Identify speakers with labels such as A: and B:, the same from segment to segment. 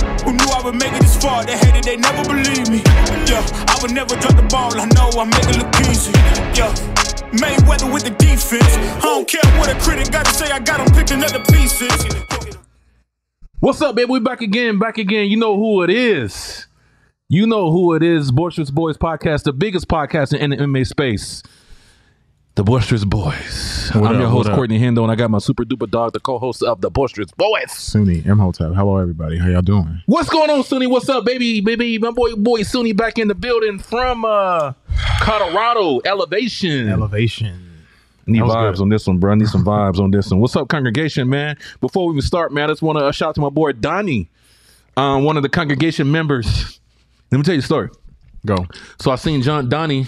A: I would make it this far. They hated, they never believe me. Yeah, I would never drop the ball. I know I make it look easy. Yeah. Mayweather with the defense. I don't care what a critic got to say. I got them picking up the pieces.
B: What's up, baby? We back again, back again. You know who it is. You know who it is. Boisterous Boys Podcast, the biggest podcast in the MMA space. The Boisterous Boys.
C: What
B: I'm
C: up,
B: your
C: what
B: host,
C: up?
B: Courtney Hendo, and I got my super duper dog, the co-host of the Boisterous Boys.
C: Sunni M Hotep. Hello, everybody. How y'all doing?
B: What's going on, Sunny? What's up, baby? Baby, my boy, boy Sunny back in the building from uh Colorado. Elevation.
C: Elevation.
B: Need
C: That was
B: vibes
C: good.
B: on this one, bro. I need some vibes on this one. What's up, congregation, man? Before we even start, man, I just want to shout out to my boy Donnie, um, one of the congregation members. Let me tell you a story.
C: Go.
B: So I seen John Donnie.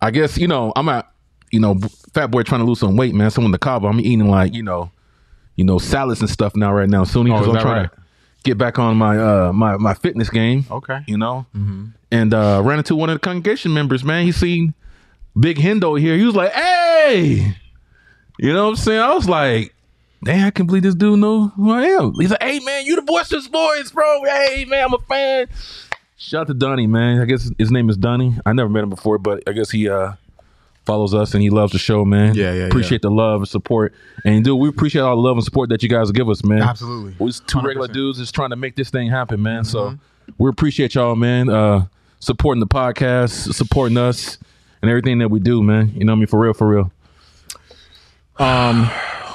B: I guess you know I'm at you know fat boy trying to lose some weight, man. So in the Cabo, I'm eating like you know, you know salads and stuff now right now. Soon
C: Oh,
B: because
C: is
B: I'm
C: that
B: trying
C: right?
B: to get back on my uh my my fitness game.
C: Okay.
B: you know, and uh ran into one of the congregation members, man. He seen Big Hendo here. He was like, "Hey," you know what I'm saying? I was like. Damn, I can't believe this dude know who I am. He's like, hey man, you the boisterous boys, bro. Hey man, I'm a fan. Shout out to Donnie, man. I guess his name is Donnie. I never met him before, but I guess he uh follows us and he loves the show, man.
C: Yeah, yeah,
B: Appreciate the love and support. And dude, we appreciate all the love and support that you guys give us, man.
C: Absolutely.
B: We're just two
C: 100%.
B: regular dudes just trying to make this thing happen, man. So
C: Mm-hmm.
B: we appreciate y'all, man. Uh supporting the podcast, supporting us and everything that we do, man. You know what I mean? For real, for real. Um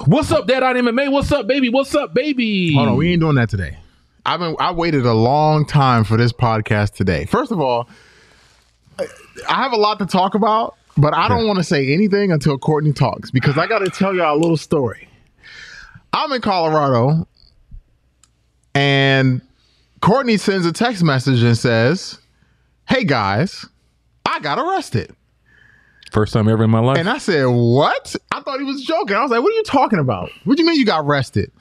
B: What's up, Dad on MMA? What's up, baby? What's up, baby?
C: Hold on, we ain't doing that today. I've been I waited a long time for this podcast today. First of all, I- I have a lot to talk about, but I don't want to say anything until Courtney talks because I got to tell y'all a little story. I'm in Colorado, and Courtney sends a text message and says, "Hey guys, I got arrested."
B: First time ever in my life.
C: And I said, "What?" I thought he was joking. I was like, "What are you talking about? What do you mean you got arrested?"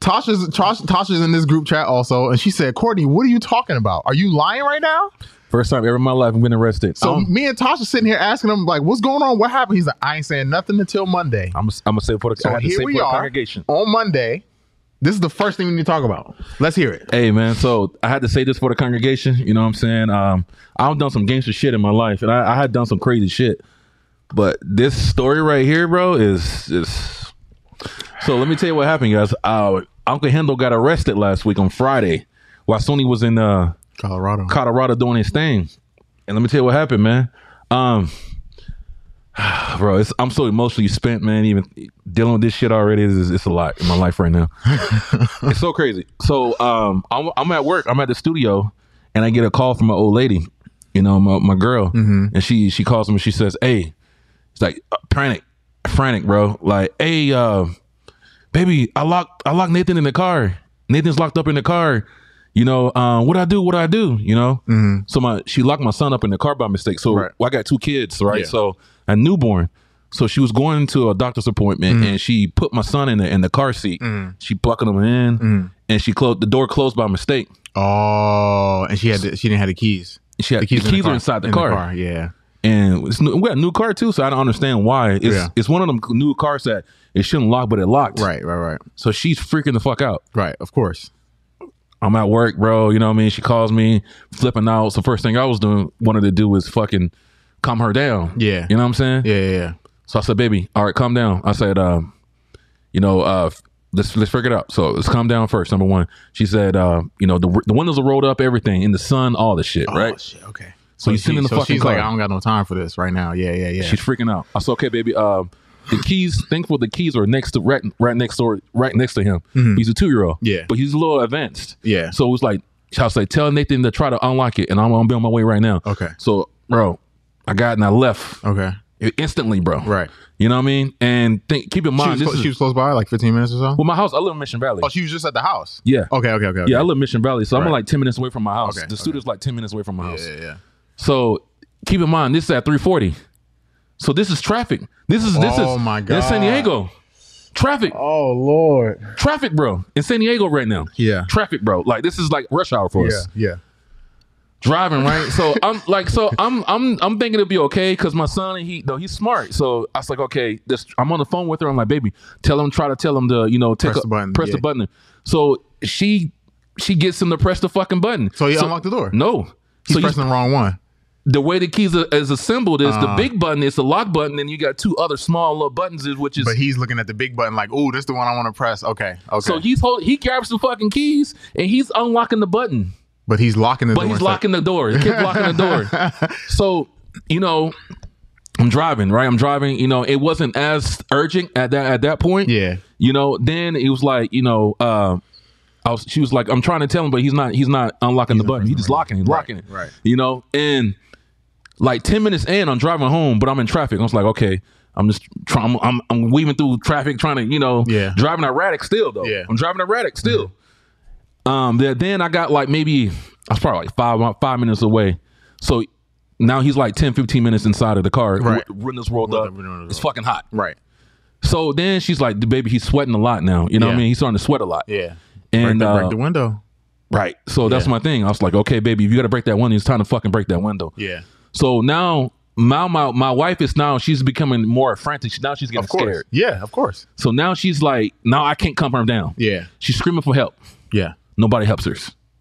C: Tasha's Tosh, Tasha's in this group chat also, and she said, "Courtney, what are you talking about? Are you lying right now?"
B: First time ever in my life I've been arrested.
C: So
B: I'm-
C: me and Tasha sitting here asking him like, "What's going on? What happened?" He's like, "I ain't saying nothing until Monday."
B: I'm I'm gonna say for the, I
C: So
B: had to say
C: here
B: for
C: we
B: the
C: are
B: congregation.
C: on Monday. This is the first thing we need to talk about. Let's hear it.
B: Hey man, so I had to say this for the congregation. You know what I'm saying? Um, I've done some gangster shit in my life, and I, I had done some crazy shit. But this story right here, bro, is is. So let me tell you what happened, guys. Uh, Uncle Hendo got arrested last week on Friday while Sony was in uh,
C: Colorado.
B: Colorado doing his thing. And let me tell you what happened, man. Um, bro, it's, I'm so emotionally spent, man. Even dealing with this shit already is it's a lot in my life right now. it's so crazy. So um, I'm, I'm at work. I'm at the studio, and I get a call from an old lady. You know, my, my girl, and she she calls me. and She says, "Hey, it's like uh, panic, frantic, bro. Like, hey, uh, baby, I locked I locked Nathan in the car. Nathan's locked up in the car. You know, um, what I do, what I do, you know. So my she locked my son up in the car by mistake. So
C: Mm-hmm. Right.
B: well, I got two kids, right?
C: Yeah.
B: So a newborn. So she was going to a doctor's appointment,
C: Mm-hmm.
B: and she put my son in the in the car seat. She buckled him in,
C: Mm-hmm.
B: and she closed the door closed by mistake.
C: Oh, and she had the, she didn't have the keys.
B: She had the keys,
C: in
B: were inside the
C: In
B: car,
C: Yeah.
B: and it's new, we got a new car too. So I don't understand why. It's
C: Yeah.
B: it's one of them new cars that it shouldn't lock, but it locked.
C: Right. Right. Right.
B: So she's freaking the fuck out.
C: Right. Of course.
B: I'm at work, bro. You know what I mean? She calls me, flipping out. So first thing I was doing, wanted to do was fucking calm her down.
C: Yeah.
B: You know what I'm saying?
C: Yeah. Yeah. yeah.
B: So I said, baby, all right, calm down. I said, um, you know, uh, f- let's let's figure it out. So let's calm down first. Number one, she said, uh, you know, the the windows are rolled up, everything in the sun, all this shit,
C: Oh,
B: right?
C: Shit, okay.
B: So you sit in the
C: so
B: fucking
C: she's like,
B: car.
C: I don't got no time for this right now. Yeah, yeah, yeah.
B: She's freaking out. I said, okay, baby. Um, the keys. Thankful the keys were next to right, right next door, right next to him. He's a two year old.
C: Mm-hmm. Yeah.
B: but he's a little advanced.
C: Yeah.
B: So it was like, I was like, tell Nathan to try to unlock it, and I'm gonna be on my way right now.
C: Okay.
B: So, bro, I got and I left
C: okay.
B: instantly, bro.
C: Right.
B: You know what I mean? And think, keep in
C: She
B: mind,
C: was,
B: this
C: clo-
B: is,
C: she was close by, like 15 minutes or so.
B: well, my house. I live in Mission Valley.
C: Oh, she was just at the house.
B: yeah.
C: Okay, okay, okay. okay.
B: Yeah, I live in Mission Valley, so I'm
C: Right.
B: like ten minutes away from my house.
C: Okay,
B: The
C: okay.
B: studio's like ten minutes away from my house.
C: yeah, yeah.
B: So keep in mind, this is at 340. So this is traffic. This is this
C: Oh
B: is
C: my
B: in San
C: God.
B: Diego. Traffic,
C: Oh Lord.
B: traffic, bro. In San Diego right now.
C: Yeah.
B: Traffic, bro. Like this is like rush hour for
C: Yeah,
B: us.
C: yeah.
B: Driving, right? So I'm like, so I'm I'm I'm thinking it'll be okay because my son he though he's smart. So I was like, okay, this I'm on the phone with her. I'm like, baby, tell him, try to tell him to, you know, take
C: Press
B: a-
C: the button,
B: Press the
C: yeah.
B: button. So she she gets him to press the fucking button.
C: So you unlock the door.
B: No.
C: He's
B: so you,
C: pressing Uh-huh. the wrong one.
B: the way the keys are, is assembled is the big button is the lock button, and you got two other small little buttons, is which is
C: But he's looking at the big button like, "Ooh, this the one I want to press." Okay, okay.
B: so he's hold, he grabs the fucking keys and he's unlocking the button,
C: but he's locking the
B: but
C: door.
B: he's
C: so-
B: locking the door. He kept locking the door. So you know, I'm driving right. I'm driving. You know, it wasn't as urgent at that at that point.
C: Yeah.
B: You know, then it was like you know. Uh, I was, she was like, "I'm trying to tell him, but he's not. He's not unlocking the button. He's just locking. He's locking it.
C: right.
B: You know." And like ten minutes in, I'm driving home, but I'm in traffic. I was like, "Okay, I'm just trying. I'm, I'm, I'm weaving through traffic, trying to, you know,
C: Yeah.
B: driving erratic still though.
C: Yeah.
B: I'm driving erratic still. Um, then, then I got like maybe I was probably like five uh, five minutes away. So now he's like 10, 15 minutes inside of the car.
C: Right.
B: wh- When this rolled up,
C: when it's
B: it's fucking hot.
C: Right.
B: So then she's like, baby, he's sweating a lot now. You know what I
C: Yeah.
B: mean? He's starting to sweat a lot.
C: Yeah.
B: And
C: break, the,
B: uh,
C: break the window.
B: right. So that's my thing. I was like, okay, baby, if you got to break that window, it's time to fucking break that window.
C: Yeah.
B: So now my, my my wife is now she's becoming more frantic. She- Now she's getting
C: Of course.
B: scared.
C: Yeah. Of course.
B: So now she's like, now I can't calm her down.
C: Yeah.
B: She's screaming for help.
C: Yeah.
B: Nobody helps her.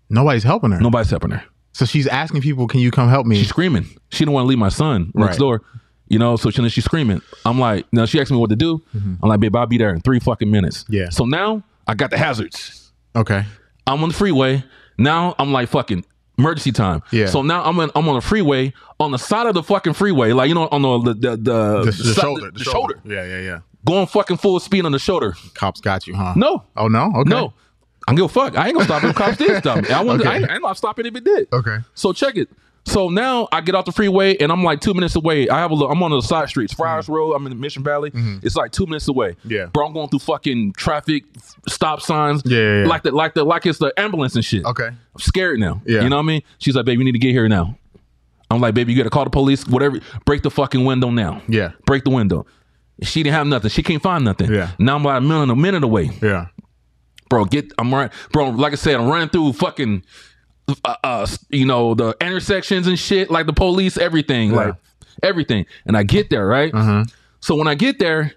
C: Nobody's helping her.
B: Nobody's helping her.
C: So she's asking people, "Can you come help me?"
B: She's screaming. She didn't want to leave my son next
C: Right.
B: door. You know, so she, then she's screaming. I'm like, now she asked me what to do. I'm like, babe, I'll be there in three fucking minutes.
C: Mm-hmm. Yeah.
B: So now I got the hazards.
C: okay.
B: I'm on the freeway. Now I'm like fucking emergency time.
C: Yeah.
B: So now I'm on I'm on a freeway on the side of the fucking freeway, like you know on the the the, the,
C: The, the
B: side-
C: shoulder.
B: the shoulder,
C: Yeah. Yeah. Yeah.
B: going fucking full speed on the shoulder.
C: Cops got you, huh?
B: No,
C: Oh no. Okay.
B: no, I don't give a fuck. I ain't gonna stop if cops did stop me. I wouldn't. I,
C: Okay.
B: ain't, I ain't not stopping if it did.
C: Okay.
B: So check it. So now I get off the freeway and I'm like two minutes away. I have a look. I'm on the side streets, Friars Road. I'm in Mission Valley. It's like two minutes away.
C: Mm-hmm. Yeah.
B: bro, I'm going through fucking traffic, stop signs.
C: Yeah, yeah, yeah.
B: like the like the like it's the ambulance and shit.
C: Okay.
B: I'm scared now.
C: Yeah.
B: You know what I mean? She's like, babe, you need to get here now. I'm like, baby, you gotta call the police, whatever. Break the fucking window now.
C: Yeah.
B: Break the window. She didn't have nothing. She can't find nothing.
C: Yeah.
B: Now I'm like a minute, a minute away.
C: Yeah.
B: Bro, get I'm right. Bro, like I said, I'm running through fucking uh, uh you know, the intersections and shit, like the police, everything. Like everything. And I get there, right?
C: Mm-hmm.
B: So when I get there,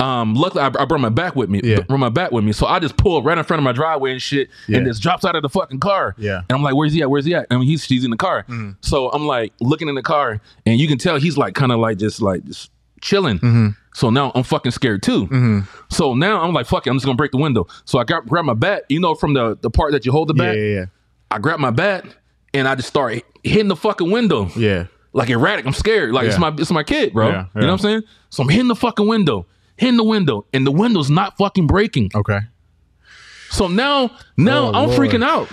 B: um, luckily I, I brought my back with me.
C: Yeah.
B: Brought my back with me. So I just pulled right in front of my driveway and shit,
C: Yeah.
B: and just drops out of the fucking car.
C: Yeah.
B: And I'm like, where's he at? Where's he at? And he's she's in the car.
C: Mm-hmm.
B: So I'm like looking in the car, and you can tell he's like kind of like just like just chilling.
C: Mm-hmm.
B: So now I'm fucking scared too. So now I'm like, fuck it, I'm just gonna break the window. So I got grab my bat, you know, from the the part that you hold the
C: Yeah.
B: bat.
C: Yeah.
B: I grab my bat and I just start hitting the fucking window
C: Yeah. Yeah.
B: like erratic. I'm scared. Like it's
C: Yeah.
B: my it's my kid, bro.
C: Yeah,
B: You know
C: yeah.
B: what I'm saying? So I'm hitting the fucking window, hitting the window, and the window's not fucking breaking.
C: Okay.
B: So now now
C: Oh,
B: I'm
C: Lord.
B: freaking out.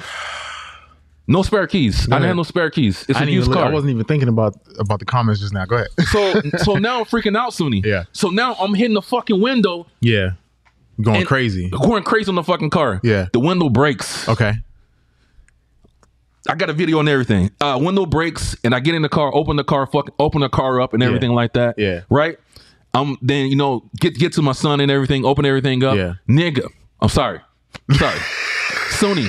B: No spare keys. I
C: ahead.
B: didn't have no spare keys. It's
C: I
B: a
C: didn't even
B: used
C: look-
B: car.
C: I wasn't even thinking about about the comments just now. Go ahead.
B: so so now I'm freaking out, Sunny.
C: Yeah.
B: So now I'm hitting the fucking window,
C: Yeah. Going
B: And-
C: crazy.
B: going crazy on the fucking car.
C: Yeah. Oh.
B: The window breaks.
C: Okay.
B: I got a video and everything. Uh, window breaks, and I get in the car, open the car, fuck, open the car up, and everything like that.
C: Yeah.
B: Right. Um. Then you know, get get to my son and everything, open everything up.
C: Yeah.
B: Nigga, I'm sorry. I'm sorry. Sunni.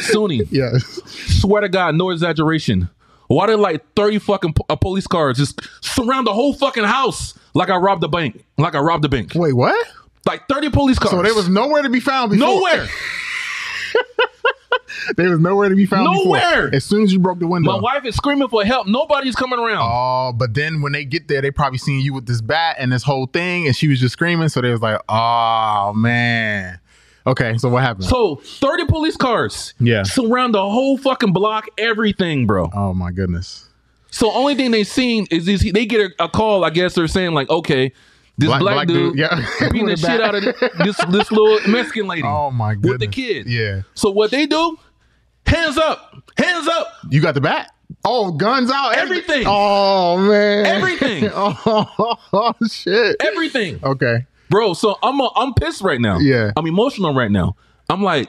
B: Sunni.
C: Yeah.
B: Swear to God, no exaggeration. Why did like thirty fucking po- uh, police cars just surround the whole fucking house like I robbed a bank? Like I robbed a bank.
C: Wait, what?
B: Like thirty police cars.
C: So there was nowhere to be found before.
B: nowhere.
C: There was nowhere to be found
B: Nowhere.
C: before. As soon as you broke the window.
B: My wife is screaming for help. Nobody's coming around.
C: Oh, but then when they get there, they probably seen you with this bat and this whole thing, and she was just screaming. So they was like, "Oh man, okay." So what happened?
B: So 30 police cars.
C: Yeah.
B: Surround the whole fucking block, everything, bro.
C: oh my goodness,
B: So only thing they seen is this, they get a, a call, I guess they're saying like, okay, this black, dude,
C: yeah,
B: beating the
C: With a
B: shit
C: bat.
B: out of this this little Mexican lady.
C: Oh my goodness,
B: With the kid.
C: Yeah,
B: So what they do, hands up, hands up,
C: you got the bat. Oh, guns out,
B: Everything.
C: Oh man,
B: Everything.
C: oh shit.
B: everything.
C: okay.
B: Bro, so I'm a, I'm pissed right now.
C: Yeah.
B: I'm emotional right now. I'm like,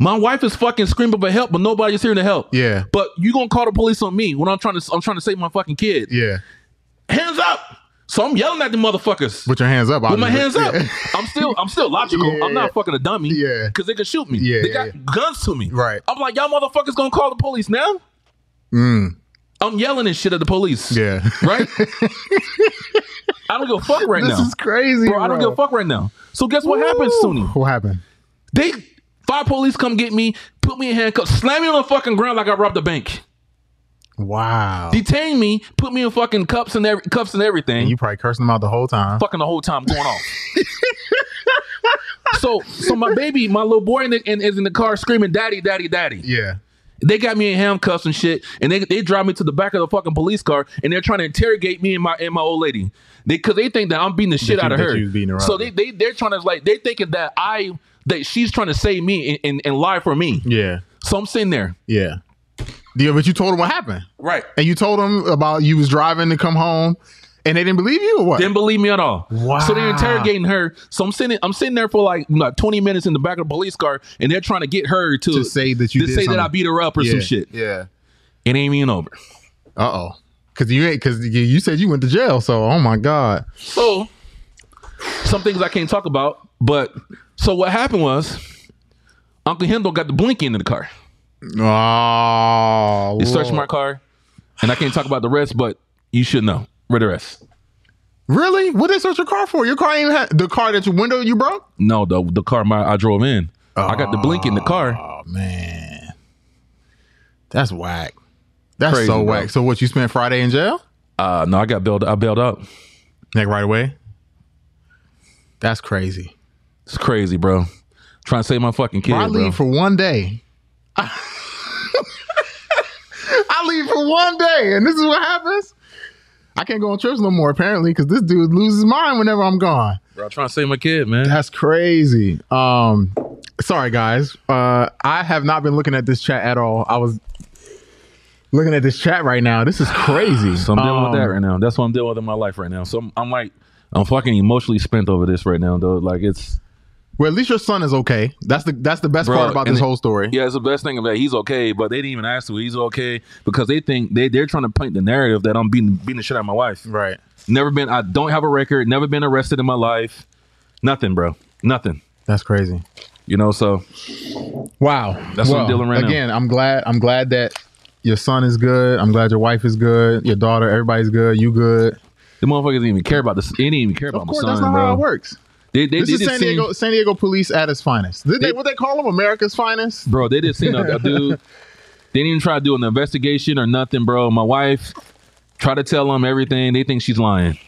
B: my wife is fucking screaming for help, but nobody's here to help.
C: Yeah.
B: But you gonna call the police on me when I'm trying to I'm trying to save my fucking kid.
C: Yeah,
B: hands up. So I'm yelling at the motherfuckers with
C: with your hands up.
B: my hands
C: obviously.
B: up. I'm still, I'm still logical.
C: Yeah,
B: I'm not
C: yeah.
B: fucking a dummy.
C: Yeah.
B: because they can shoot me.
C: Yeah,
B: they
C: yeah,
B: got guns to me.
C: Right.
B: I'm like, y'all motherfuckers gonna call the police now? I'm yelling and shit at the police.
C: Mm. Yeah.
B: Right. I don't give a fuck right
C: This
B: now,
C: is crazy,
B: bro. I don't give a fuck right now. So guess what happens, Sunni?
C: What happened?
B: They Five police come get me, put me in handcuffs, slam me on the fucking ground like I robbed a bank,
C: Wow.
B: detain me, put me in fucking cups and every, cuffs and everything.
C: You probably cursing them out the whole time.
B: fucking the whole time going off. so, so my baby, my little boy, in the, in, is in the car screaming, "Daddy, daddy, daddy!"
C: Yeah.
B: They got me in handcuffs and shit, and they, they drive me to the back of the fucking police car, and they're trying to interrogate me and my and my old lady, because they, think that I'm beating the shit
C: you-
B: out of
C: that
B: her.
C: you was beating her
B: so
C: up.
B: they they they're trying to like they thinking that I that she's trying to save me and, and, and lie for me.
C: Yeah.
B: So I'm sitting there,
C: Yeah. Yeah, but you told them what happened.
B: right?
C: And you told them about you was driving to come home and they didn't believe you or what?
B: Didn't believe me at all.
C: Wow.
B: So they're interrogating her. So I'm sitting, I'm sitting there for like, like 20 minutes in the back of the police car, and they're trying to get her to,
C: To say that you
B: to
C: did
B: say that I
C: something.
B: beat her up or
C: yeah.
B: some shit.
C: Yeah.
B: It ain't even over.
C: Uh oh. Cause you ain't cause you- you said you went to jail, so oh my God.
B: So some things I can't talk about, but so what happened was Uncle Hendo got the blinky into the car.
C: Oh
B: He searched
C: Lord.
B: my car, and I can't talk about the rest, but you should know. Where the rest?
C: Really? What they search your car for? Your car ain't had the car that your window you broke?
B: No, the the car my I drove in. I got the blinky in the car.
C: Oh man. That's whack. That's
B: Crazy,
C: so
B: bro.
C: whack. So what you spent Friday in jail?
B: Uh, no, I got bailed. I bailed out.
C: Like right away? That's crazy.
B: It's crazy, bro. Trying to save my fucking kid,
C: Bro, I
B: bro.
C: leave for one day. I leave for one day, and this is what happens. I can't go on trips no more, apparently, because this dude loses his mind whenever I'm gone.
B: Bro, I'm trying to save my kid, man.
C: That's crazy. Um, sorry guys. Uh, I have not been looking at this chat at all. I was looking at this chat right now. This is crazy.
B: so I'm dealing
C: Um,
B: with that right now. That's what I'm dealing with in my life right now. So I'm, I'm like, I'm fucking emotionally spent over this right now, though. Like it's
C: Well, at least your son is okay. That's the that's the best
B: Bro,
C: part about
B: and
C: this
B: it-
C: whole story.
B: yeah, it's the best thing that he's okay, but they didn't even ask if he's okay because they think they they're trying to paint the narrative that I'm beating beating the shit out of my wife.
C: Right.
B: Never been, I don't have a record. Never been arrested in my life. Nothing, bro. Nothing.
C: That's crazy.
B: You know, so
C: Wow,
B: That's what I'm dealing right now.
C: again, I'm glad. I'm glad that your son is good. I'm glad your wife is good. Your daughter, everybody's good. You good.
B: the motherfuckers didn't even care about this. They didn't even care about
C: Of course,
B: my son,
C: that's not
B: bro.
C: how it works.
B: They, they,
C: This
B: they
C: is
B: didn't
C: San
B: seem-
C: Diego. San Diego police at its finest. Did they,
B: They-
C: what they call them? America's finest.
B: bro. They just seen a, a dude. They didn't even try to do an investigation or nothing, bro. My wife tried to tell them everything. They think she's lying.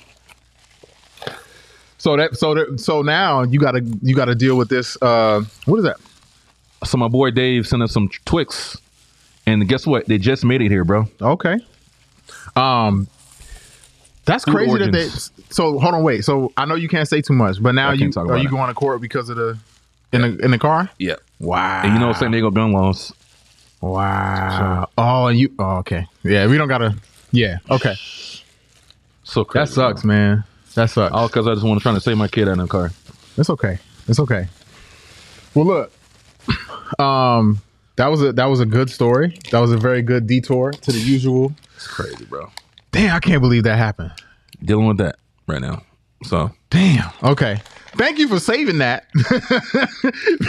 C: So that so that, so now you gotta you gotta deal with this. Uh, what is that?
B: So my boy Dave sent us some Twix, and guess what? They just made it here, bro.
C: Okay. Um, that's
B: Food
C: crazy that they.
B: origins.
C: So hold on, wait. So I know you can't say too much, but now
B: I can't
C: you
B: talk
C: are
B: about
C: you
B: it.
C: going to court because of the in the in the car?
B: Yeah.
C: Wow.
B: And you know San Diego gun laws.
C: Wow. Oh, you. Oh, okay. Yeah, we don't gotta. Yeah. Okay.
B: So
C: That
B: crazy,
C: sucks, man. That sucks.
B: All because I just want to try to save my kid out of the car.
C: It's okay. It's okay. Well, look. Um, that was a that was a good story. That was a very good detour to the usual.
B: It's crazy, bro.
C: Damn, I can't believe that happened.
B: Dealing with that right now. So
C: Damn. Okay. Thank you for saving that.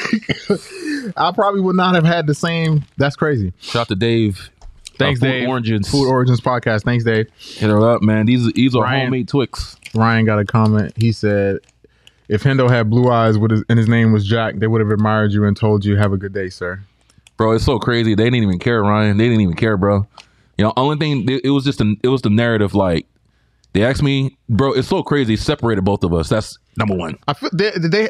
C: I probably would not have had the same. That's crazy.
B: shout out to Dave.
C: Thanks,
B: Uh, Food
C: Dave.
B: Origins.
C: Food Origins podcast. Thanks, Dave.
B: Hit her up, man. These these are
C: Ryan.
B: homemade Twix.
C: Ryan got a comment. He said, "If Hendo had blue eyes with his, and his name was Jack, they would have admired you and told you have a good day, sir."
B: bro. It's so crazy. They didn't even care, Ryan. They didn't even care, bro. You know, only thing it it was just an, it was the narrative. Like they asked me, bro. It's so crazy. it Separated both of us. That's number one.
C: I feel they, they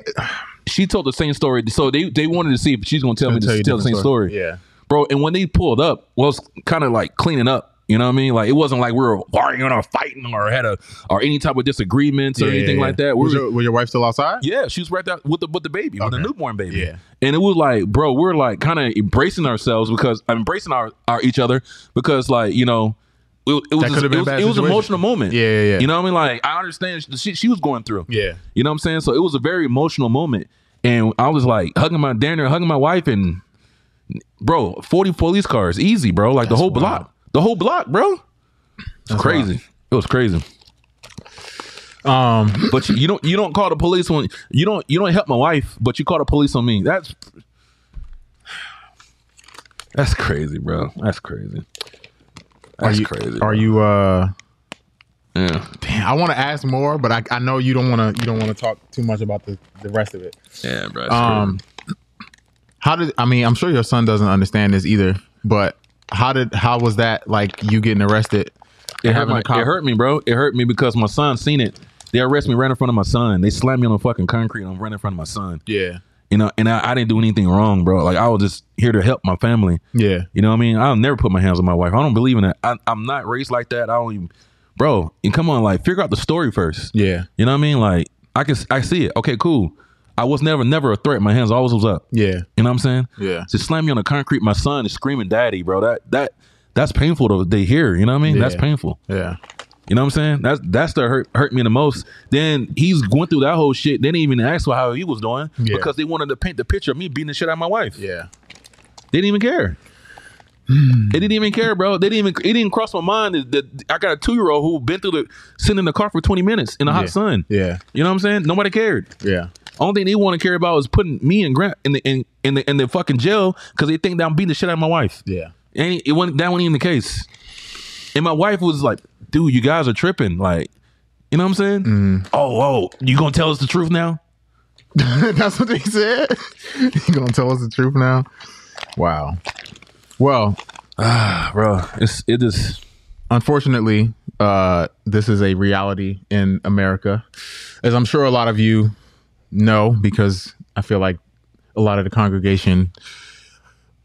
B: She told the same story, so they they wanted to see if she's gonna tell me
C: tell
B: to
C: you
B: tell the
C: different
B: same
C: story.
B: story.
C: Yeah.
B: bro. And when they pulled up, well, it's kind of like cleaning up. You know what I mean? Like it wasn't like we were arguing or fighting or had a or any type of disagreements or
C: Yeah,
B: anything
C: yeah,
B: like
C: yeah.
B: that. We
C: Was
B: were-
C: your, was your wife still outside?
B: yeah, she was right there with the with the baby, with the newborn baby.
C: Yeah.
B: And it was like, bro, we're like kind of embracing ourselves because embracing our, our each other because like, you know, it, it was
C: That
B: just-
C: could've
B: it
C: been a
B: was,
C: bad
B: it was an
C: situation.
B: emotional moment.
C: Yeah, yeah, yeah.
B: You know what I mean? Like I understand the shit she was going through.
C: Yeah.
B: You know what I'm saying? So it was a very emotional moment. And I was like hugging my down there, hugging my wife and bro, 40 police cars, easy, bro. Like the whole block. The whole block, bro. It's crazy. It was crazy.
C: Um,
B: But you, you don't you don't call the police on you don't you don't help my wife, but you call the police on me. That's that's crazy, bro. That's crazy. That's
C: are you,
B: crazy.
C: Are you? Uh,
B: Yeah.
C: damn, I want to ask more, but I, I know
B: Um,
C: you don't want to. You don't want to talk too much about the, the rest of it.
B: Yeah, bro.
C: Um, How did I mean? I'm sure your son doesn't understand this either. But how did how was that like you getting arrested?
B: It hurt,
C: having
B: my,
C: a cop-
B: it hurt me, bro. It hurt me because my son seen it. They arrest me right in front of my son. They slammed me on the fucking concrete. I'm right in front of my son.
C: Yeah,
B: You know, and I, I didn't do anything wrong, bro. Like I was just here to help my family.
C: yeah,
B: You know what I mean? I'll never put my hands on my wife. I don't believe in that. I, I'm not raised like that. I don't even, bro. And come on, like figure out the story first.
C: yeah,
B: You know what I mean? Like I can, I see it. Okay, cool. I was never, never a threat. My hands always was up.
C: yeah,
B: You know what I'm saying?
C: Yeah.
B: Just slam me on the concrete. My son is screaming, "Daddy, bro!" That that that's painful to they hear. You know what I mean? That's
C: Yeah.
B: painful.
C: yeah,
B: You know what I'm saying? That's that's the hurt hurt me the most. Then he's going through that whole shit. They didn't even ask for how he was doing
C: Yeah.
B: because they wanted to paint the picture of me beating the shit out of my wife.
C: yeah.
B: They didn't even care. they didn't even care, bro. They didn't even it didn't cross my mind that, that I got a two year old who been through the sitting in the car for twenty minutes in the
C: Yeah.
B: hot sun.
C: Yeah,
B: You know what I'm saying? Nobody cared.
C: yeah,
B: Only thing they want to care about is putting me and Grant in the in, in the in the fucking jail because they think that I'm beating the shit out of my wife.
C: yeah,
B: And it wasn't that wasn't even the case. And my wife was like, dude, you guys are tripping. Like, you know what I'm saying?
C: Mm-hmm.
B: Oh, oh, you gonna tell us the truth now?
C: That's what they said. you gonna tell us the truth now? Wow. Well,
B: Bro, it's it is
C: unfortunately, uh, this is a reality in America, as I'm sure a lot of you know, because I feel like a lot of the congregation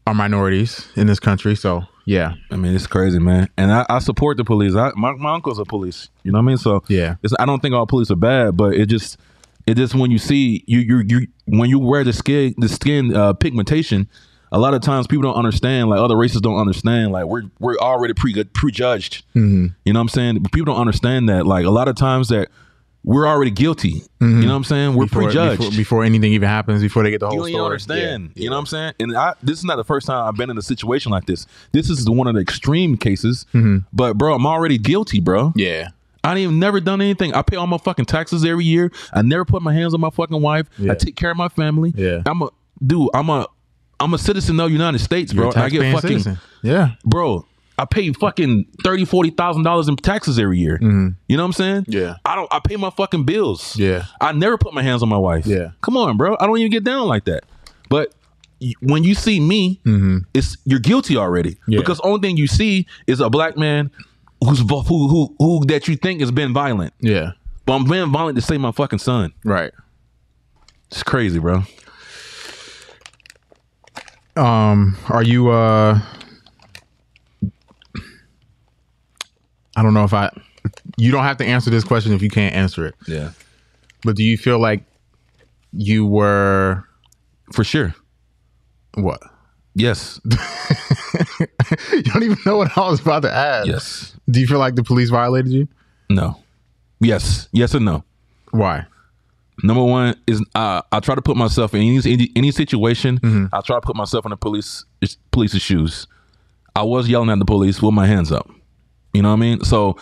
C: are minorities in this country. So yeah,
B: I mean, it's crazy, man. And I, I support the police. I, my, my uncle's a police. You know what I mean? So
C: Yeah.
B: it's, I don't think all police are bad, but it just it just when you see you you you when you wear the skin the skin uh, pigmentation, a lot of times people don't understand. Like other races don't understand. Like we're we're already pre prejudged.
C: Mm-hmm.
B: You know what I'm saying? People don't understand that. Like a lot of times that we're already guilty. You know what I'm saying? We're
C: Mm-hmm. before,
B: prejudged
C: before, before anything even happens, before they get the whole
B: you don't
C: story.
B: even understand. You know what I'm saying? And I, this is not the first time I've been in a situation like this. This is one of the extreme cases. But bro, I'm already guilty, bro.
C: Mm-hmm. Yeah. yeah.
B: I ain't even never done anything. I pay all my fucking taxes every year. I never put my hands on my fucking wife.
C: Yeah.
B: I take care of my family.
C: Yeah.
B: I'm a dude. I'm a I'm a citizen of the United States, bro.
C: You're a
B: And I get
C: taxpaying
B: fucking
C: citizen. Yeah.
B: bro. I pay fucking thirty, forty thousand dollars in taxes every year. You know what I'm saying?
C: Yeah.
B: I don't. I pay my fucking bills.
C: Mm-hmm. Yeah.
B: I never put my hands on my wife.
C: Yeah.
B: Come on, bro. I don't even get down like that. But y- when you see me, it's you're guilty already
C: Mm-hmm. Yeah.
B: because only thing you see is a black man who's vo- who who who that you think has been violent,
C: Yeah.
B: but I'm being violent to save my fucking son.
C: Right.
B: It's crazy, bro.
C: um are you uh i don't know if i you don't have to answer this question if you can't answer it
B: Yeah,
C: but do you feel like you were
B: for sure.
C: what
B: Yes,
C: you don't even know what i was about to ask
B: yes,
C: do you feel like the police violated you
B: no, yes, yes, and no.
C: why
B: Number one is uh, I try to put myself in any any, any situation. I try to put myself in the police police's shoes. I was yelling at the police with my hands up. You know what I mean? So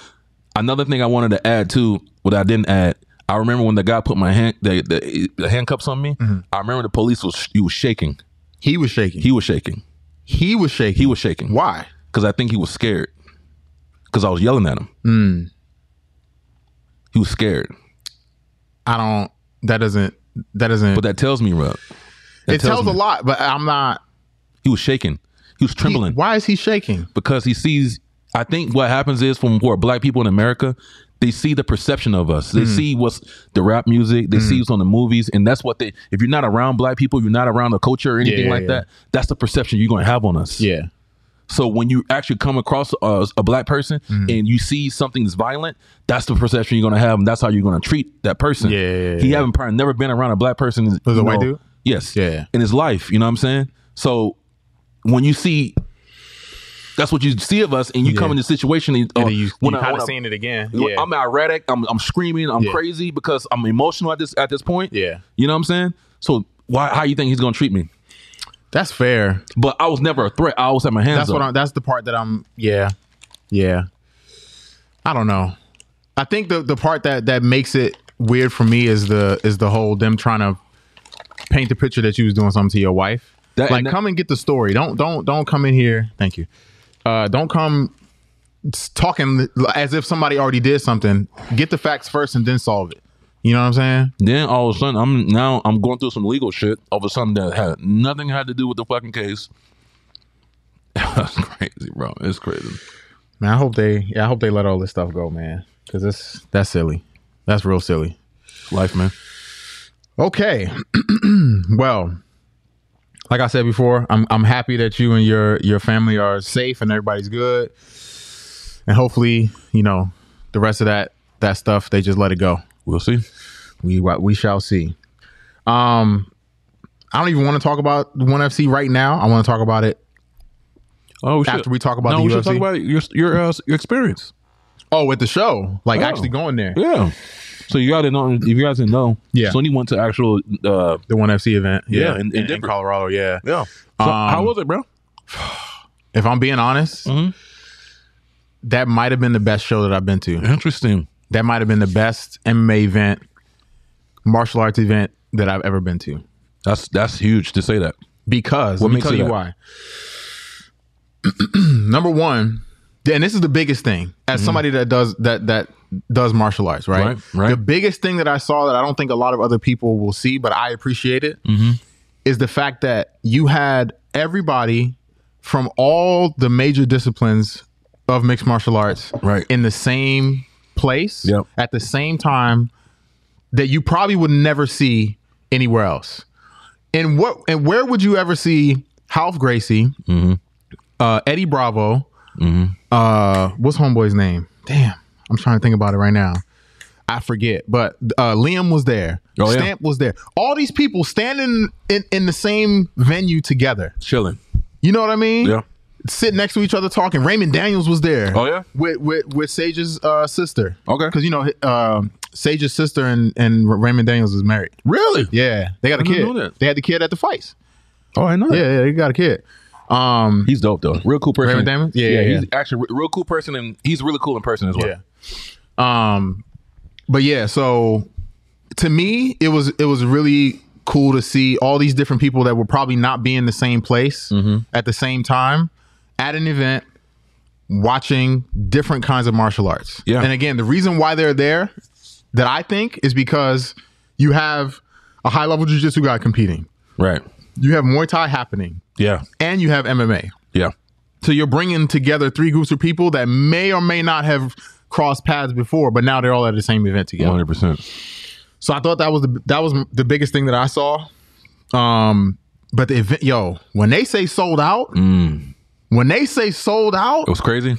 B: another thing I wanted to add too, what I didn't add. I remember when the guy put my hand the, the, the handcuffs on me. I remember the police was he was shaking.
C: he was shaking
B: He was shaking.
C: he, was shaking
B: He was shaking
C: why
B: because I think he was scared because I was yelling at him. He was scared,
C: i don't that doesn't that doesn't
B: but that tells me, Rub. that
C: it tells,
B: tells me.
C: a lot but i'm not
B: He was shaking. He was
C: he-
B: trembling.
C: why is he shaking
B: because he sees I think what happens is from where black people in America, they see the perception of us.
C: Mm.
B: They see what's the rap music, they see what's on the movies, and that's what they if you're not around black people, you're not around the culture or anything
C: Yeah,
B: like
C: yeah.
B: that, that's the perception you're gonna have on us.
C: yeah
B: So when you actually come across a, a black person
C: Mm-hmm.
B: and you see something that's violent, that's the perception you're gonna have, and that's how you're gonna treat that person.
C: Yeah, yeah, yeah,
B: he
C: yeah.
B: haven't probably never been around a black person. Was
C: it a white dude?
B: Yes.
C: Yeah.
B: In his life, you know what I'm saying. So when you see, that's what you see of us, and you come in the situation and, uh,
C: and then you, you
B: when I-
C: kind
B: when
C: of
B: I-
C: seen it again
B: when
C: yeah
B: I'm erratic. I'm, I'm screaming. I'm
C: Yeah.
B: crazy because I'm emotional at this at this point.
C: Yeah.
B: You know what I'm saying. So why? How you think he's gonna treat me?
C: that's fair
B: But I was never a threat. I always had my hands
C: that's
B: up.
C: what I'm, that's the part that I'm yeah yeah I don't know I think the the part that that makes it weird for me is the is the whole them trying to paint the picture that you was doing something to your wife
B: That-
C: like
B: and that-
C: come and get the story don't don't don't come in here thank you uh don't come s- talking as if somebody already did something get the facts first and then solve it You know what I'm saying?
B: Then all of a sudden, I'm now I'm going through some legal shit. All of a sudden, that had nothing had to do with the fucking case. That's crazy, bro. It's crazy.
C: Man, I hope they yeah, I hope they let all this stuff go, man. Cause it's that's silly. That's real silly.
B: Life, man.
C: Okay. well, like I said before, I'm I'm happy that you and your your family are safe and everybody's good. And hopefully, you know, the rest of that that stuff they just let it go.
B: We'll see.
C: We wa- we shall see. Um I don't even want to talk about 1FC right now. I want to talk about it
B: Oh, we
C: After we talk about
B: no,
C: the
B: we
C: UFC?
B: should talk about your your, uh, your experience.
C: oh with the show, like actually going there.
B: Yeah. So you guys didn't know if you guys didn't know.
C: Yeah.
B: Sony went to actual. Uh,
C: The 1FC event.
B: Yeah, in- in
C: in, in,
B: Denver.
C: Colorado, yeah.
B: yeah. So
C: Um,
B: how was it, bro?
C: If I'm being honest,
B: Mhm.
C: that might have been the best show that I've been to.
B: Interesting.
C: That might have been the best MMA event, martial arts event that I've ever been to.
B: That's that's huge to say that.
C: Because
B: What
C: let me
B: makes
C: tell
B: it
C: you
B: that?
C: why. Number one, and this is the biggest thing as somebody that does that that does martial arts, right?
B: Mm-hmm. Right, right.
C: The biggest thing that I saw that I don't think a lot of other people will see, but I appreciate it, is
B: Mm-hmm.
C: the fact that you had everybody from all the major disciplines of mixed martial arts
B: Right.
C: in the same place
B: Yep.
C: at the same time that you probably would never see anywhere else. And what and where would you ever see Half Gracie,
B: Mm-hmm.
C: uh, Eddie Bravo, uh, what's homeboy's name? Damn, I'm trying to think about it right now. I forget, but uh, Liam was there.
B: Oh, yeah.
C: Stamp was there. All these people standing in, in the same venue together.
B: Chilling.
C: You know what I mean?
B: Yeah.
C: Sitting next to each other talking. Raymond Daniels was there.
B: Oh, yeah?
C: with with, with Sage's uh, sister.
B: Okay.
C: because you know uh, Sage's sister and and Raymond Daniels is married.
B: Really?
C: Yeah, they got a
B: I didn't know
C: kid.
B: that.
C: They had the kid at the fights.
B: Oh, I know. that.
C: Yeah, yeah, they got a kid. Um,
B: He's dope though. Real cool person.
C: Raymond Damon? Yeah, yeah,
B: He's actually a real cool person, and he's really cool in person as well.
C: yeah. Um, but yeah, so to me, it was it was really cool to see all these different people that would probably not be in the same place at the same time at an event watching different kinds of martial arts.
B: Yeah.
C: And again, the reason why they're there that I think is because you have a high level jujitsu guy competing.
B: Right.
C: You have Muay Thai happening
B: Yeah.
C: and you have MMA.
B: Yeah.
C: So you're bringing together three groups of people that may or may not have crossed paths before, but now they're all at the same event
B: One
C: together.
B: hundred percent.
C: So I thought that was the that was the biggest thing that I saw. Um, but the event, yo, when they say sold out, when they say sold out,
B: It was crazy.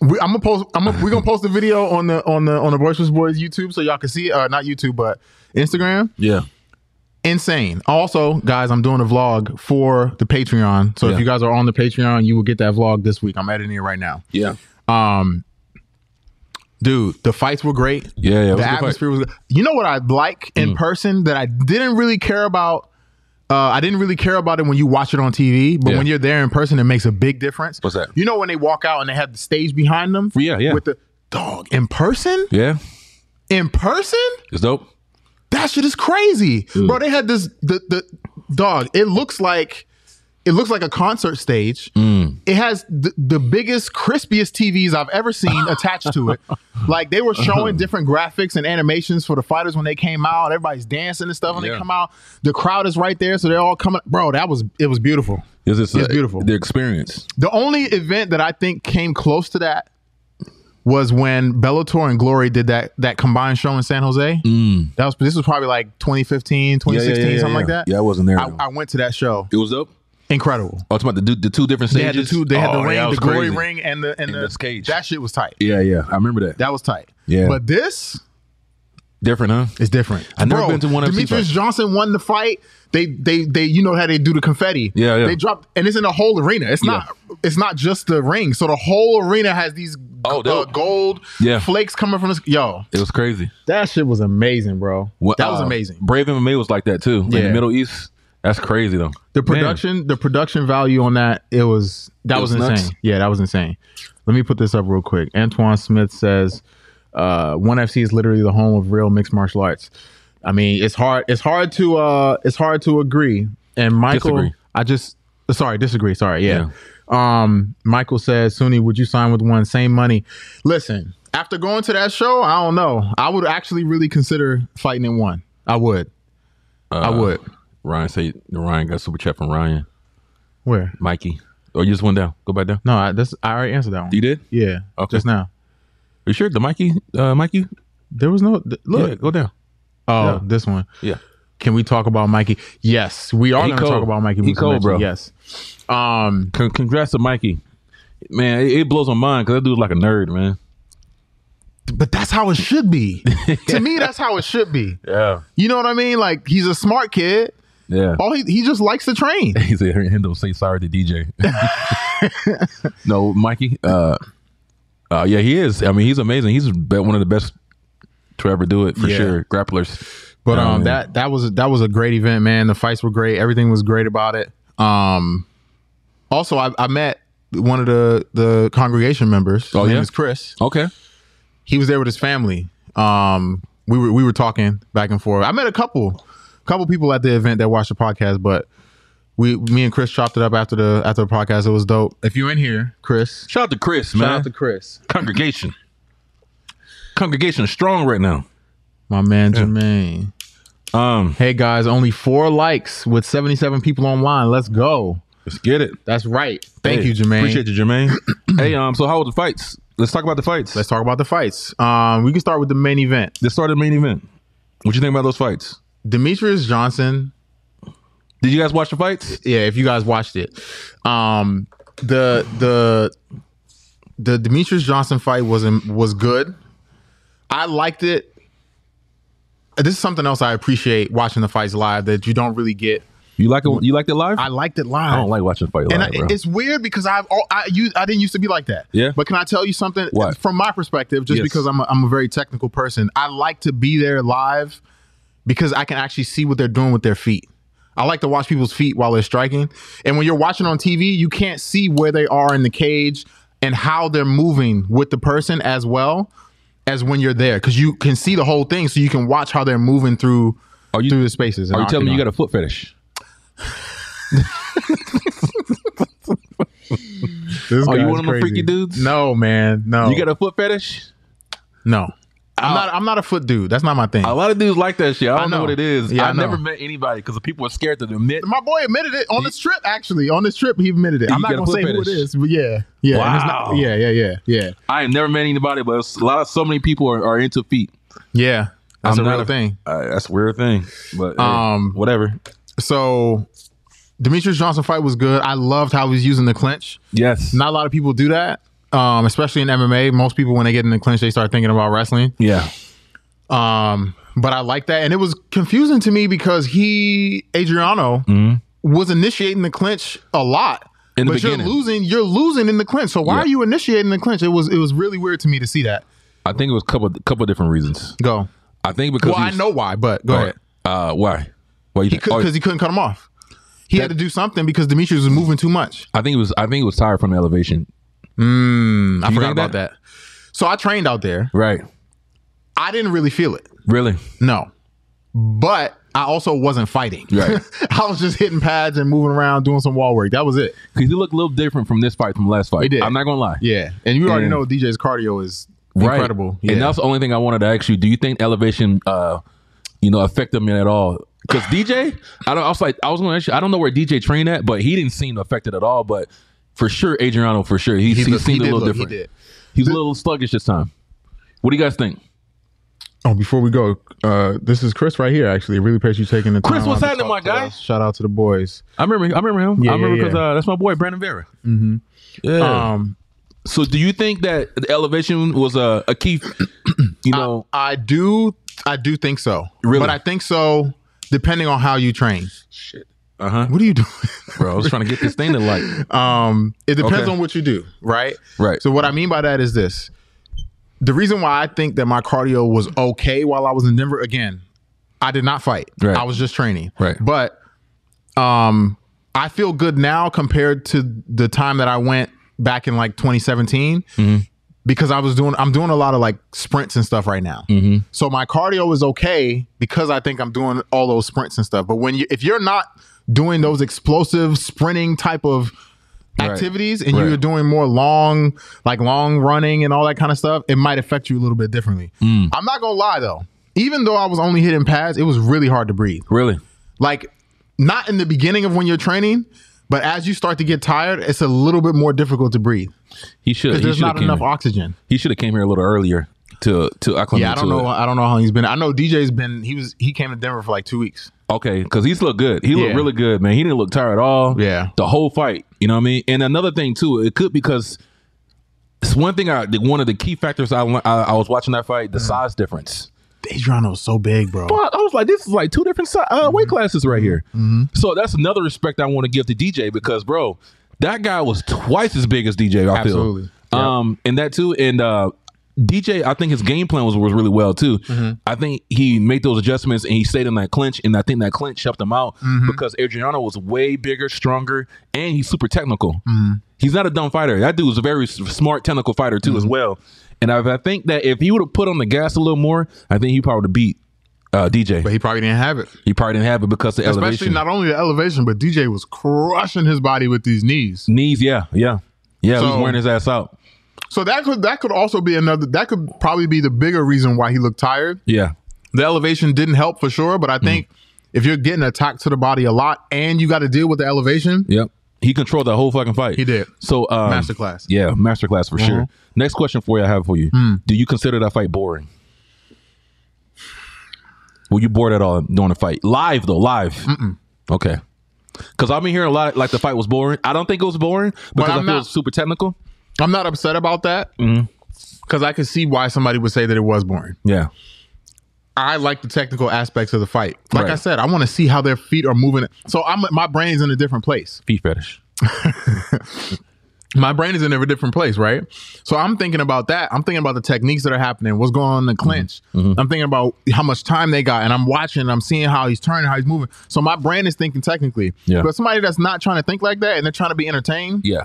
C: we, I'm gonna post. I'm gonna, we're gonna post the video on the on the on the Boisterous Boys YouTube so y'all can see. it. Uh, not YouTube, but Instagram.
B: Yeah.
C: insane. Also, guys, I'm doing a vlog for the Patreon. So if
B: Yeah.
C: you guys are on the Patreon, you will get that vlog this week. I'm editing it right now.
B: Yeah.
C: Um, Dude, the fights were great.
B: Yeah. Yeah. it was a
C: the
B: good fight. Mm.
C: atmosphere was good. You know what I like in person that I didn't really care about. Uh, I didn't really care about it when you watch it on TV, but
B: Yeah.
C: when you're there in person, it makes a big difference.
B: What's that?
C: You know when they walk out and they have the stage behind them?
B: Yeah, yeah.
C: With the dog in person?
B: Yeah.
C: In person?
B: It's dope.
C: that shit is crazy, bro. They had this the the dog. It looks like it looks like a concert stage. It has the, the biggest, crispiest TVs I've ever seen attached to it. Like they were showing different graphics and animations for the fighters when they came out. Everybody's dancing and stuff when they
B: Yeah.
C: come out. The crowd is right there, so they're all coming. Bro, that was it was beautiful.
B: It's, just, uh,
C: It's beautiful.
B: The experience.
C: The only event that I think came close to that was when Bellator and Glory did that that combined show in San Jose.
B: Mm.
C: That was this was probably like 2015, 2016, something like that.
B: Yeah, I wasn't there.
C: I, I went to that show.
B: it was dope.
C: Incredible.
B: Oh, it's about the, du- the two different
C: They had
B: stages.
C: the two. They had
B: Oh,
C: the
B: yeah,
C: ring,
B: that
C: the
B: was
C: glory
B: crazy.
C: ring, and the and, the,
B: the cage.
C: That shit was tight.
B: Yeah, yeah, I remember that.
C: That was tight.
B: Yeah.
C: But this
B: different, huh?
C: is different.
B: I've never been to one of these
C: Demetrius
B: fights.
C: Johnson won the fight. They they they you know how they do the confetti.
B: Yeah, yeah.
C: They dropped and it's in the whole arena. It's not it's not just the ring. So the whole arena has these
B: Oh,
C: uh,
B: dope.
C: gold
B: Yeah.
C: flakes coming from this yo.
B: It was crazy.
C: That shit was amazing, bro.
B: What-
C: that was
B: uh,
C: amazing.
B: Brave MMA was like that too. In
C: Yeah.
B: the Middle East. That's crazy though.
C: The
B: Man.
C: production, the production value on that, it was that
B: It
C: was,
B: was
C: insane.
B: nuts.
C: Yeah, that was insane. Let me put this up real quick. Antoine Smith says, uh, "One FC is literally the home of real mixed martial arts." I mean, it's hard. It's hard to. Uh, it's hard to agree. And Michael,
B: Disagree.
C: I just sorry, disagree. Sorry, yeah.
B: Yeah.
C: Um, Michael says, Suni, would you sign with one? Same money. Listen, After going to that show, I don't know. I would actually really consider fighting in one. I would. I
B: Uh,
C: would.
B: Ryan say Ryan got super chat from Ryan.
C: Where?
B: Mikey. Oh, you just went down. Go back down.
C: No, I, that's I already answered that one.
B: You did?
C: Yeah.
B: Okay.
C: Just now.
B: You sure? The Mikey? Uh Mikey?
C: There was no th- look.
B: Yeah, go down.
C: Oh,
B: Yeah.
C: this one.
B: Yeah.
C: Can we talk about Mikey? Yes, we are
B: He
C: going to
B: cold.
C: talk about Mikey.
B: He
C: Musumeci.
B: cold, bro.
C: Yes. Um.
B: Con- congrats to Mikey. Man, it, it blows my mind because that dude's like a nerd, man.
C: But that's how it should be. to me, that's how it should be.
B: Yeah.
C: You know what I mean? Like he's a smart kid.
B: Yeah.
C: All he he just likes to train.
B: He said, Hendo, say sorry to DJ. no, Mikey. Uh, uh, yeah, he is. I mean, he's amazing. He's be- one of the best to ever do it for
C: Yeah.
B: sure. Grapplers.
C: But
B: Yeah,
C: um,
B: Oh, man.
C: that that was that was a great event, man. The fights were great. Everything was great about it. Um, also, I, I met one of the the congregation members.
B: Oh,
C: His name
B: yeah?
C: is Chris.
B: Okay.
C: He was there with his family. Um, we were we were talking back and forth. I met a couple couple people at the event that watched the podcast, but we me and Chris chopped it up after the after the podcast. It was dope. If you're in here, Chris,
B: Shout out to Chris,
C: shout
B: man.
C: out to Chris,
B: Congregation. Congregation is strong right now.
C: my man Jermaine.
B: Um,
C: Hey guys, only four likes with 77 people online. Let's go.
B: let's get it.
C: That's right. Thank
B: Hey,
C: you, Jermaine.
B: Appreciate you, Jermaine. hey, um, so how was the fights? Let's talk about the fights.
C: Let's talk about the fights. Um, we can start with the main event.
B: Let's start the main event. What you think about those fights?
C: Demetrius Johnson.
B: Did you guys watch the fights?
C: Yeah, if you guys watched it, um, the the the Demetrius Johnson fight was in, was good. I liked it. This is something else I appreciate watching the fights live that you don't really get.
B: You like it? You liked it live?
C: I liked it live.
B: I don't like watching fight
C: and
B: live, bro.
C: I, it's weird because I've al- I you I didn't used to be like that.
B: Yeah.
C: But can I tell you something?
B: What?
C: From my perspective, just
B: Yes.
C: because I'm a, I'm a very technical person, I like to be there live because I can actually see what they're doing with their feet. I like to watch people's feet while they're striking. And when you're watching on TV, you can't see where they are in the cage and how they're moving with the person as well as when you're there because you can see the whole thing, so you can watch how they're moving through.
B: Are you-
C: through the spaces?
B: Are you telling me you got a foot fetish?
C: This
B: Are you
C: guy's
B: one of them freaky dudes?
C: No, man. No.
B: You got a foot fetish?
C: No.
B: Uh,
C: I'm not I'm not a foot dude. That's not my thing.
B: A lot of dudes like that shit. I don't know.
C: know.
B: what it is.
C: Yeah, I
B: I've never
C: know.
B: met anybody because the people are scared to admit.
C: my boy admitted it on this trip, actually. On this trip, he admitted it. I'm not
B: got a
C: gonna
B: foot
C: say who it
B: fetish.
C: is, but yeah. Yeah. and it's not-
B: Wow.
C: yeah, yeah, yeah, yeah.
B: I have never met anybody, but it's- a lot of so many people are, are into feet.
C: Yeah. That's
B: I'm
C: a
B: not
C: real thing.
B: Uh, that's a weird thing, but um,
C: Um,
B: whatever.
C: So Demetrius Johnson fight was good. I loved how he was using the clinch.
B: Yes.
C: Not a lot of people do that. Um, especially in MMA. Most people when they get in the clinch, they start thinking about wrestling.
B: yeah.
C: Um, but I like that. And it was confusing to me because he, Adriano, was initiating the clinch a lot.
B: Mm-hmm. In the
C: but
B: beginning.
C: you're losing, you're losing in the clinch. So why
B: Yeah.
C: are you initiating the clinch? It was it was really weird to me to see that.
B: I think it was a couple couple different reasons.
C: Go.
B: I think because
C: Well,
B: he
C: I
B: was-
C: know why, but go ahead.
B: Uh, why? Why you
C: He
B: think?
C: could
B: oh,
C: because he couldn't cut him off. He had to do something because Demetrius was moving too much.
B: I think it was. I think it was tired from the elevation.
C: I forgot
B: think
C: about that? So I trained out there.
B: Right.
C: I didn't really feel it.
B: Really.
C: No. But I also wasn't fighting.
B: Right.
C: I was just hitting pads and moving around, doing some wall work. That was it.
B: Because he looked a little different from this fight from last fight.
C: He did.
B: I'm not gonna lie.
C: Yeah, and you already
B: And-
C: know DJ's cardio is
B: Right.
C: incredible. Yeah.
B: And that's the only thing I wanted to ask you. Do you think elevation, uh, you know, affected him at all? Because DJ, I don't. I was like, I was gonna ask you. I don't know where DJ trained at, but he didn't seem affected at all. But for sure, Adriano, for sure, he, he,
C: looked-
B: seemed
C: did
B: a little
C: look-
B: different.
C: He did.
B: He's a little sluggish this time. What do you guys think?
C: Oh, before we go, uh, this is Chris right here. Actually, really appreciate you taking the time.
B: Chris, what's
C: out to
B: happening,
C: talk
B: my
C: to
B: guy?
C: us. Shout out to the boys.
B: I remember. I remember him.
C: Yeah,
B: I remember
C: yeah,
B: because uh, that's my boy, Brandon Vera. Mm-hmm. Yeah.
C: Um,
B: so, do you think that the elevation was a, a key? You know,
C: I do, I do think so.
B: Really?
C: but I think so. Depending on how you train,
B: uh huh.
C: what are you doing?
B: Bro, I was trying to get this thing to like.
C: Um, it depends
B: Okay.
C: on what you do, right?
B: Right.
C: So what I mean by that is this: the reason why I think that my cardio was okay while I was in Denver. Again, I did not fight.
B: Right.
C: I was just training.
B: Right.
C: But um, I feel good now compared to the time that I went back in like 2017
B: Mm-hmm.
C: because I was doing I'm doing a lot of like sprints and stuff right now.
B: Mm-hmm.
C: So my cardio is okay because I think I'm doing all those sprints and stuff. But when you if you're not doing those explosive sprinting type of
B: Right.
C: activities and
B: Right.
C: you're doing more long, like long running and all that kind of stuff, it might affect you a little bit differently.
B: Mm.
C: I'm not gonna lie though. Even though I was only hitting pads, it was really hard to breathe.
B: Really?
C: Like, not in the beginning of when you're training, but as you start to get tired, it's a little bit more difficult to breathe
B: He should.
C: because
B: He
C: there's
B: should have
C: not
B: came.
C: enough
B: Here.
C: oxygen.
B: He should have came here a little earlier to to acclimate
C: Yeah, I don't
B: to
C: know.
B: it.
C: I don't know how he's been. I know DJ's been. He was. He came to Denver for like two weeks.
B: Okay, because he's looked good. He looked
C: Yeah.
B: really good, man. He didn't look tired at all.
C: Yeah.
B: the whole fight. You know what I mean? And another thing too, it could because it's one thing. I the- one of the key factors I lear- I, I was watching that fight,
C: Mm.
B: the size difference.
C: Adriano's so big, bro.
B: But I was like, this is like two different si- uh, weight
C: Mm-hmm.
B: classes right here. So that's another respect I want to give to DJ because, bro, that guy was twice as big as DJ. I
C: Absolutely.
B: feel. Um, and that too, and uh, DJ, I think his game plan was was really well too.
C: Mm-hmm.
B: I think he made those adjustments and he stayed in that clinch, and I think that clinch helped him out
C: Mm-hmm.
B: because Adriano was way bigger, stronger, and he's super technical.
C: Mm-hmm.
B: He's not a dumb fighter. That dude was a very s- smart technical fighter too
C: Mm-hmm.
B: as well. And I, I think that if he would have put on the gas a little more, I think he probably would have beat uh, DJ.
C: But he probably didn't have it.
B: He probably didn't have it because the
C: Especially
B: elevation.
C: not only the elevation, but DJ was crushing his body with these knees.
B: Knees, yeah, yeah. Yeah, he was
C: So-
B: wearing his ass out.
C: So that could that could also be another. That could probably be the bigger reason why he looked tired.
B: Yeah.
C: The elevation didn't help for sure, but I think if you're getting attacked to the body a lot and you got to deal with the elevation,
B: Yep. He controlled that whole fucking fight.
C: He did.
B: So um,
C: Masterclass. Uh-huh. Hmm.
B: Yeah, masterclass for sure. Next question for you I have for you. Do you consider that fight boring? Were you bored at all during the fight? Live though, live. Okay. Cause I've been hearing a lot like the fight was boring. I don't think it was boring because I
C: I'm
B: feel
C: not-
B: it's super technical.
C: I'm not upset about that because I could see why somebody would say that it was boring.
B: Yeah.
C: I like the technical aspects of the fight. Like
B: Right.
C: I said, I want to see how their feet are moving. So I'm my brain's in a different place.
B: Feet fetish.
C: my brain is in a different place, right? So I'm thinking about that. I'm thinking about the techniques that are happening, what's going on in the
B: Mm-hmm.
C: clinch. I'm thinking about how much time they got, and I'm watching, and I'm seeing how he's turning, how he's moving. So my brain is thinking technically.
B: Yeah.
C: But somebody that's not trying to think like that and they're trying to be entertained,
B: Yeah.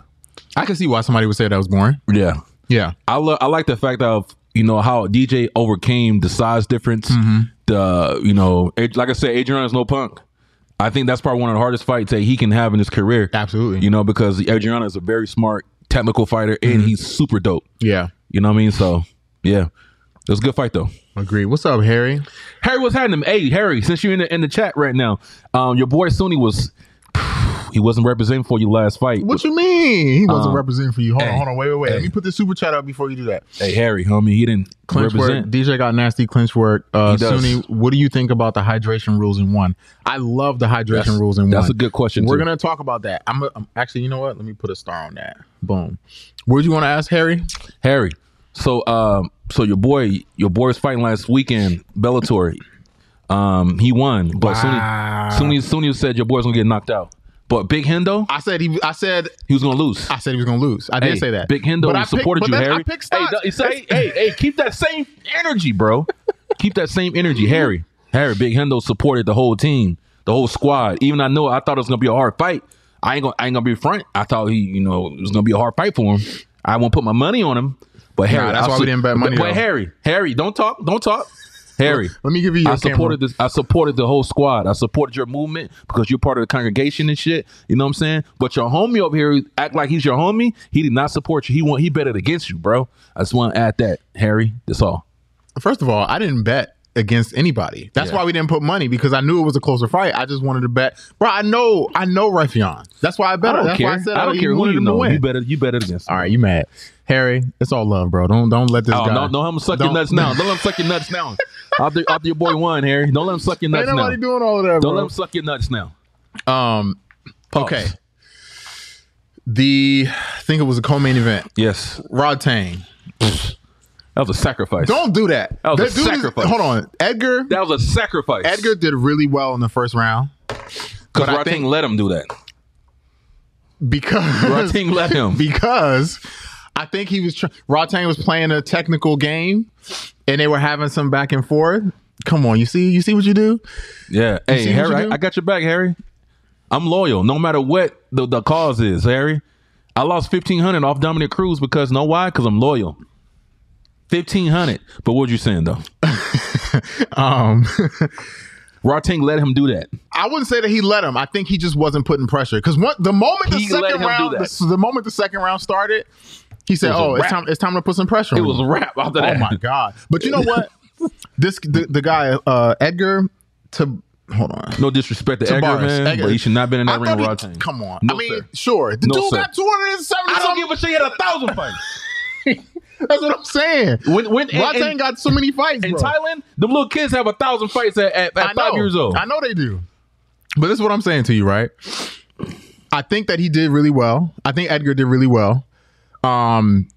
C: I can see why somebody would say that was boring.
B: Yeah.
C: Yeah.
B: I lo- I like the fact of you know how DJ overcame the size difference. The you know, Ad- like I said, Adrian is no punk. I think that's probably one of the hardest fights that he can have in his career.
C: Absolutely.
B: you know because Adrian is a very smart technical fighter and he's super dope.
C: Yeah.
B: You know what I mean? So yeah, it was a good fight though.
C: Agreed. What's up, Harry?
B: Harry, what's happening? Hey, Harry, since you're in the in the chat right now, um, your boy Sunny was he wasn't representing for you last fight.
C: What you mean? He wasn't representing for you. Hold
B: Um, hey,
C: on, hold on, wait, wait, wait. Let
B: hey.
C: me put this super chat up before you do that.
B: Hey, Harry, homie, he didn't
C: Clinch work.
B: represent.
C: DJ got nasty clinch work. Uh,
B: He does.
C: Suni, what do you think about the hydration rules in one? I love the hydration
B: That's-
C: rules in one.
B: that's a good question,
C: We're
B: too.
C: gonna talk about that. I'm, I'm actually, you know what? Let me put a star on that. Boom. Where'd you want to ask Harry?
B: Harry. So um so your boy your boy was fighting last weekend, Bellator. Um he won. But
C: Wow.
B: soon as soon as said your boy's gonna get knocked out. But Big Hendo,
C: I said he. I said
B: he was gonna lose.
C: I said he was gonna lose. I did
B: Hey,
C: say that.
B: Big Hendo
C: I picked-
B: supported
C: but
B: you,
C: that's-
B: Harry.
C: I picked
B: hey,
C: stocks.
B: no, it's- hey, hey, hey, keep that same energy, bro. keep that same energy, Harry. Harry, Big Hendo supported the whole team, the whole squad. Even I know I thought it was gonna be a hard fight. I ain't gonna I ain't gonna be front. I thought he, you know, it was gonna be a hard fight for him. I won't put my money on him. But Harry,
C: that's
B: I
C: why we
B: su-
C: didn't bet money,
B: But, but
C: though.
B: Harry, Harry, don't talk, don't talk. Harry,
C: Let me give you. Your
B: I supported this. I supported the whole squad. I supported your movement because you're part of the congregation and shit. You know what I'm saying? But your homie over here act like he's your homie. He did not support you. He want he betted against you, bro. I just want to add that, Harry. That's all.
C: First of all, I didn't bet against anybody. That's
B: Yeah.
C: why we didn't put money because I knew it was a closer fight. I just wanted to bet. Bro, I know, I know Raytheon. That's why I bet.
B: I
C: him.
B: don't
C: That's
B: care.
C: why
B: I,
C: I said
B: don't
C: even
B: care who
C: wanted
B: you
C: him to
B: know.
C: win.
B: You better you better against.
C: All right, you mad, Harry? It's all love, bro. Don't don't let this
B: Oh,
C: guy.
B: no, don't have him suck your
C: Don't-
B: nuts now. Don't let him suck your nuts now. after, after your boy won, Harry. Don't let him suck your
C: Ain't
B: nuts now.
C: nobody doing all of that,
B: Don't let
C: bro.
B: him suck your nuts now.
C: um,
B: Pause.
C: okay. The I think it was a co-main event.
B: Yes,
C: Rod Tang.
B: that was a sacrifice.
C: Don't do that.
B: That was a
C: dude is-
B: sacrifice.
C: hold on, Edgar.
B: That was a sacrifice.
C: Edgar did really well in the first round
B: because
C: but I
B: Rating
C: think-
B: let him do that.
C: because
B: Rating let him.
C: because I think he was tr- Rotang was playing a technical game, and they were having some back and forth. Come on, you see, you see what you do.
B: Yeah. hey,
C: see what you
B: Harry,
C: do?
B: I, I got your back, Harry. I'm loyal, no matter what the, the cause is, Harry. I lost fifteen hundred off Dominic Cruz because know why? Because I'm loyal. Fifteen hundred. But what you saying though?
C: Um,
B: Rotang let him do that.
C: I wouldn't say that he let him. I think he just wasn't putting pressure because the moment the
B: He let him
C: second
B: do
C: round,
B: that.
C: the, the moment the second round started, he said,
B: It was a
C: "Oh, it's
B: wrap.
C: time. It's time to put some pressure."
B: It
C: on
B: was
C: him.
B: a wrap after
C: Oh
B: that.
C: my god! But you know what? this the, the guy uh, Edgar to hold on.
B: No disrespect to Edgar,
C: Tabaris,
B: man,
C: Edgar.
B: but he should not been in
C: I
B: that ring
C: thought
B: with
C: he-
B: Rod Tang.
C: Come on.
B: No,
C: I mean,
B: sir.
C: sure. The
B: No,
C: dude
B: sir.
C: got 270
B: I don't
C: something.
B: give a shit. He had a thousand fights.
C: That's what I'm saying.
B: When when and,
C: Rod Tang
B: and,
C: got so many fights.
B: in
C: bro.
B: Thailand, the little kids have a thousand fights at, at, at
C: I know.
B: five years old.
C: I know they do. But this is what I'm saying to you, right? I think that he did really well. I think Edgar did really well. Um,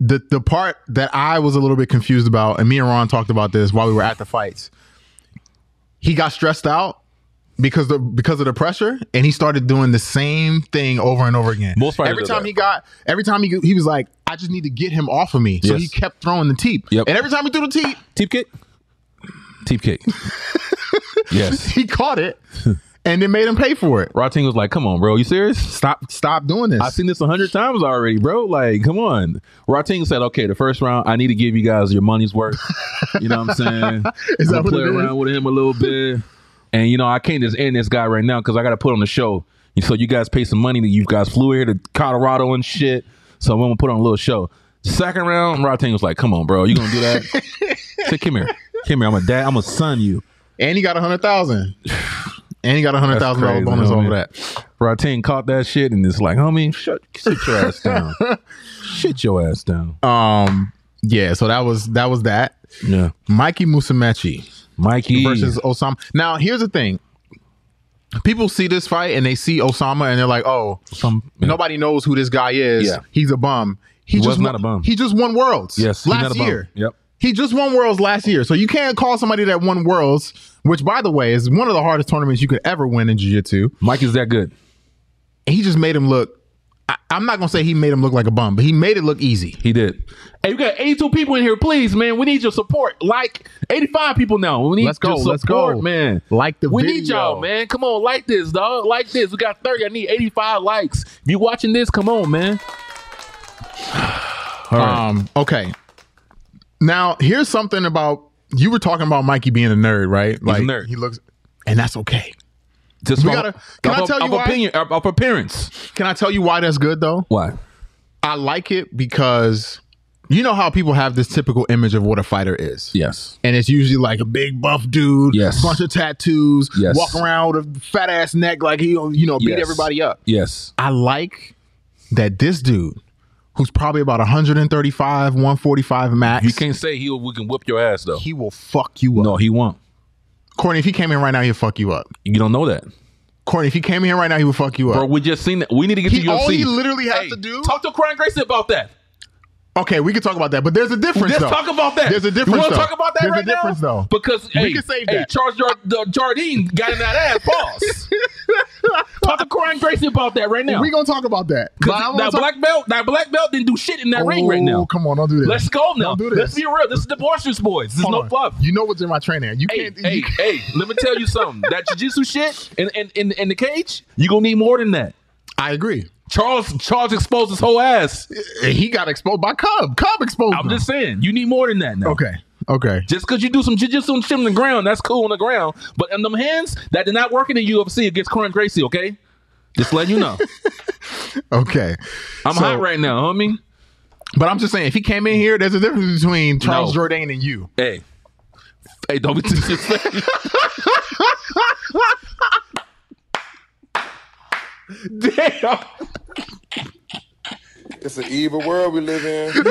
C: the the part that I was a little bit confused about, and me and Ron talked about this while we were at the fights. He got stressed out because the because of the pressure, and he started doing the same thing over and over again.
B: Most fighters
C: every
B: do
C: time
B: that.
C: he got, every time he he was like, "I just need to get him off of me," so
B: Yes.
C: he kept throwing the teep.
B: Yep.
C: And every time he threw the teep,
B: Teep kick. Teep kick. yes.
C: he caught it, and it made him pay for it.
B: Rod Tang was like, "Come on, bro. You serious?
C: stop stop doing this.
B: I've seen this a hundred times already, bro. Like, come on. Rating said, okay, the first round, I need to give you guys your money's worth. You know what I'm saying?
C: Is that
B: I'm gonna
C: what
B: play
C: it is?
B: around with him a little bit. And you know, I can't just end this guy right now because I gotta put on the show. And so you guys pay some money that you guys flew here to Colorado and shit. So I'm gonna put on a little show. Second round, Rating was like, Come on, bro, you gonna do that? I said, Come here. Come here. I'm a dad, I'm a son you.
C: and he got a hundred thousand. And he got a hundred
B: That's
C: thousand dollar
B: crazy,
C: bonus
B: homie.
C: over that.
B: Rating caught that shit and it's like, homie, shut sit your ass down. shit your ass down.
C: Um, yeah. So that was that was that.
B: yeah.
C: Mikey Musumeci
B: Mikey
C: versus Osama. Now here's the thing. People see this fight and they see Osama and they're like, "Oh,
B: some
C: nobody knows who this guy is.
B: Yeah.
C: He's a bum. He,
B: was
C: just
B: not
C: won-
B: a bum.
C: He just won worlds.
B: Yes, he's
C: last
B: not a bum.
C: year.
B: Yep.
C: He just won worlds last year. So you can't call somebody that won worlds, which by the way is one of the hardest tournaments you could ever win in jiu-jitsu.
B: Mike is that good.
C: he just made him look. I, I'm not gonna say he made him look like a bum, but he made it look easy.
B: He did. Hey, we got 82 people in here. Please, man, we need your support. Like 85 people now. We need
C: Let's go,
B: your support,
C: let's go.
B: man.
C: Like the
B: we
C: video.
B: need y'all, man. Come on, like this, dog. Like this. We got 30. I need 85 likes. If you watching this, come on, man. All right.
C: Um, okay. Now here's something about you were talking about Mikey being a nerd, right? Like
B: nerd.
C: he looks, and that's okay.
B: Just
C: we
B: from-
C: gotta- can I
B: of-
C: tell you
B: of
C: why?
B: opinion, of, of appearance.
C: Can I tell you why that's good though?
B: Why?
C: I like it because you know how people have this typical image of what a fighter is.
B: Yes.
C: and it's usually like a big buff dude,
B: Yes.
C: bunch of tattoos,
B: Yes.
C: walk around with a fat ass neck, like he, you know, beat
B: Yes.
C: everybody up.
B: Yes.
C: I like that this dude, who's probably about 135, 145 max,
B: You can't say he we can whip your ass though.
C: he will fuck you up.
B: No, he won't.
C: Courtney, if he came in right now, he'd fuck you up.
B: You don't know that.
C: Courtney, if he came in here right now, he would fuck you up.
B: Bro, we just seen that. We need to get
C: He-
B: to UFC.
C: all he literally has
B: Hey,
C: to do.
B: Talk to Crying Gracie about that.
C: okay, we can talk about that, but there's a difference.
B: Let's
C: though.
B: talk about that.
C: There's a
B: You
C: difference.
B: want to
C: though.
B: talk about that
C: There's
B: right
C: a difference,
B: now?
C: though.
B: Because hey,
C: can save
B: hey,
C: that.
B: Charles Jar- the Jardine got in that ass. Pause. talk to Crying Gracie about that right now.
C: we gonna talk about that. But I
B: Because
C: wanna
B: that
C: talk-
B: black belt, that black belt didn't do shit in that ring right
C: Oh,
B: now.
C: Come on, don't do this.
B: Let's go now.
C: Don't do this.
B: Let's be real. This is the Boisterous Boys. This is
C: Hold
B: no
C: on.
B: fluff.
C: You know what's in my train at. You
B: Hey,
C: can't.
B: hey,
C: you can't-
B: hey, let me tell you something. That jiu-jitsu shit in, in, in, in the cage, you're going to need more than that.
C: I agree.
B: Charles Charles exposed his whole ass.
C: And He got exposed by Cub. Cub exposed.
B: I'm
C: him.
B: just saying, you need more than that now.
C: okay. Okay.
B: Just because you do some jiu-jitsu and shit on the ground, that's cool on the ground. But in them hands, that did not work in the UFC against Corin Gracie, okay? Just letting you know.
C: Okay.
B: I'm
C: So-
B: hot right now, homie.
C: But I'm just saying, if he came in here, there's a difference between Charles
B: No.
C: Jordan and you.
B: Hey. Hey, don't be disrespectful. Damn.
D: It's an evil world we live in.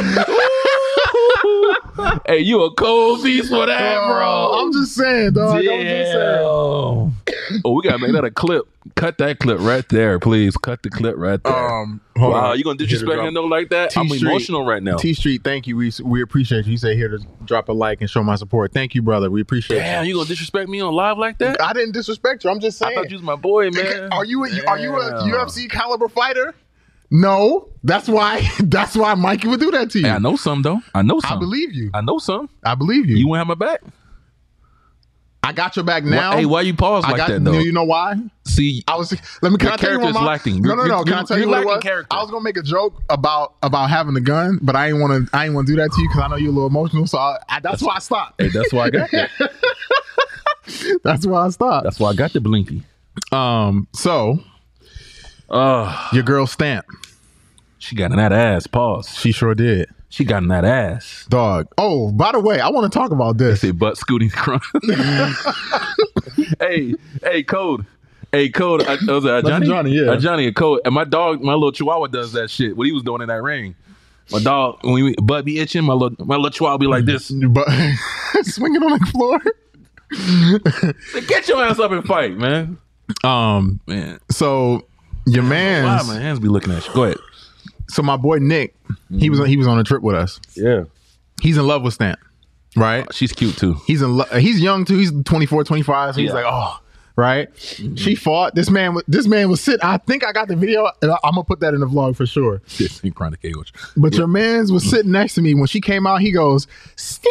B: Hey, you a cold piece for that,
C: Oh,
B: bro.
C: I'm just saying, dog. I'm just saying.
B: Damn. Oh, we gotta make that a clip. Cut that clip right there, please. Cut the clip right there.
C: Um, hold
B: wow,
C: on.
B: you gonna disrespect
D: drop.
B: me though like that? i I'm
C: T-Street.
B: emotional right now.
C: T Street, thank you. We we appreciate you. You say here to drop a like and show my support. Thank you, brother. We appreciate
B: Damn,
C: you.
B: you gonna disrespect me on live like that?
C: I didn't disrespect you. I'm just
B: I
C: saying.
B: thought you was my boy, man.
C: Are you a, are you a
B: Damn.
C: UFC caliber fighter? No. That's why that's why Mikey would do that to you.
B: Hey, I know some though. I know some.
C: I believe you.
B: I know some.
C: I believe you.
B: You won't have my back.
C: I got your back
B: Now,
C: now.
B: hey, why you pause
C: I
B: like
C: got
B: that though?
C: you know why?
B: See,
C: I was let me can
B: Your
C: I tell you
B: character
C: what
B: is
C: my-
B: lacking.
C: No,
B: You're-
C: no, no.
B: you're-
C: Can I tell
B: you're
C: you what it
B: lacking
C: was?
B: character.
C: I was gonna make a joke about about having a gun, but I didn't want to. I didn't want to do that to you because I know you're a little emotional. So I, I, that's why I stopped.
B: hey, that's why I got that.
C: That's why I stopped.
B: That's why I got the blinky.
C: Um, so your girl Stamp,
B: She got in that ass. Pause.
C: she sure did.
B: She got in that ass.
C: Dog. Oh, by the way, I want to talk about this.
B: Say butt scooting crunch. hey, hey, code. Hey, code. I, I was like, uh, Johnny,
C: Johnny, yeah.
B: Uh, Johnny, a code. And my dog, my little Chihuahua, does that shit. What he was doing in that ring. My dog, when we butt be itching, my little my little Chihuahua be like this.
C: But swinging on the floor.
B: Like, Get your ass up and fight, man.
C: Um,
B: Man,
C: so your
B: why
C: man's
B: my hands be looking at you? Go ahead.
C: so my boy Nick, he was on, he was on a trip with us.
B: Yeah,
C: He's in love with Stamp, right?
B: she's cute too.
C: He's in lo- he's young too. He's 24, 25, so he's
B: Yeah.
C: like, "Oh, right?" She fought. This man was this man was sitting. I think I got the video and I, am going to put that in the vlog for sure.
B: This ain't chronic age.
C: But your man's was sitting next to me when she came out. He goes, "Stamp,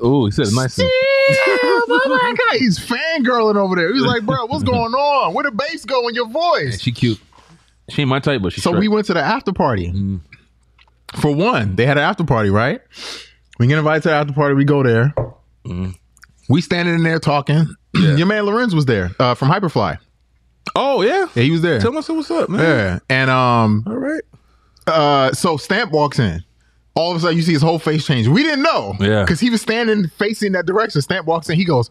B: Oh, he said a nice.
C: Damn, oh my god, he's fangirling over there. He was like, bro, what's going on? Where the bass go in your voice?
B: She cute. She ain't my type, but she's
C: So we went to the after party. For one, they had an after party, right? We get invited to the after party, we go there. We standing in there talking. Your man Lorenz was there uh, from Hyperfly.
B: Oh yeah.
C: Yeah, he was there.
B: Tell us what's up, man.
C: Yeah. And um
B: All right.
C: uh so Stamp walks in. All of a sudden you see his whole face change. We didn't know.
B: Yeah.
C: Because he was standing facing that direction. Stamp walks in, he goes,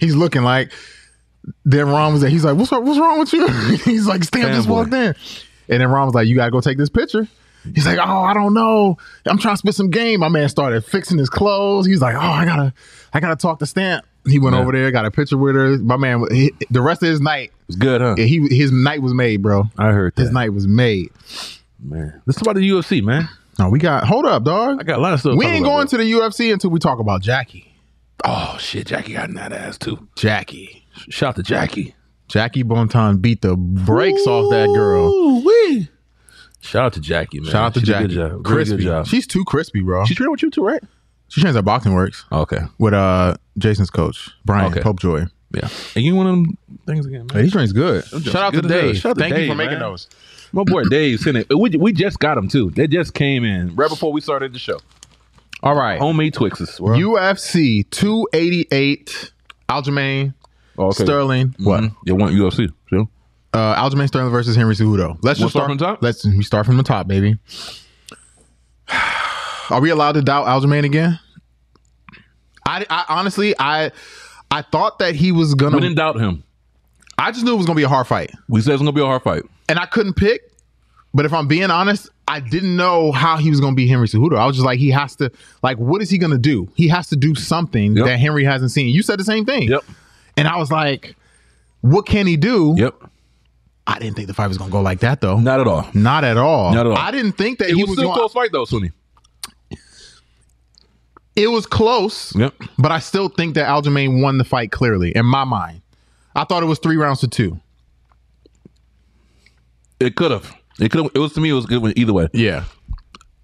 C: he's looking like then Ron was there. He's like, What's what's wrong with you? he's like, Stamp just
B: Fanboy.
C: walked in. And then Ron was like, You gotta go take this picture. He's like, Oh, I don't know. I'm trying to spit some game. My man started fixing his clothes. He's like, Oh, I gotta, I gotta talk to Stamp. He went
B: Yeah.
C: over there, got a picture with her. My man, he- the rest of his night,
B: It's good, huh?
C: he his night was made, bro.
B: I heard that.
C: His night was made.
B: man. This is about the UFC, man.
C: No, we got hold up,
B: I
C: dog.
B: got a lot of stuff.
C: We ain't going to the UFC until we talk about Jackie.
B: Oh shit, Jackie got in that ass too.
C: Jackie.
B: Shout out to Jackie.
C: Jackie Bonton beat the brakes off that girl.
B: Wee. Shout out to Jackie, man.
C: Shout out to
B: She did
C: Jackie.
B: a Good job. Very
C: Crispy.
B: good job.
C: She's too crispy, bro. She,
B: trained with you too, right?
C: trains at Boxing Works
B: Okay.
C: with uh Jason's coach, Brian
B: Okay.
C: Popejoy.
B: Yeah. And you one of them things again, man.
C: Hey, he trains good.
B: joints
C: Shout out
B: good
C: to
B: as hell.
C: Dave.
B: Shout out to
C: Thank
B: Dave,
C: you for making
B: man.
C: those.
B: My boy Dave sent it. Uh, We, we just got him too. They just came in right before we started the show.
C: All right.
B: Homemade Twixes. bro.
C: UFC 288. Aljamain
B: Oh, okay.
C: Sterling. What?
B: Mhm. You want UFC? Sure.
C: Uh, Aljamain Sterling versus Henry Cejudo. Let's
B: We'll
C: just start
B: start from the top?
C: Let's we start from the top, baby. Are we allowed to doubt Aljamain again? I, I honestly, I I thought that he was
B: We didn't
C: gonna.
B: doubt him.
C: I just knew it was gonna be a hard fight,
B: We said it's gonna be a hard fight.
C: and I couldn't pick. But if I'm being honest, I didn't know how he was gonna beat Henry Cejudo. I was just like, he has to. Like, what is he gonna do? He has to do something
B: Yep.
C: that Henry hasn't seen. You said the same thing. And I was like, what can he do?
B: Yep.
C: I didn't think the fight was gonna go like that though.
B: Not at all.
C: Not at all.
B: Not at all.
C: I didn't think that
B: It
C: he
B: was
C: was
B: still a
C: going.
B: close fight though, Sunny.
C: It was close.
B: Yep.
C: But I still think that Aljamain won the fight clearly in my mind. I thought it was three rounds to two.
B: It could have. It could. It was to me. It was good when- either way.
C: Yeah.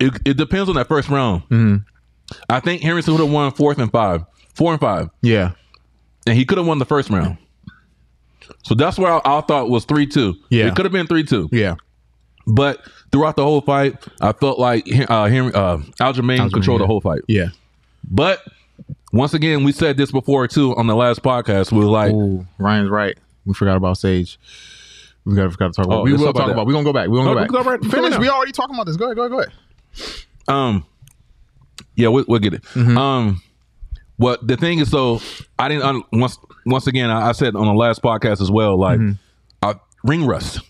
B: It, it depends on that first round.
C: Mm-hmm.
B: I think Henry Cejudo won fourth and five, four and five,
C: Yeah.
B: and he could have won the first round. So that's where I, I thought was three two.
C: Yeah.
B: it could have been three two.
C: Yeah.
B: But throughout the whole fight, I felt like uh, Henry uh, Aljamain, controlled
C: yeah.
B: the whole fight.
C: Yeah.
B: But once again, we said this before too on the last podcast. We were like,
C: Ooh, Ryan's right. We forgot about Sage. We gotta forgot to talk about.
B: Oh,
C: we
B: let's
C: will
B: talk about
C: talk
B: that.
C: about. We're gonna go back. We're gonna
B: No,
C: go back.
B: go right- go right
C: Finish.
B: now.
C: we already talking about this. Go ahead. Go ahead. Go ahead.
B: um yeah we, we'll get it
C: Mm-hmm.
B: um what the thing is though i didn't un- once once again I, I said on the last podcast as well like uh, ring rust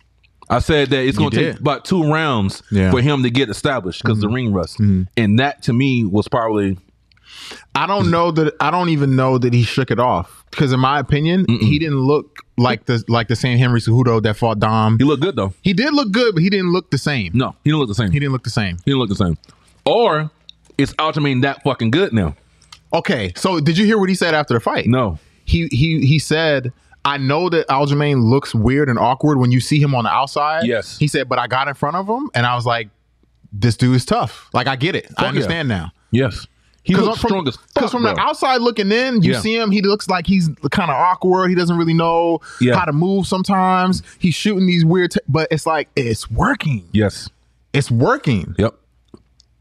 B: i said that it's going to
C: Mm-hmm. did.
B: take about two rounds
C: Yeah. Mm-hmm.
B: for him to get established because the ring rust and that to me was probably
C: I don't know that. I don't even know that he shook it off. Because in my opinion, he didn't look like the like the same Henry Cejudo that fought Dom.
B: he looked good though
C: He did look good, but he didn't look the same.
B: no he didn't look the same
C: He
B: he
C: didn't look the same.
B: didn't look the same or it's Aljamain that fucking good now
C: Okay, so did you hear what he said after the fight?
B: no
C: He he he said, "I know that Aljamain looks weird and awkward when you see him on the outside."
B: Yes.
C: He said, "But I got in front of him and I was like, this dude is tough. Like I get it. I
B: Oh, yeah.
C: understand now."
B: yes he looked
C: from,
B: strong as fuck
C: Because from the
B: bro.
C: outside looking in, you
B: Yeah.
C: see him. He looks like he's kind of awkward. He doesn't really know
B: Yeah.
C: how to move. Sometimes he's shooting these weird, t- but it's like it's working.
B: yes
C: It's working.
B: yep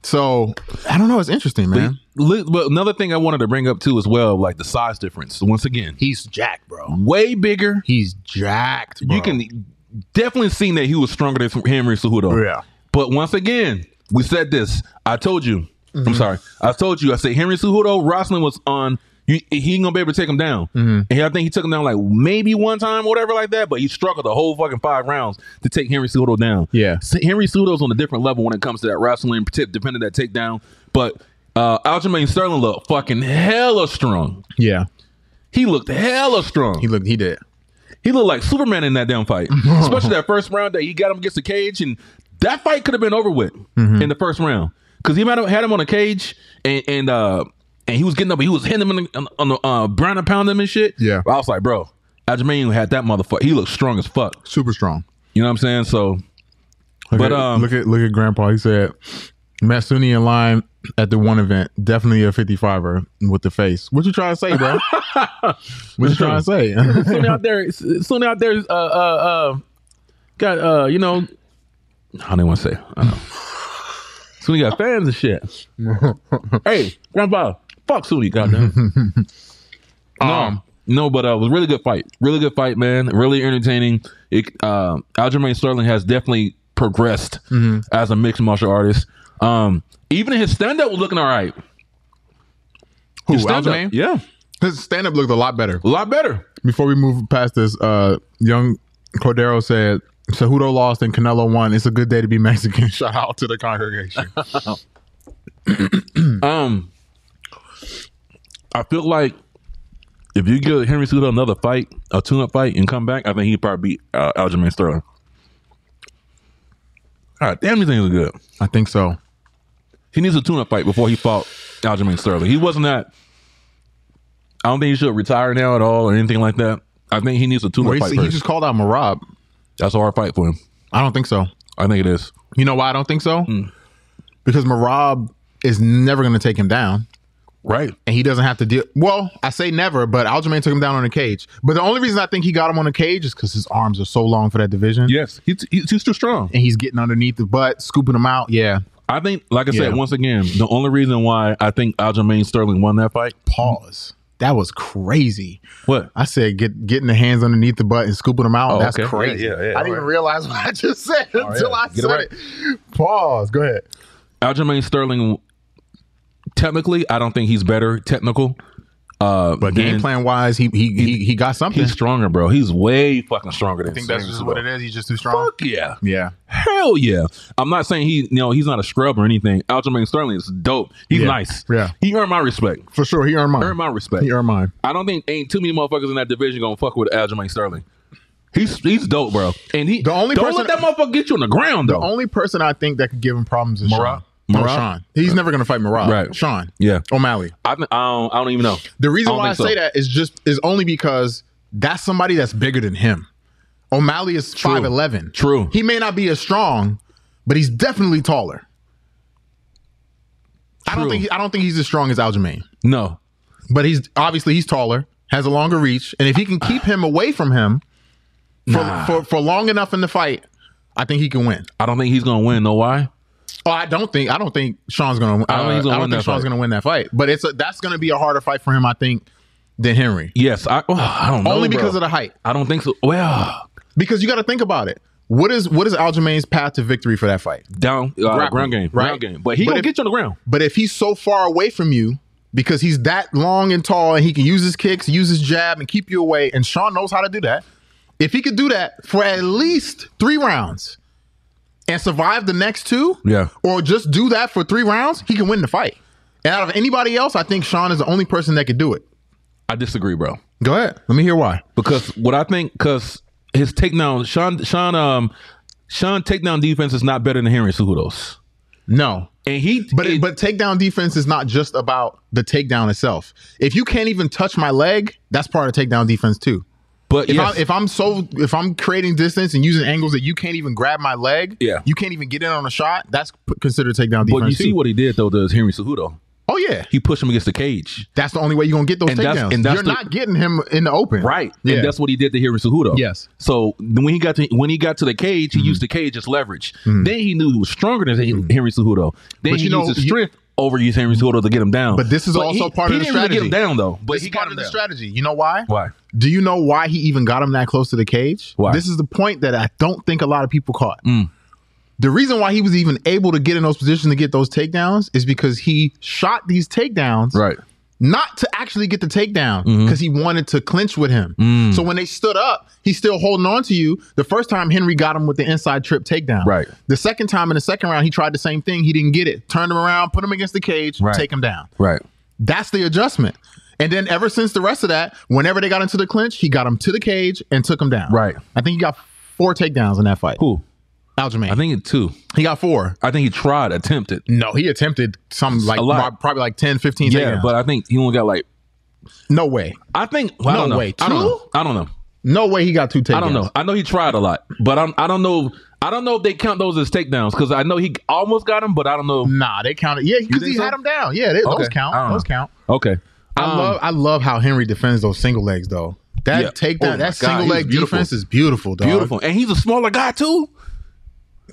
C: So I don't know. It's interesting, man.
B: Li- But another thing I wanted to bring up too as well, like the size difference. Once again,
C: He's jacked, bro.
B: way bigger.
C: He's jacked. Bro.
B: You can definitely seen that he was stronger than Henry Cejudo.
C: Yeah.
B: But once again, we said this. I told you.
C: Mm-hmm.
B: I'm sorry. I told you. I said Henry Cejudo wrestling was on. You, he ain't gonna be able to take him down.
C: Mm-hmm.
B: And I think he took him down like maybe one time, or whatever, like that. But he struggled the whole fucking five rounds to take Henry Cejudo down.
C: Yeah.
B: Se- Henry Cejudo's on a different level when it comes to that wrestling, partic- depending on that takedown. But uh, Aljamain Sterling looked fucking hella strong.
C: Yeah.
B: He looked hella strong.
C: He looked. He did.
B: He looked like Superman in that damn fight, especially that first round that he got him against the cage, and that fight could have been over with in the first round because he might have had him on a cage and and uh and he was getting up, he was hitting him in the, on the uh, brown and pound him and shit.
C: Yeah.
B: I was like, bro, Aljamain had that motherfucker. He looked strong as fuck.
C: Super strong.
B: You know what I'm saying? So
C: Look
B: But,
C: at,
B: um,
C: look at look at Grandpa. He said Matsuni in line at the one event. Definitely a 55er with the face. What you trying to say, bro? what you trying to say?
B: soon out there, soon out there, uh, uh, uh got uh, you know, I didn't want to say. I don't know. Soon he got fans and shit. hey, grandpa, fuck Soon he goddamn. no,
C: Um,
B: no, but uh, it was a really good fight. Really good fight, man. Really entertaining. It, uh, Aljamain Sterling has definitely progressed
C: Mm-hmm.
B: as a mixed martial artist. Um, even his stand up was looking all right.
C: Who?
B: His stand-up,
C: Aljamain?
B: yeah,
C: His stand up looked a lot better.
B: a lot better.
C: Before we move past this, uh, young Cordero said Cejudo lost and Canelo won. It's a good day to be Mexican. Shout out to the congregation.
B: Um, I feel like if you give Henry Cejudo another fight, a tune-up fight, and come back, I think he'd probably beat uh, Aljamain Sterling. God damn, these things are good.
C: I think so.
B: He needs a tune-up fight before he fought Aljamain Sterling. He wasn't that. I don't think he should retire now at all or anything like that. I think he needs a
C: Well,
B: tune-up
C: he,
B: fight
C: he
B: first.
C: just called out Marab.
B: That's a hard fight for him.
C: I don't think so.
B: I think it is.
C: You know why I don't think so?
B: Hmm.
C: Because Marab is never going to take him down.
B: Right.
C: and he doesn't have to deal. Well, I say never, but Aljamain took him down on a cage. But the only reason I think he got him on a cage is because his arms are so long for that division.
B: Yes. He's, he's, he's too strong.
C: And he's getting underneath the butt, scooping him out. Yeah.
B: I think, like I
C: Yeah.
B: said, once again, the only reason why I think Aljamain Sterling won that fight,
C: Pause. That was crazy.
B: what?
C: I said get getting the hands underneath the butt and scooping them out.
B: Oh,
C: That's
B: okay.
C: crazy.
B: Yeah, yeah, yeah,
C: I didn't even realize what I just said until
B: yeah.
C: I
B: Get it
C: said
B: right.
C: it. Pause. Go ahead.
B: Aljamain Sterling, technically, I don't think he's better technical. Uh,
C: But game
B: than-
C: plan wise, he he he, he got something.
B: he's stronger, bro. He's way fucking stronger than.
C: I think that's
B: Cejudo.
C: just what it is. He's just too strong.
B: Fuck yeah,
C: Yeah.
B: hell yeah! I'm not saying he, you know, he's not a scrub or anything. Aljamain Sterling is dope. He's
C: Yeah.
B: nice.
C: Yeah.
B: he earned my respect.
C: For sure. He earned mine.
B: Earned my respect.
C: he earned mine.
B: I don't think ain't too many motherfuckers in that division gonna fuck with Aljamain Sterling. He's he's dope, bro. And he
C: The only
B: don't
C: person-
B: let that motherfucker get you on the ground though.
C: The only person I think that could give him problems is
B: Marat?
C: Sean. No,
B: Marat?
C: Sean. He's never going to fight Marat.
B: Right.
C: Sean.
B: yeah,
C: O'Malley.
B: I, think- I don't I don't even know.
C: The reason
B: I don't
C: why I
B: think so.
C: say that is just is only because that's somebody that's bigger than him. O'Malley is five eleven.
B: True.
C: He may not be as strong, but he's definitely taller. I don't
B: True.
C: think I don't think he's as strong as Aljamain,
B: No,
C: but he's obviously he's taller, has a longer reach, and if he can keep him away from him for, for for long enough in the fight, I think he can win.
B: I don't think he's gonna win. Know why?
C: Oh, I don't think I don't think Sean's gonna. I
B: don't
C: don't
B: think
C: think,
B: he's gonna
C: I don't
B: win
C: think
B: that
C: Sean's
B: fight.
C: gonna win that fight. But it's a, that's gonna be a harder fight for him, I think, than Henry.
B: Yes, I, oh, I don't know.
C: Only because
B: bro.
C: of the height.
B: I don't think so. Well,
C: Because you got to think about it. What is what is Aljamain's path to victory for that fight?
B: down uh,
C: Grappling,
B: ground game,
C: right?
B: ground game. But he
C: But
B: gonna
C: if-
B: get you on the ground.
C: But if he's so far away from you, because he's that long and tall, and he can use his kicks, use his jab, and keep you away, and Sean knows how to do that. If he could do that for at least three rounds, and survive the next two,
B: Yeah.
C: or just do that for three rounds, he can win the fight. And out of anybody else, I think Sean is the only person that could do it.
B: I disagree, bro.
C: Go ahead. Let me hear why.
B: Because what I think, because his takedown, Sean, Sean, um, Sean takedown defense is not better than Henry Cejudo's,
C: No.
B: and he,
C: But
B: and-
C: it, but takedown defense is not just about the takedown itself. If you can't even touch my leg, that's part of takedown defense too.
B: but
C: If,
B: yes,
C: I, if I'm so if I'm creating distance and using angles that you can't even grab my leg,
B: Yeah.
C: you can't even get in on a shot. That's p- considered takedown defense.
B: but you see
C: too.
B: what he did though to Henry Cejudo.
C: Oh yeah,
B: He pushed him against the cage.
C: that's the only way you're gonna get those
B: And that's-
C: takedowns.
B: and that's
C: you're
B: the-
C: not getting him in the open, Yeah.
B: And that's what he did to Hiro Cejudo.
C: Yes. Mm-hmm.
B: So when he got to when he got to the cage, he used the cage as leverage. Then he knew he was stronger than Henry Cejudo. Then
C: But
B: he
C: you know,
B: used his
C: you-
B: strength over used Henry Cejudo to get him down.
C: But this is also
B: he-
C: part
B: he
C: of the
B: didn't really
C: strategy.
B: get him down though. But
C: But
B: he
C: he's
B: got
C: part
B: him
C: of the
B: down.
C: strategy. You know why?
B: Why?
C: Do you know why he even got him that close to the cage?
B: Why? Mm.
C: This is the point that I don't think a lot of people caught. The reason why he was even able to get in those positions to get those takedowns is because he shot these takedowns
B: Right.
C: not to actually get the takedown
B: Mm-hmm.
C: because he wanted to clinch with him.
B: Mm.
C: So when they stood up, he's still holding on to you. The first time Henry got him with the inside trip takedown.
B: Right.
C: The second time in the second round, he tried the same thing. He didn't get it. Turned him around, put him against the cage,
B: Right.
C: take him down.
B: Right.
C: That's the adjustment. And then ever since the rest of that, whenever they got into the clinch, he got him to the cage and took him down.
B: Right.
C: I think he got four takedowns in that fight.
B: Who?
C: Aljamain.
B: I think it two.
C: he got four.
B: I think he tried, attempted.
C: No, he attempted some like
B: a lot.
C: probably like 10, 15
B: Yeah,
C: takedowns.
B: but I think he only got like
C: no way.
B: I think well, I
C: No
B: don't know.
C: way.
B: I don't know.
C: Two?
B: I don't know.
C: No way he got two takedowns.
B: I don't know. I know he tried a lot, but I'm, I don't know. I don't know if they count those as takedowns because I know he almost got him, but I don't know.
C: Nah, they counted. Yeah, because
B: think
C: he
B: so?
C: had him down. Yeah, they,
B: Okay.
C: those count.
B: I don't
C: Those
B: know.
C: count.
B: Okay.
C: I love I love how Henry defends those single legs though. That
B: Yeah. Oh
C: takedown,
B: my God,
C: that single
B: he's
C: leg
B: beautiful.
C: defense is beautiful, dog.
B: Beautiful, and he's a smaller guy too.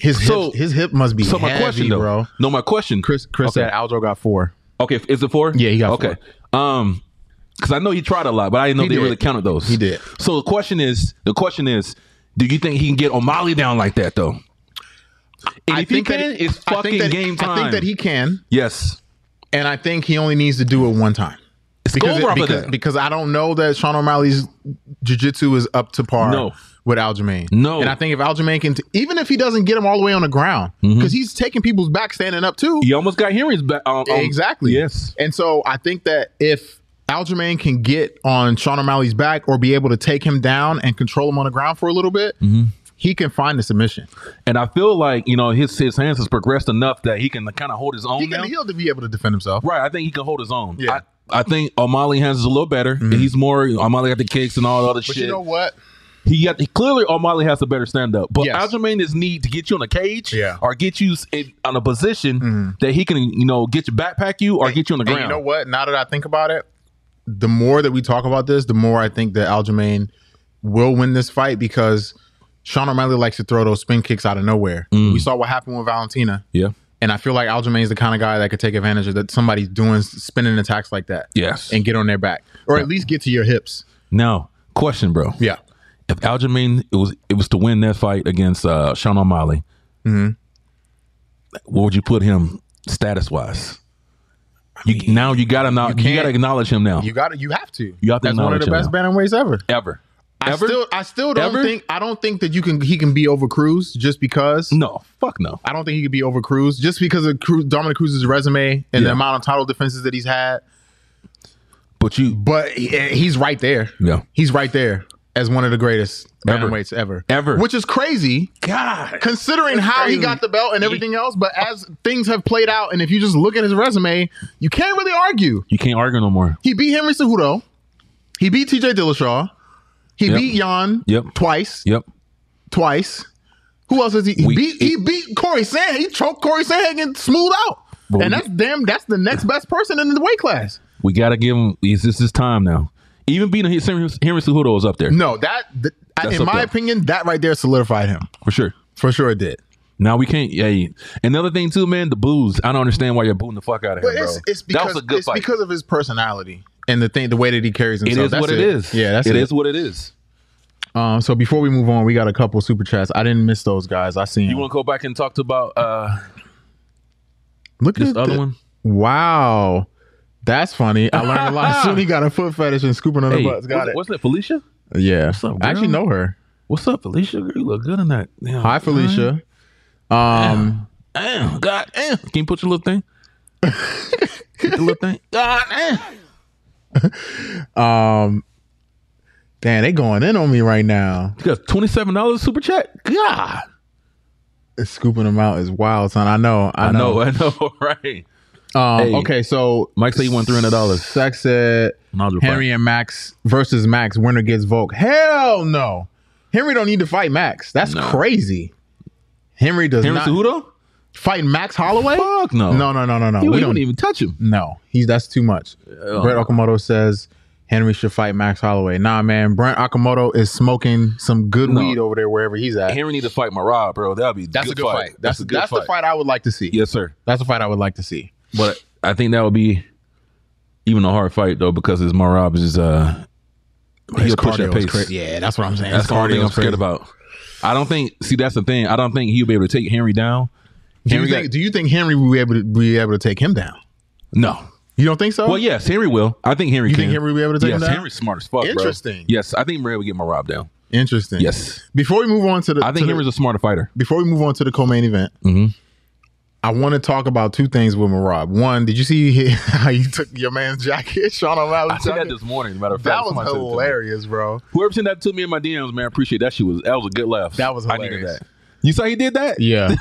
C: His hip,
B: So-
C: his hip must be
B: So my
C: heavy,
B: question, though,
C: bro.
B: no, my question,
C: Chris Chris
B: Okay.
C: said Aljo got four.
B: Okay, is it four?
C: Yeah, he got
B: okay. Um, because I know he tried a lot, but I didn't know
C: He
B: they
C: did.
B: really counted those.
C: He did.
B: So the question is, the question is, do you think he can get O'Malley down like that though? And if he
C: that-
B: can, it's
C: I
B: fucking
C: think that-
B: game time.
C: I think that he can,
B: yes.
C: and I think he only needs to do it one time.
B: It's
C: Because,
B: over
C: it,
B: after
C: because,
B: that.
C: because I don't know that Sean O'Malley's jiu-jitsu is up to par
B: No.
C: with Aljamain.
B: No.
C: And I think if Aljamain can, t- even if he doesn't get him all the way on the ground,
B: Mm-hmm.
C: because he's taking people's back standing up too.
B: He almost got Henry's back. Um, um,
C: exactly.
B: Yes.
C: And so I think that if Aljamain can get on Sean O'Malley's back or be able to take him down and control him on the ground for a little bit,
B: Mm-hmm.
C: he can find the submission.
B: And I feel like you know his his hands has progressed enough that he can kind of hold his own.
C: He can,
B: now.
C: he'll be able to defend himself.
B: Right, I think he can hold his own.
C: Yeah. Mm-hmm.
B: I, I think O'Malley hands is a little better. He's more O'Malley got the kicks and all the other
C: But
B: shit.
C: you know what?
B: he got clearly O'Malley has a better stand up, but
C: Yes.
B: Aljamain is need to get you in a cage
C: Yeah. Mm-hmm.
B: or get you s- in, on a position that he can you know get you backpack you or get you on the
C: And
B: ground.
C: you know what? Now that I think about it, the more that we talk about this, the more I think that Aljamain will win this fight because Sean O'Malley likes to throw those spin kicks out of nowhere.
B: Mm.
C: We saw what happened with Valentina.
B: Yeah.
C: And I feel like Aljamain's the kind of guy that could take advantage of that somebody's doing spinning attacks like that.
B: Yes.
C: And get on their back. Or at least get to your hips.
B: Now, question, bro.
C: Yeah.
B: If Aljamain it was it was to win that fight against uh, Sean O'Malley,
C: Mm-hmm.
B: where would you put him status wise? You, now you gotta now you,
C: can't-
B: gotta acknowledge him now
C: You got to you have to.
B: You have to
C: That's one of the
B: acknowledge
C: best
B: him
C: bantamweights ever.
B: ever
C: I
B: ever
C: still I still don't
B: Ever?
C: think I don't think that you can he can be over Cruz just because
B: no fuck no
C: I don't think he could be over Cruz just because of Cruz, Dominic Cruz's resume and
B: Yeah.
C: the amount of title defenses that he's had.
B: but you
C: But he- eh, he's right there.
B: Yeah.
C: he's right there as one of the greatest
B: Ever.
C: bantamweights ever,
B: Ever.
C: which is crazy
B: God
C: considering how
B: crazy.
C: he got the belt and everything else. But as things have played out, and if you just look at his resume, you can't really argue.
B: you can't argue no more
C: He beat Henry Cejudo. He beat T.J. Dillashaw. He
B: Yep.
C: beat Jan
B: Yep.
C: twice.
B: yep
C: twice. Who else is he? He
B: We-
C: beat he beat Corey Sand. He choked Corey Sandhagen smooth out.
B: Bro,
C: and
B: we-
C: that's damn that's the next best person in the weight class.
B: We gotta give him. Is this his time now? Even beating his- Henry Henry Cejudo is up there
C: No, that th-
B: That's
C: in
B: up
C: my
B: there.
C: opinion, that right there solidified him.
B: for sure.
C: For sure it did.
B: Now we can't. Yeah. yeah. Another thing too, man. The booze. I don't understand why you're booing the fuck out of him,
C: But
B: bro.
C: it's it's
B: that
C: because
B: was a good
C: it's
B: fight.
C: because of his personality and the thing the way that he carries
B: it
C: himself.
B: is
C: That's
B: what it is.
C: Yeah, that's
B: it
C: it.
B: is what it is.
C: Um so before we move on, we got a couple super chats. I didn't miss those guys. I seen
B: You want to go back and talk to about uh,
C: Look
B: this
C: at
B: other
C: the-
B: one?
C: Wow. That's funny. I learned a lot. Soon he got a foot fetish and scooping on the
B: Hey,
C: butts. Got
B: what's,
C: it.
B: what's that, Felicia?
C: Yeah.
B: up,
C: I actually
B: girl?
C: know her.
B: What's up, Felicia? Girl, you look good in that. Damn,
C: Hi, Felicia. Um,
B: Damn, God damn. Can you put your little thing? Put your little thing. God damn.
C: um, damn, they going in on me right now.
B: You got twenty seven dollars super chat. God.
C: Scooping them out is wild, son. I know. I,
B: I know.
C: know.
B: I know. Right.
C: Um,
B: Hey.
C: Okay, so
B: Mike said he won $300.
C: Sex said
B: Another
C: Henry and Max versus Max. Winner gets Volk. Hell no. Henry don't need to fight Max. That's
B: No.
C: crazy. Henry does
B: Henry
C: not.
B: Cejudo?
C: Fighting Max Holloway?
B: Fuck no.
C: No, no, no, no, no.
B: You,
C: we
B: you
C: don't Oh.
B: wouldn't even touch him.
C: No, he's that's too much. Brett Okamoto says Henry should fight Max Holloway. Nah, man, Brent Okamoto is smoking some good
B: No.
C: weed over there wherever he's at.
B: Henry need to fight Marab, bro. That'd be
C: that's a good fight. That's, a good that's the fight I would like to see.
B: Yes, sir.
C: That's the fight I would like to see.
B: But I think that would be even a hard fight though because his Marab is uh he'll push that
C: is
B: pace.
C: cra- Yeah, that's what I'm saying.
B: That's
C: His
B: the only
C: cardio
B: thing I'm
C: is crazy.
B: scared about. I don't think. See, that's the thing. I don't think he'll be able to take Henry down.
C: Do you,
B: Henry
C: think,
B: got-
C: do you think Henry will be able to be able to take him down?
B: no.
C: You don't think so?
B: Well, yes, Henry will. I think Henry.
C: You
B: can.
C: think Henry will be able to take
B: yes,
C: him down?
B: Henry's smart as fuck. bro.
C: Interesting.
B: Yes, I think Murray will get Marab down.
C: Interesting.
B: Yes,
C: Before we move on to the,
B: I think Mm-hmm.
C: to the-
B: Henry's a smarter fighter.
C: before we move on to the co-main event, I want to talk about two things with Marab. One, did you see he- how you took your man's jacket, Sean O'Malley?
B: I said that
C: jacket?
B: this morning. Matter of
C: That
B: fact,
C: was
B: somebody said it to me.
C: hilarious, bro.
B: Whoever sent that to me in my DMs, man, I appreciate that. She was that was a good laugh.
C: That was
B: I needed
C: hilarious.
B: that. You saw he did that?
C: Yeah,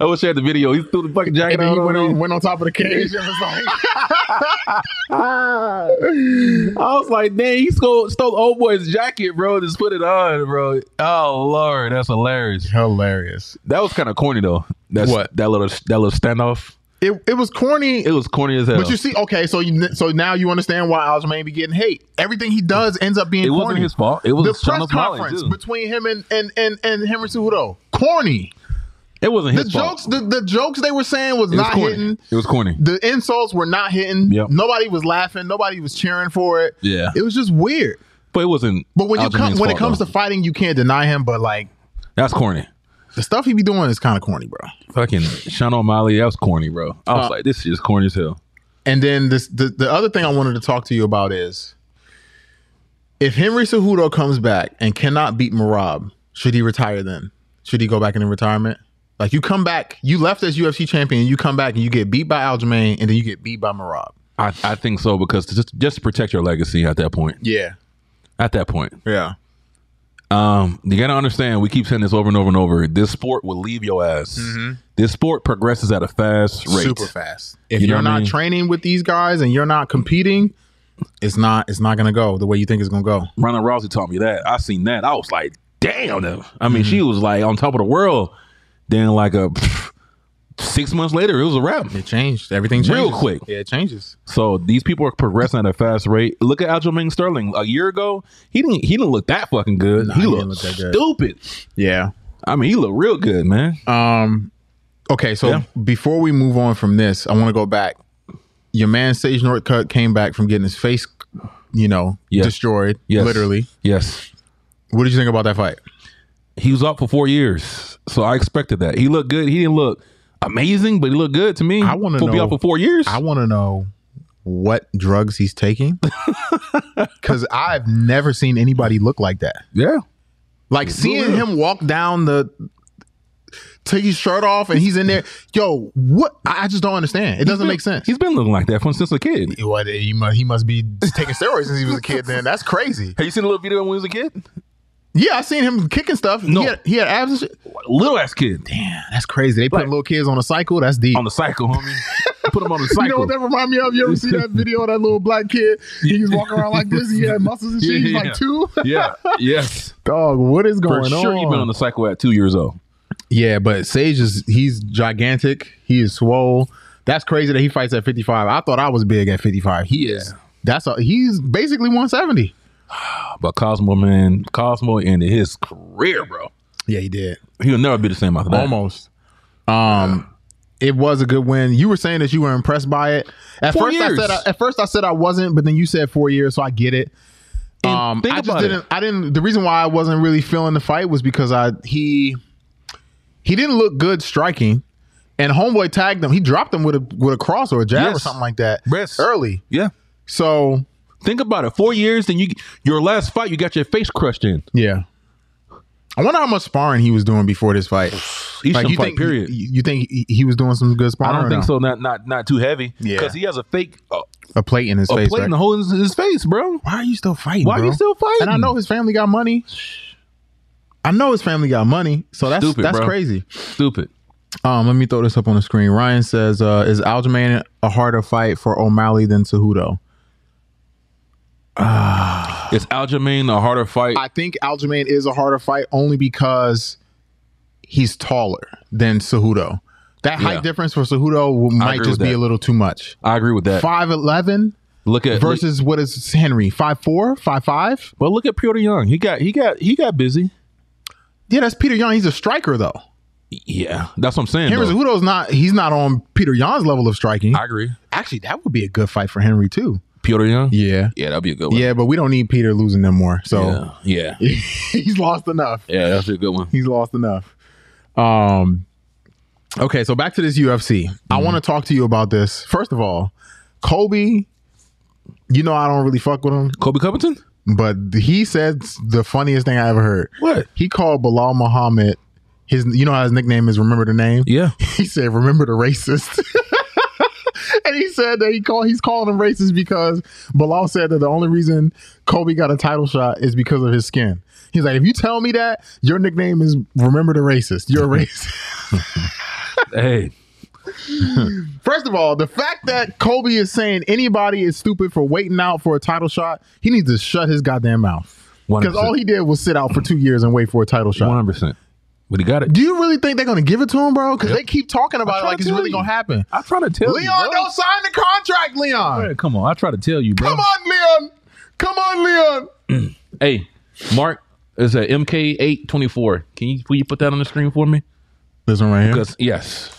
B: I wish I had the video. He threw the fucking jacket
C: and then
B: out
C: he
B: on
C: went
B: me.
C: on, went on top of the cage and was like, "Ah."
B: I was like, dang, he stole, stole old boy's jacket, bro. Just put it on, bro. Oh lord, that's hilarious.
C: hilarious.
B: That was kind of corny though. That's
C: What?
B: that little that little standoff.
C: It it was corny.
B: It was corny as hell.
C: but you see, okay, so you so now you understand why Aljamain be getting hate. Everything he does ends up being
B: it
C: corny.
B: wasn't his fault. It was
C: the
B: Sean
C: press
B: O'Malley,
C: conference
B: too.
C: between him and and and and Henry Cejudo, corny.
B: It wasn't
C: The
B: his fault.
C: jokes, the, the jokes they were saying was
B: it was
C: not
B: corny.
C: hitting.
B: It was corny.
C: The insults were not hitting.
B: Yep.
C: Nobody was laughing. Nobody was cheering for it.
B: Yeah.
C: it was just weird.
B: But it wasn't.
C: But when you
B: Aljamain's
C: come when it
B: fault,
C: comes
B: though.
C: to fighting, you can't deny him. But like
B: that's corny.
C: the stuff he be doing is kind of corny, bro.
B: Fucking Sean O'Malley, that was corny, bro. I
C: Uh,
B: was like, this is corny as hell.
C: And then this the, the other thing I wanted to talk to you about is if Henry Cejudo comes back and cannot beat Marab, should he retire then? Should he go back into retirement? Like you come back, you left as UFC champion, you come back and you get beat by Aljamain, and then you get beat by Marab.
B: I, I think so because to just just to protect your legacy at that point.
C: Yeah,
B: At that point,
C: yeah,
B: um, you gotta understand. We keep saying this over and over and over. This sport will leave your ass. This sport progresses at a fast rate.
C: Mm-hmm. super fast. If
B: You know
C: you are
B: what I
C: not
B: mean?
C: training with these guys and you're not competing, it's not it's not gonna go the way you think it's gonna go.
B: Ronda Rousey taught me that. I seen that. I was like, damn. Them. I
C: Mm-hmm.
B: mean, she was like on top of the world. Then like a pff, six months later, it was a wrap.
C: It changed. Everything changed
B: Real quick.
C: Yeah, it changes.
B: So these people are progressing at a fast rate. Look at Aljamain Sterling. A year ago, he didn't he didn't look that fucking good. he
C: he
B: looked
C: didn't look that good.
B: stupid.
C: Yeah.
B: I mean, he looked real good, man.
C: Um. Okay, so
B: Yeah.
C: before we move on from this, I want to go back. Your man Sage Northcutt came back from getting his face, you know,
B: Yes.
C: destroyed.
B: Yes.
C: Literally.
B: Yes.
C: What did you think about that fight?
B: he was out for four years, so I expected that. He looked good. He didn't look amazing, but he looked good to me.
C: I wanna
B: to be
C: know-
B: out for four years.
C: I want to know what drugs he's taking because I've never seen anybody look like that.
B: yeah,
C: Like seeing
B: real.
C: him walk down the. Take his shirt off and he's in there. Yo, what? I I just don't understand. It doesn't make sense.
B: he's been looking like that from since a kid.
C: What, he, must, he must be taking steroids since he was a kid. Then that's crazy.
B: Have you seen a little video when he was a kid?
C: Yeah, I seen him kicking stuff.
B: No.
C: He had, he had abs and shit.
B: Little ass kid
C: Damn, that's crazy. They put
B: Like-
C: little kids on a cycle. That's deep.
B: on the cycle, homie. Put him on the cycle.
C: You know what that remind me of? You ever see that video of that little black kid? He was walking around like this. He had muscles and shit. He's
B: Yeah.
C: like two.
B: yeah, yes,
C: Dog, what is
B: for
C: going
B: sure.
C: on?
B: He been on the cycle at two years old.
C: yeah, but Sage is he's gigantic. He is swole. That's crazy that he fights at 55. I thought I was big at 55. He is. That's a, he's basically 170.
B: But Cosmo, man, Cosmo ended his career, bro.
C: Yeah, he did.
B: He'll never be the same after that.
C: Almost. Um, it was a good win. You were saying that you were impressed by it. At
B: Four
C: first,
B: years.
C: I said I, at first I said I wasn't, but then you said four years, so I get it.
B: And
C: Um,
B: think
C: I just
B: about it.
C: didn't. I didn't. The reason why I wasn't really feeling the fight was because I he he didn't look good striking, and homeboy tagged him. He dropped him with a with a cross or a jab or
B: Yes.
C: something like that
B: Yes.
C: early.
B: Yeah,
C: So
B: think about it. Four years, then you your last fight, you got your face crushed in.
C: yeah, I wonder how much sparring he was doing before this fight.
B: Each
C: Like you
B: fight,
C: think
B: period.
C: You, you think he, he was doing some good
B: I
C: sparring?
B: don't
C: or
B: think
C: no?
B: so. Not not not too heavy.
C: Yeah.
B: because he has a fake uh,
C: A plate in his
B: a
C: face.
B: plate
C: right?
B: in the hole in his, his face, bro.
C: Why are you still fighting?
B: Why are
C: bro?
B: you still fighting?
C: And I know his family got money. I know his family got money, so that's
B: Stupid,
C: that's
B: bro.
C: crazy.
B: Stupid.
C: Um, let me throw this up on the screen. Ryan says, uh, "Is Aljamain a harder fight for O'Malley than Cejudo?"
B: It's Aljamain a harder fight?
C: I think Aljamain is a harder fight only because he's taller than Cejudo. That
B: Yeah.
C: height difference for Cejudo might
B: agree
C: just
B: with
C: be
B: that.
C: a little too much.
B: I agree with that.
C: Five eleven
B: Look at look-
C: versus what is Henry? Five four, five five.
B: But look at Piotr Young. He got he got he got busy.
C: Yeah, that's Peter Young. He's a striker though.
B: Yeah, that's what I'm saying.
C: Henry
B: though.
C: Cejudo's not. He's not on Peter Young's level of striking.
B: I agree.
C: Actually, that would be a good fight for Henry too.
B: Piotr Young.
C: Yeah,
B: yeah, that'd be a good one.
C: yeah, but we don't need Peter losing them more. So
B: yeah, yeah,
C: he's lost enough.
B: yeah. That's a good one.
C: he's lost enough. Um Okay, so back to this UFC. I want to talk to you about this. First of all, Kobe, you know I don't really fuck with him,
B: Kobe Covington.
C: but he said the funniest thing I ever heard.
B: What?
C: He called Bilal Muhammad his you know how his nickname is remember the name?
B: Yeah,
C: He said remember the racist. and he said that he called he's calling him racist because Bilal said that the only reason Kobe got a title shot is because of his skin. He's like, if you tell me that, your nickname is Remember the Racist. You're a racist.
B: hey,
C: First of all, the fact that Kobe is saying anybody is stupid for waiting out for a title shot, he needs to shut his goddamn mouth. Because all he did was sit out for two years and wait for a title shot.
B: one percent. But he got it.
C: Do you really think they're gonna give it to him, bro? Because they keep talking about it
B: trying
C: like
B: to
C: it's
B: tell
C: really
B: you.
C: gonna happen.
B: I try to tell you,
C: Leon,
B: bro.
C: don't sign the contract, Leon.
B: Hey, Come on, I try to tell you, bro.
C: Come on, Leon. Come on, Leon.
B: Hey, Mark is at MK eight twenty four. Can you will you put that on the screen for me?
C: This one right
B: Because yes,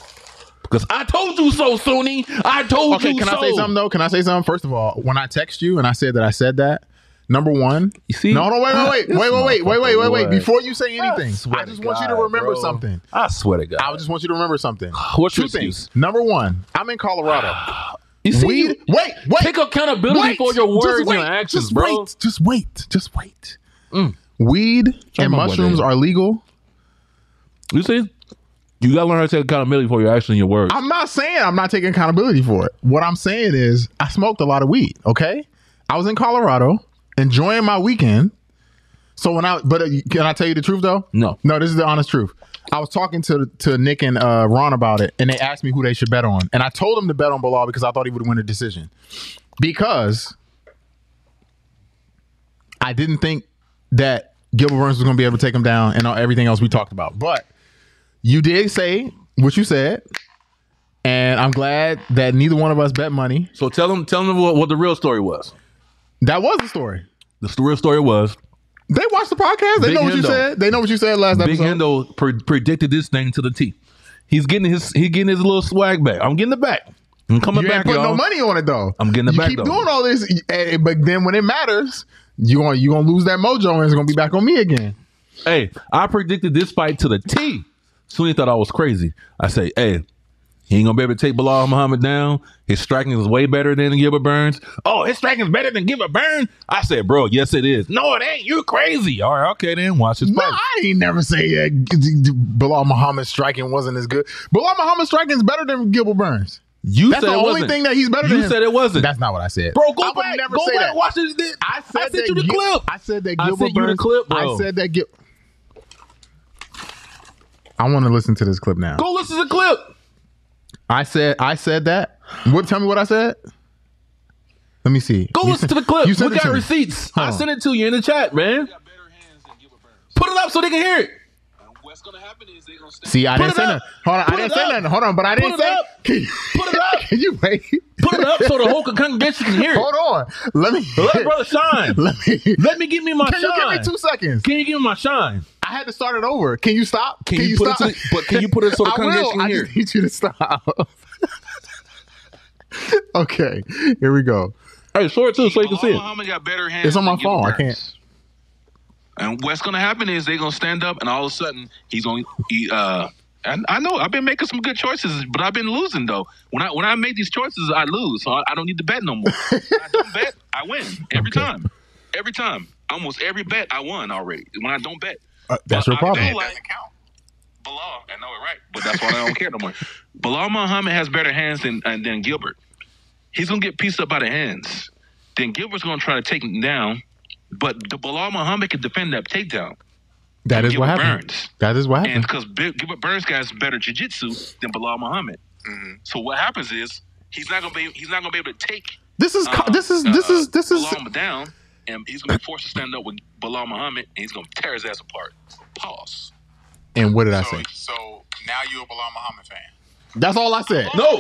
B: because I told you so, Sony. I told
C: Okay,
B: you
C: can
B: so.
C: I say something though? Can I say something? First of all, when I text you and I said that I said that, number one,
B: You see?
C: no, no, wait, wait, wait, wait, wait, wait, wait, wait, wait.
B: What?
C: Before you say
B: I
C: anything,
B: swear
C: I just
B: to
C: want you to
B: God,
C: remember
B: bro.
C: something.
B: I swear to God.
C: I just want you to remember something.
B: What's
C: Two
B: your excuse?
C: things. Number one, I'm in Colorado.
B: You see,
C: We
B: you-
C: wait, wait.
B: take accountability
C: Wait,
B: for your
C: just
B: words
C: wait,
B: and actions,
C: just
B: bro. Mm.
C: Wait, just wait, just wait. Weed and
B: about what
C: mushrooms
B: they-
C: are legal.
B: You see, you gotta learn how to take accountability for your actions and your words.
C: I'm not saying I'm not taking accountability for it. What I'm saying is I smoked a lot of weed. Okay, I was in Colorado enjoying my weekend. So when I but uh, can I tell you the truth though?
B: No.
C: no, this is the honest truth. I was talking to to Nick and uh, Ron about it, and they asked me who they should bet on, and I told them to bet on Bilal because I thought he would win a decision because I didn't think that Gilbert Burns was going to be able to take him down and all, everything else we talked about. But you did say what you said, and I'm glad that neither one of us bet money.
B: So tell them, tell them what, what the real story was.
C: That was the story.
B: The s- real story was
C: They watched the podcast. They
B: Big
C: know what you
B: Hendo.
C: said. They know what you said last
B: Big
C: episode.
B: Hendo pre- predicted this thing to the T. He's getting his he's getting his little swag back. I'm getting it back. I'm coming
C: You ain't
B: back,
C: putting
B: y'all.
C: no money on it though.
B: I'm getting it
C: you
B: back,
C: keep
B: though.
C: doing all this, y- and- but then when it matters, you going you gonna lose that mojo, and it's gonna be back on me again.
B: Hey, I predicted this fight to the T. Soon he thought I was crazy. I say, hey, he ain't gonna be able to take Bilal Muhammad down. His striking is way better than Gilbert Burns. Oh, his striking is better than Gilbert Burns. I said, bro, yes it is. No, it ain't. You crazy. All right, okay then. Watch this
C: No,
B: fight.
C: I ain't never say that G- G- G- Bilal Muhammad striking wasn't as good. Bilal Muhammad striking is better than Gilbert Burns.
B: You
C: That's
B: said
C: the
B: it
C: only
B: wasn't.
C: thing that he's better
B: you
C: than.
B: said it wasn't.
C: That's not what I said,
B: bro, go
C: I would
B: back.
C: never
B: go
C: say
B: back.
C: that.
B: Watch this. this-
C: I said
B: sent
C: that
B: you the
C: Gil-
B: clip.
C: I said that
B: I
C: Gilbert
B: sent you the
C: Burns-
B: clip,
C: I
B: bro.
C: said that. Gil- I want to listen to this clip now.
B: go listen to the clip.
C: I said. I said that. What? Tell me what I said. Let me see.
B: Go
C: You
B: listen
C: sent-
B: to the clip.
C: You
B: We
C: sent it
B: got
C: to me.
B: receipts.
C: Hold
B: I
C: on.
B: sent it to you in the chat, man.
E: better hands than Gilbert Burns.
B: Put it up so they can hear it.
E: And what's gonna happen is they're gonna stand.
C: See, I
B: Put
C: didn't
B: it
C: say
B: up.
C: nothing. Hold on, I
B: Put
C: didn't
B: it
C: say
B: up.
C: nothing. Hold on, but I didn't
B: it
C: say.
B: up.
C: Can you,
B: Put it up.
C: Can you wait?
B: Put it up so the whole congregation can hear it.
C: Hold on. Let me.
B: Let brother shine.
C: Let me.
B: Let me give me my
C: Can you
B: shine.
C: give me two seconds?
B: Can you give me my shine?
C: I had to start it over. Can you stop?
B: Can you put it to the- but can you put it so the
C: I
B: congregation
C: will.
B: can
C: I
B: hear?
C: just need you to stop. okay, here we go.
B: Hey, show it too so you can see it.
E: Muhammad got better hands.
C: It's on my
E: than Gilbert
C: phone. I
E: Burns.
C: can't.
E: And what's gonna happen is they're gonna stand up, and all of a sudden he's only he uh. And I know I've been making some good choices, but I've been losing though. When I when I make these choices, I lose, so I, I don't need to bet no more. When I don't bet, I win every time. Every time, almost every bet I won already. When I don't bet,
C: Uh, that's
E: But
C: your problem.
E: I feel like Bilal, I know it right, but that's why I don't care no more. Bilal Muhammad has better hands than uh, than Gilbert. He's gonna get pieced up by the hands. Then Gilbert's gonna try to take him down, but the Bilal Muhammad can defend that takedown,
C: That is what
E: Gilbert
C: happened.
E: Burns.
C: That is what
E: and
C: happened.
E: because Gilbert Burns has better jiu-jitsu than Bilal Muhammad. So what happens is he's not gonna be he's not gonna be able to take
C: This is co-
E: uh,
C: this is this
E: uh,
C: is this is
E: Bilal down, and he's gonna be forced to stand up with Bilal Muhammad, and he's gonna tear his ass apart. Pause.
C: and what did I
F: So,
C: say?
F: so now you're a Bilal Muhammad fan.
C: That's all I said.
B: No,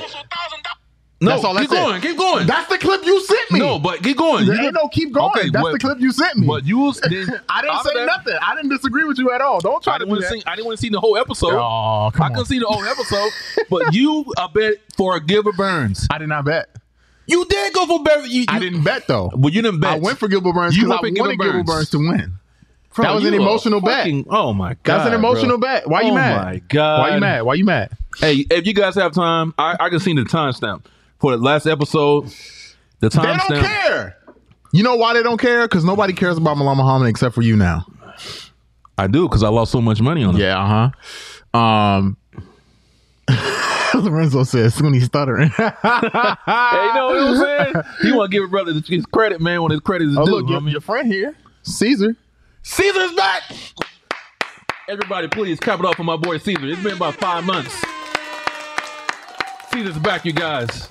B: no.
C: That's all I
B: keep
C: said.
B: going. Keep going.
C: That's the clip you sent me.
B: no, but keep going.
C: there
B: You
C: ain't no keep going.
B: Okay,
C: That's
B: but-
C: the clip you sent me.
B: But you was. I
C: I didn't say nothing. I didn't disagree with you at all. Don't try
B: I
C: to
B: didn't
C: do
B: want to
C: that.
B: see. I didn't want to see the whole episode.
C: Oh, come
B: I
C: on.
B: couldn't see the whole episode. but you, I bet for Gilbert Burns.
C: I did not bet.
B: You did go for Beverly. You, you,
C: I didn't bet though.
B: Well, you didn't bet.
C: I went for Gilbert Burns
B: You
C: because I
B: went for
C: wanted
B: Gilbert
C: Gilbert
B: Burns.
C: Burns. to win.
B: Bro,
C: that was an
B: you a
C: emotional bet.
B: fucking- Oh my god.
C: That's an
B: bro.
C: emotional bet. Why you
B: Oh
C: mad?
B: my God.
C: Why you mad? Why you mad?
B: Hey, if you guys have time, I, I can see the timestamp for the last episode. The
C: They don't
B: timestamp.
C: care. You know why they don't care? Because nobody cares about Malama Muhammad except for you now.
B: I do because I lost so much money on it.
C: Yeah, uh huh. Um, Lorenzo says Sunny stuttering. Oh,
B: Hey, you know what I'm saying? He want to give a brother his credit, man, when his credit is
C: oh,
B: due.
C: look,
B: I
C: your,
B: mean,
C: your friend here, Caesar.
B: Caesar's back. Everybody, please clap it up for my boy Caesar. It's been about five months. Caesar's back, you guys.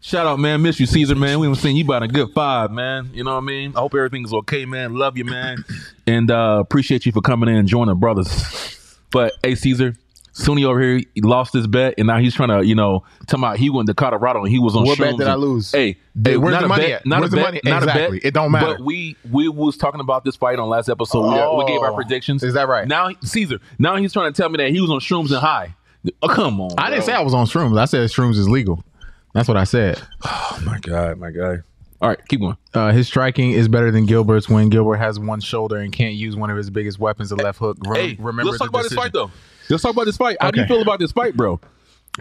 B: Shout out, man. Miss you, Caesar, man. We haven't seen you about a good five, man. You know what I mean? I hope everything's okay, man. Love you, man. And uh appreciate you for coming in and joining brothers. But hey, Caesar, Sunny over here he lost his bet, and now he's trying to, you know, talking about he went to Colorado and he was on
C: What bet
B: shrooms
C: did
B: and-
C: I lose?
B: Hey,
C: Hey,
B: hey,
C: where's
B: not
C: the
B: a
C: money
B: bet,
C: at?
B: Not
C: Where's
B: a
C: the
B: bet,
C: money?
B: Not
C: Exactly.
B: a bet.
C: It don't matter.
B: But we we was talking about this fight on last episode. We- uh, we, gave our
C: Oh.
B: predictions.
C: Is that right?
B: Now Caesar, now he's trying to tell me that he was on shrooms and high. Oh, come on.
C: I didn't say I was on shrooms. I said shrooms is legal. That's what I said.
B: my God, my God. All right, keep going.
C: Uh, his striking is better than Gilbert's when Gilbert has one shoulder and can't use one of his biggest weapons, the left hook. Re-
B: Hey,
C: remember
B: let's talk
C: the
B: about this
C: decision.
B: fight though. Let's talk about this fight. How do you
C: Okay.
B: feel about this fight, bro?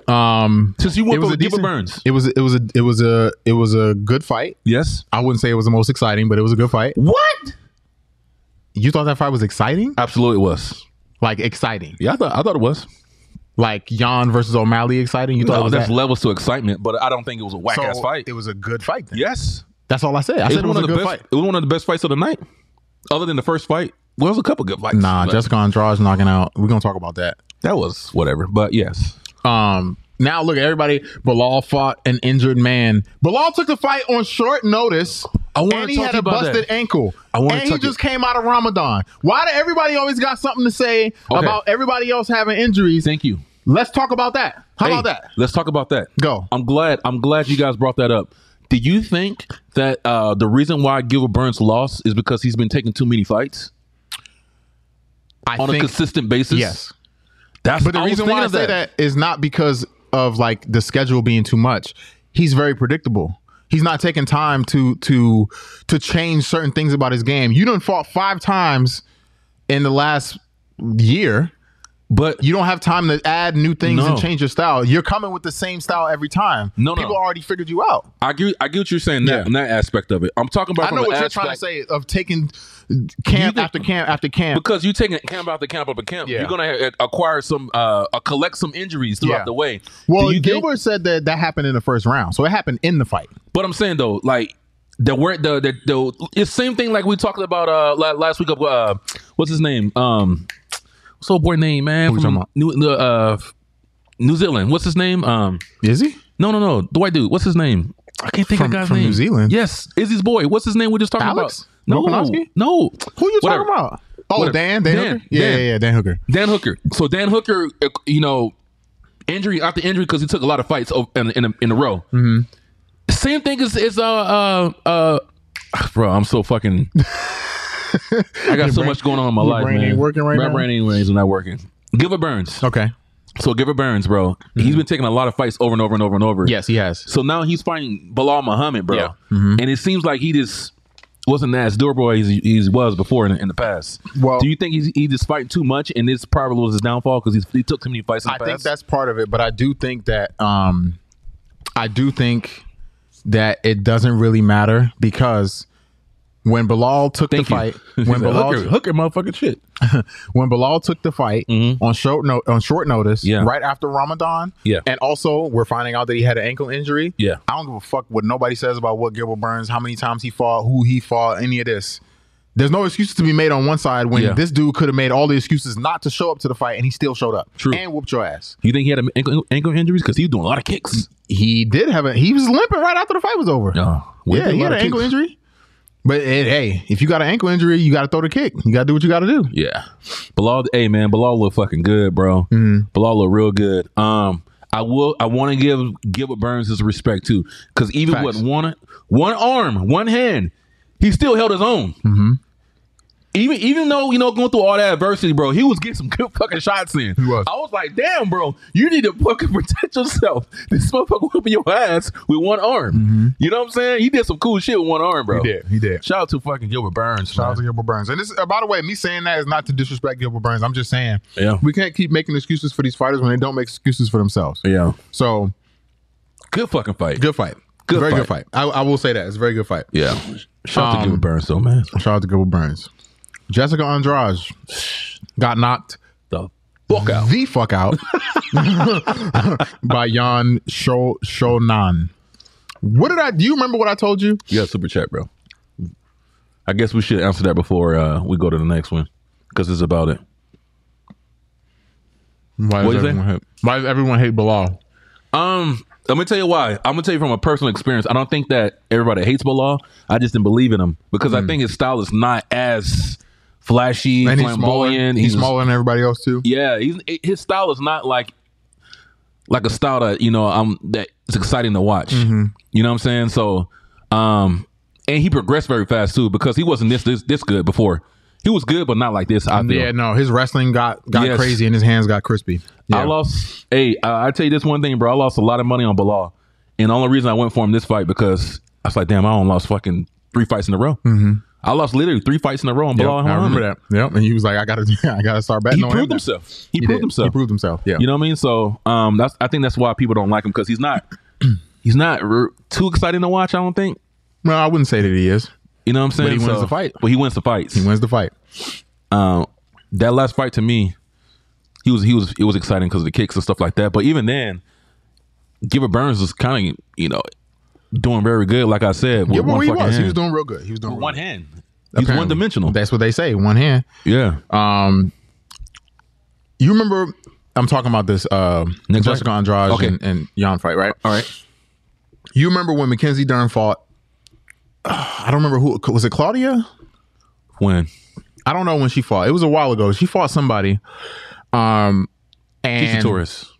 C: Um,
B: Since you
C: it
B: went
C: was
B: for
C: a
B: Gilbert
C: decent,
B: Burns.
C: It was it was a it was a it was a good fight.
B: Yes.
C: I wouldn't say it was the most exciting, but it was a good fight.
B: What?
C: You thought that fight was exciting?
B: Absolutely it was.
C: Like exciting?
B: Yeah, I thought I thought it was.
C: Like Jan versus O'Malley exciting? You thought it
B: No,
C: was
B: there's
C: that?
B: levels to excitement, but I don't think it was a whack ass
C: So,
B: fight.
C: It was a good fight. Then.
B: yes.
C: that's all I said. I
B: It
C: said it
B: was one
C: was a
B: of the
C: good
B: best.
C: fight.
B: It was one of the best fights of the night, other than the first fight. Well, there was a couple good fights.
C: Nah,
B: but
C: Jessica Andrade knocking out. We're gonna talk about that.
B: that was whatever. But yes,
C: Um, now look, everybody. Bilal fought an injured man. Bilal took the fight on short notice.
B: I wanna
C: and he
B: talk
C: had
B: to you
C: a
B: about
C: busted
B: that.
C: ankle.
B: I wanna
C: and he
B: talk to-
C: just came out of Ramadan. Why do everybody always got something to say
B: Okay.
C: about everybody else having injuries?
B: thank you.
C: Let's talk about that. How
B: Hey,
C: about that?
B: Let's talk about that.
C: Go.
B: I'm glad. I'm glad you guys brought that up. Do you think that uh, the reason why Gilbert Burns lost is because he's been taking too many fights
C: I
B: on a consistent basis?
C: yes.
B: that's
C: But the
B: I was
C: reason why
B: thinking
C: I
B: of
C: say that is not because of like the schedule being too much. He's very predictable. He's not taking time to to to change certain things about his game. You done fought five times in the last year.
B: but
C: You don't have time to add new things
B: No.
C: and change your style. You're coming with the same style every time.
B: No, no.
C: people already figured you out.
B: I get, I get what you're saying. That,
C: Yeah.
B: in that aspect of it. I'm talking about.
C: I
B: from
C: know
B: the
C: what you're
B: aspect-
C: trying to say of taking camp
B: think-
C: after camp after camp.
B: because you taking camp after camp after camp,
C: Yeah.
B: you're gonna uh, acquire some, uh, uh, collect some injuries throughout
C: Yeah.
B: the way.
C: Well,
B: Do you think-
C: Gilbert said that that happened in the first round, so it happened in the fight.
B: But I'm saying though, like the word the the, the it's same thing like we talked about uh la- last week of uh what's his name um what's old boy name man
C: Who we
B: from
C: talking about?
B: New the, uh New Zealand what's his name um
C: Is he?
B: no no no the white dude what's his name I can't think
C: From-
B: of the guy's
C: from
B: name
C: New Zealand?
B: yes Izzy's boy what's his name we just talking
C: Alex?
B: about no
C: Volkanovski?
B: no
C: Who you
B: Whatever.
C: talking about? Oh,
B: Whatever.
C: Dan, Dan,
B: Dan,
C: Hooker? Yeah,
B: Dan.
C: yeah, yeah, Dan Hooker.
B: Dan Hooker so Dan Hooker uh, you know injury after injury because he took a lot of fights o- in in a, in a row mm-hmm. same thing as is uh uh uh bro I'm so fucking I got so
C: brain-
B: much going on in my
C: your
B: life,
C: brain
B: man.
C: ain't working right
B: My
C: now?
B: brain ain't working, not working. Gilbert Burns.
C: Okay.
B: So Gilbert Burns, bro,
C: Mm-hmm.
B: he's been taking a lot of fights over and over and over and over.
C: Yes, he has.
B: So now he's fighting Bilal Muhammad, bro,
C: Yeah. Mm-hmm.
B: and it seems like he just wasn't as durable as he, he was before in, in the past.
C: Well-
B: do you think he's, he just fighting too much, and this probably was his downfall because he took too many fights? In the
C: I
B: past?
C: think that's part of it, but I do think that um I do think that it doesn't really matter because when Bilal took
B: Thank
C: the
B: you.
C: fight,
B: He
C: when
B: said,
C: Bilal,
B: hooker, hooker, motherfucking shit.
C: when Bilal took the fight on short no, on short notice,
B: Mm-hmm. Yeah.
C: right after Ramadan,
B: Yeah.
C: and also we're finding out that he had an ankle injury.
B: Yeah.
C: I don't give a fuck what nobody says about what Gilbert Burns, how many times he fought, who he fought, any of this. There's no excuses to be made on one side when
B: Yeah.
C: this dude could have made all the excuses not to show up to the fight, and he still showed up
B: True.
C: and whooped your ass.
B: You think he had an ankle, ankle injuries because he was doing a lot of kicks?
C: He did have a he was limping right after the fight was over.
B: No,
C: Oh. yeah, he had an ankle injury. But eh, hey, if you got an ankle injury, you got to throw the kick. You got to do what you got to do. Mm-hmm.
B: Yeah. Bilal, hey man, Bilal look fucking good, bro. Bilal look real good. Um, I will. I want to give Gilbert Burns his respect too, because even
C: Facts.
B: with one one arm, one hand, he still held his own. Mm-hmm. Even even though you know going through all that adversity, bro, he was getting some good fucking shots in.
C: He was.
B: I was like, damn, bro, you need to fucking protect yourself. This motherfucker whooping your ass with one arm. You know what I'm saying? He did some cool shit with one arm, bro.
C: Mm-hmm. He did. He did.
B: Shout out to fucking Gilbert Burns.
C: Shout out
B: man.
C: to Gilbert Burns. And this, uh, by the way, me saying that is not to disrespect Gilbert Burns. I'm just saying
B: Yeah.
C: we can't keep making excuses for these fighters when they don't make excuses for themselves.
B: yeah,
C: So
B: good fucking fight.
C: good fight.
B: Good
C: very
B: fight.
C: good fight. I, I will say that it's a very good fight.
B: Yeah, shout out to
C: Um,
B: Gilbert Burns, though, man.
C: Shout out to Gilbert Burns. Jessica Andrade got knocked
B: The fuck out.
C: the fuck out by Jan Sho- Shonan. What did I? Do you remember what I told you?
B: You got super chat, bro. I guess we should answer that before uh, we go to the next one because it's about it. What'd
C: Why does
B: you say?
C: everyone hate? Why does everyone hate Bilal?
B: Um, let me tell you why. I'm gonna tell you from a personal experience. I don't think that everybody hates Bilal. I just didn't believe in him because I think his style is not as flashy,
C: And he's smaller.
B: flamboyant.
C: He's, smaller than everybody else too.
B: Yeah, he's, his style is not like like a style that you know um that it's exciting to watch.
C: Mm-hmm.
B: You know what I'm saying? So, um, and he progressed very fast too because he wasn't this this this good before. He was good, but not like this. I feel.
C: Yeah, no, his wrestling got got
B: Yes.
C: crazy and his hands got crispy. Yeah.
B: I lost. Hey, I, I tell you this one thing, bro. I lost a lot of money on Bilal, and the only reason I went for him this fight because I was like, damn, I only lost fucking three fights in a row. Mm-hmm. I lost literally three fights in a row on
C: Yep,
B: Bilal.
C: I remember that. Yep, and he was like, "I gotta, I gotta start betting
B: He
C: on him."
B: proved
C: now.
B: himself. He,
C: He
B: proved
C: did.
B: himself.
C: He proved himself. Yeah,
B: You know what I mean? So, um, that's I think that's why people don't like him because he's not he's not r- too exciting to watch. I don't think.
C: no, I wouldn't say that he is.
B: You know what I'm saying?
C: he wins
B: So-
C: the fight.
B: But he wins the fights.
C: He wins the fight.
B: Um, that last fight to me, he was he was it was exciting because of the kicks and stuff like that. But even then, Gilbert Burns was kind of you know doing very good. Like I said, with
C: Yeah, but
B: one
C: he
B: fucking
C: was. He
B: hand.
C: was doing real good. He was doing
B: With
C: real
B: one
C: good.
B: hand. He's
C: Apparently.
B: one dimensional.
C: That's what they say. One hand.
B: Yeah,
C: Um, you remember? I'm talking about this uh,
B: Nick
C: Jessica
B: Wright?
C: Andrade
B: Okay.
C: and, and Jan fight, right?
B: all right.
C: You remember when Mackenzie Dern fought? I don't remember who was it. Claudia?
B: When
C: I don't know when she fought. It was a while ago. She fought somebody. Um,
B: Keisha
C: and
B: Torres,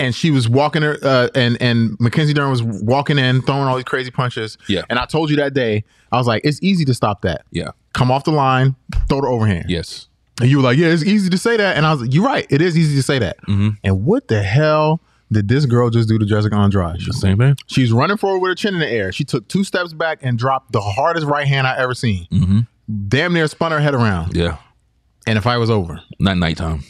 C: and she was walking her uh, and and Mackenzie Dern was walking in, throwing all these crazy punches.
B: Yeah.
C: And I told you that day, I was like, it's easy to stop that.
B: yeah,
C: Come off the line, throw the overhand.
B: yes,
C: And you were like, yeah, it's easy to say that. And I was like, you're right, it is easy to say that.
B: Mm-hmm.
C: And what the hell did this girl just do to Jessica Andrade?
B: same man.
C: She's running forward with her chin in the air. She took two steps back and dropped the hardest right hand I ever seen.
B: Mm-hmm.
C: Damn near spun her head around.
B: Yeah,
C: And the fight was over.
B: not nighttime.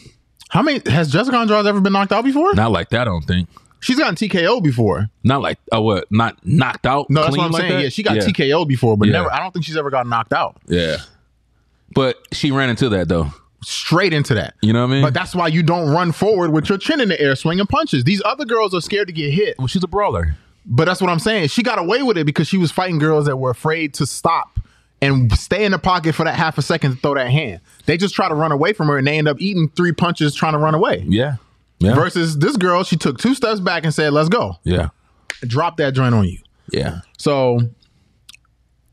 C: How many has Jessica Andrade ever been knocked out before?
B: Not like that. I don't think.
C: She's gotten TKO before.
B: Not like oh what? Not knocked out.
C: No, that's
B: clean
C: what I'm
B: like
C: saying.
B: that?
C: Yeah, she got
B: yeah.
C: TKO before, but
B: Yeah.
C: never. I don't think she's ever got knocked out.
B: Yeah, but she ran into that though.
C: Straight into that.
B: You know what I mean?
C: But that's why you don't run forward with your chin in the air swinging punches. These other girls are scared to get hit.
B: well, she's a brawler.
C: But that's what I'm saying. She got away with it because she was fighting girls that were afraid to stop and stay in the pocket for that half a second to throw that hand. They just try to run away from her and they end up eating three punches trying to run away.
B: Yeah, yeah,
C: Versus this girl, she took two steps back and said, "Let's go."
B: yeah,
C: Drop that joint on you.
B: yeah.
C: So,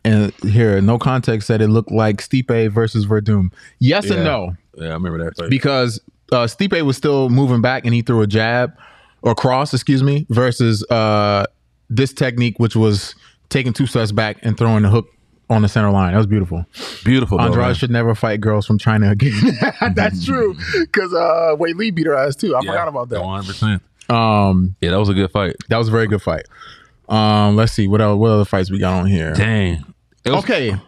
C: and here, no context said it looked like Stipe versus Verdum. Yes
B: Yeah.
C: and no,
B: Yeah, I remember that. Fight.
C: because uh, Stipe was still moving back and he threw a jab or cross, excuse me, versus uh, this technique, which was taking two steps back and throwing the hook on the center line. That was beautiful.
B: Beautiful. though,
C: Andrade
B: man.
C: should never fight girls from China again. uh, That's true, because uh, Wei Lee beat her ass too. I
B: Yeah,
C: forgot about that.
B: 100%.
C: Um,
B: Yeah, that was a good fight.
C: that was a very good fight. Um, let's see what else, what other fights we got on here.
B: Dang. It was-
C: Okay.
B: Can
C: I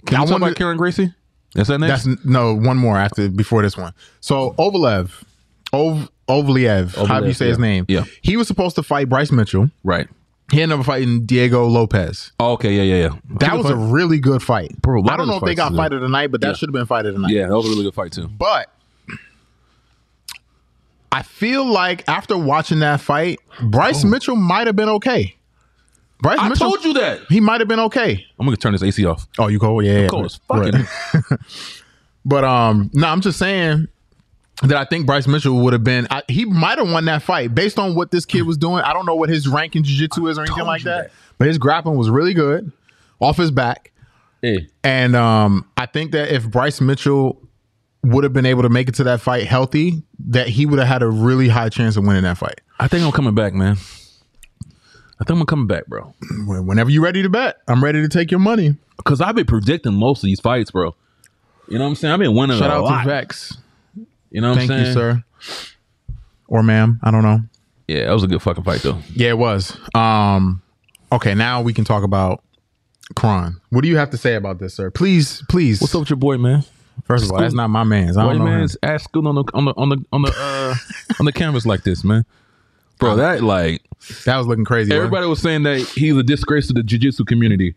B: we talk
C: wanted-
B: about Karen Gracie? Is that next?
C: That's no one more after before this one. So Ovalev, Ov Ovalev, however you
B: Ovalev,
C: say his
B: yeah.
C: name.
B: Yeah.
C: he was supposed to fight Bryce Mitchell.
B: right.
C: He ended up fighting Diego Lopez.
B: Oh, okay. Yeah. Yeah. Yeah.
C: That was a really good fight.
B: Bro, a lot
C: I don't
B: of
C: know
B: those
C: if they
B: fights
C: got
B: is-
C: fight of the night, but that should have been fight of the night.
B: yeah. That was a really good fight too.
C: But I feel like after watching that fight, Bryce Mitchell might have been okay. Bryce
B: Oh. I
C: Mitchell,
B: told you that.
C: he might have been okay.
B: I'm gonna turn this AC off.
C: Oh, you cold? Yeah, yeah.
B: Cold as
C: Right.
B: fucking.
C: But um, no, I'm just saying that I think Bryce Mitchell would have been. I, he might have won that fight based on what this kid was doing. I don't know what his rank in jiu-jitsu is or anything
B: told
C: like
B: you
C: that,
B: that.
C: But his grappling was really good off his back,
B: Hey.
C: and um, I think that if Bryce Mitchell would have been able to make it to that fight healthy, that he would have had a really high chance of winning that fight.
B: I think I'm coming back, man. I think I'm coming back, bro.
C: When- Whenever you're ready to bet, I'm ready to take your money.
B: Because I've been predicting most of these fights, bro. You know what I'm saying? I've been winning
C: Shout
B: a
C: out
B: lot.
C: to Vex.
B: you know what
C: Thank
B: I'm saying?
C: you, sir. Or ma'am. I don't know.
B: Yeah, that was a good fucking fight, though.
C: Yeah, it was. Um, okay, now we can talk about Kron. What do you have to say about this, sir? Please, please.
B: What's up with your boy, man?
C: First of all,
B: Scoot?
C: that's not my man's. I
B: Boy,
C: don't know
B: man,
C: him.
B: is ass scooting on the on the on the on the uh, on the canvas like this, man. Bro, that like
C: That was looking crazy. wasn't it?
B: everybody was saying that he's a disgrace to the jujitsu community.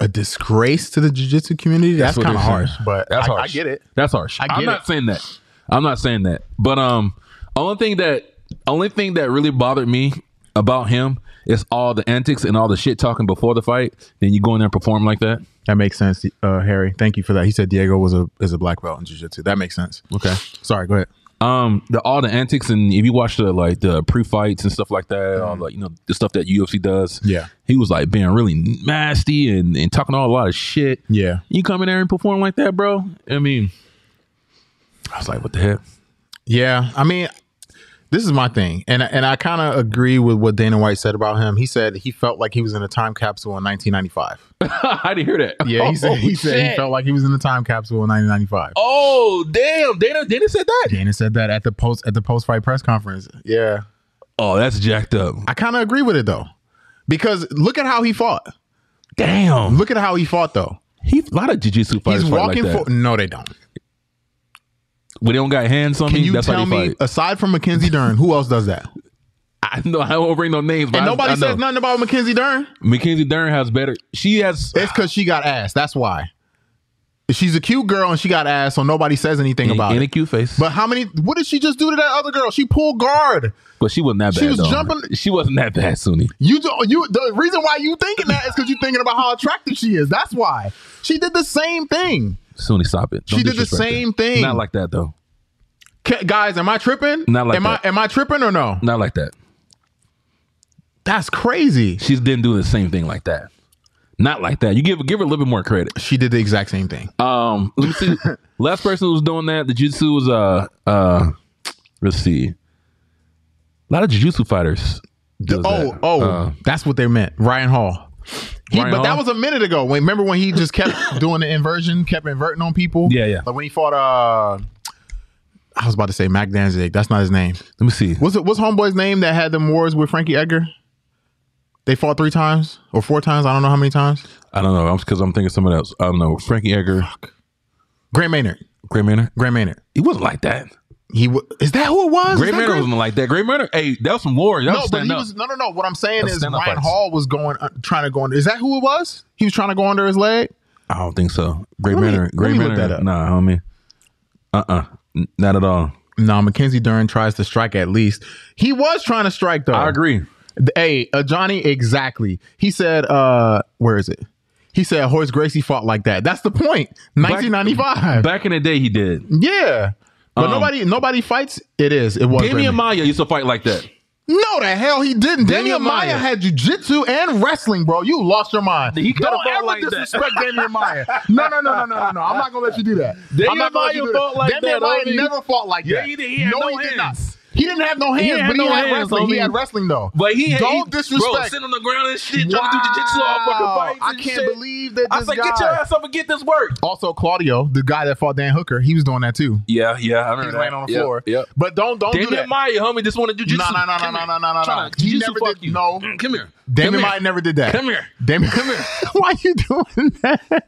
C: a disgrace to the jiu-jitsu community. That's,
B: what
C: kind of
B: they're saying.
C: harsh, but
B: That's
C: I,
B: harsh.
C: I get it.
B: That's harsh.
C: I get
B: I'm not
C: it.
B: saying that. I'm not saying that. But um, only thing that only thing that really bothered me about him is all the antics and all the shit talking before the fight. Then you go in there and perform like that.
C: That makes sense, uh, Harry. Thank you for that. He said Diego was a is a black belt in jiu-jitsu. That makes sense.
B: Okay.
C: Sorry, go ahead.
B: Um, the all the antics and if you watch the like the pre fights and stuff like that, all like you know the stuff that UFC does.
C: Yeah.
B: he was like being really nasty and and talking all a lot of shit.
C: Yeah.
B: You come in there and perform like that, bro. I mean, I was like, what the heck?
C: Yeah, I mean, this is my thing, and and I kind of agree with what Dana White said about him. He said he felt like he was in a time capsule in 1995.
B: I didn't hear that.
C: Yeah, he said he
B: Oh,
C: said he
B: shit.
C: felt like he was in a time capsule in 1995.
B: Oh damn, Dana Dana said that.
C: Dana said that at the post at the post fight press conference. Yeah,
B: Oh, that's jacked up.
C: I kind of agree with it though, because look at how he fought.
B: Damn,
C: Look at how he fought though.
B: he a lot of jujitsu fighters
C: He's
B: fight like
C: walking
B: that.
C: for no, they don't.
B: when they don't got hands on
C: Can
B: me,
C: you
B: that's how
C: tell
B: they
C: me,
B: fight.
C: aside from Mackenzie Dern, who else does that?
B: I know I won't bring no names, but
C: And
B: I-
C: nobody
B: I know.
C: says nothing about Mackenzie Dern.
B: Mackenzie Dern has better. She has
C: It's because she got ass. That's why. She's a cute girl and she got ass, so nobody says anything about
B: and
C: it.
B: a cute face,
C: But how many? What did she just do to that other girl? She pulled guard.
B: But she wasn't that bad.
C: She was
B: though.
C: jumping-
B: She wasn't that bad, Suni.
C: You do, you. The reason why you thinking that is because you're thinking about how attractive she is. That's why she did the same thing.
B: Suni, stop it. Don't
C: She did the
B: disrespect her.
C: same thing.
B: Not like that though.
C: Ca- guys, am I tripping?
B: Not like
C: am
B: that.
C: I am I tripping or no?
B: Not like that.
C: That's crazy.
B: She didn't do the same thing like that. Not like that. You give give her a little bit more credit.
C: She did the exact same thing.
B: Um, let me see. Last person who was doing that, the jujitsu was uh uh. Let's see. A lot of jujitsu fighters. does
C: Oh,
B: that.
C: oh,
B: Uh,
C: that's what they meant. Ryan Hall. He,
B: Ryan
C: but that
B: Hall?
C: was a minute ago. When, remember when he just kept doing the inversion, kept inverting on people?
B: Yeah, yeah.
C: Like when he fought, uh, I was about to say Mac Danzig. That's not his name.
B: let me see.
C: What's it, what's homeboy's name that had them wars with Frankie Edgar? They fought three times or four times. I don't know how many times.
B: I don't know. I'm because I'm thinking someone else. I don't know. Frankie Edgar,
C: Grant Maynard.
B: Gray Manor.
C: Grant Maynard.
B: He wasn't like that.
C: He wa- is that who it was?
B: Gray
C: Is that
B: Manor
C: Grant-
B: wasn't like that. Gray Manor. Hey, that was some war. That
C: No,
B: was
C: but
B: stand
C: he
B: up.
C: was no, no, no. What I'm saying
B: That's
C: is
B: stand-up
C: Ryan
B: fights.
C: Hall was going, uh, trying to go under. Is that who it was? He was trying to go under his leg.
B: I don't think so. Gray
C: Let me-
B: Manor.
C: let
B: Gray
C: me look
B: Manor.
C: that up.
B: Nah, homie. Uh uh Not at all.
C: No, Mackenzie Dern tries to strike at least. He was trying to strike though.
B: I agree.
C: Hey, uh, Johnny, exactly. He said, uh, where is it? He said Horace Gracie fought like that. That's the point. 1995.
B: Back in the day, he did.
C: yeah. But
B: Um,
C: nobody nobody fights. It is. It was.
B: Damian
C: Raymond.
B: Maya used to fight like that.
C: no, the hell he didn't. Damian,
B: Damian
C: Maya,
B: Maya.
C: had jujitsu and wrestling, bro. You lost your mind.
B: He could've
C: Don't
B: fought
C: ever
B: like that.
C: disrespect Damian Maya. No, no, no, no, no, no, no. I'm not gonna let you do that. I'm
B: Damian
C: not gonna let you
B: Maya
C: do that.
B: fought like
C: Damian
B: that,
C: Maya
B: homie.
C: never fought like
B: Yeah,
C: that.
B: he did. He had no
C: did not.
B: hands.
C: He didn't have no hands,
B: had
C: but he
B: no
C: had
B: hands,
C: wrestling. He
B: homie.
C: had wrestling though.
B: But he had-
C: don't
B: he- Bro,
C: disrespect.
B: sitting on the ground and shit, trying to do jiu-jitsu all fucking
C: Wow.
B: fights.
C: I
B: and
C: can't
B: shit.
C: believe that
B: I
C: this
B: said,
C: guy.
B: get your ass up and get this work.
C: also, Claudio, the guy that fought Dan Hooker, he was doing that too.
B: Yeah, yeah, I remember
C: He's
B: that.
C: laying on the
B: Yeah,
C: floor.
B: Yeah.
C: But don't don't do
B: Damian
C: that.
B: Maya, homie, just wanted jujitsu.
C: No, no, no, no,
B: Come
C: no,
B: here.
C: no, no, no,
B: Tryna
C: no. He
B: jujitsu
C: never
B: fuck
C: did-
B: you.
C: no.
B: Mm, Come here.
C: Damian
B: Come
C: Maya
B: here.
C: never did that.
B: Come here.
C: Damian, come here. Why you doing that?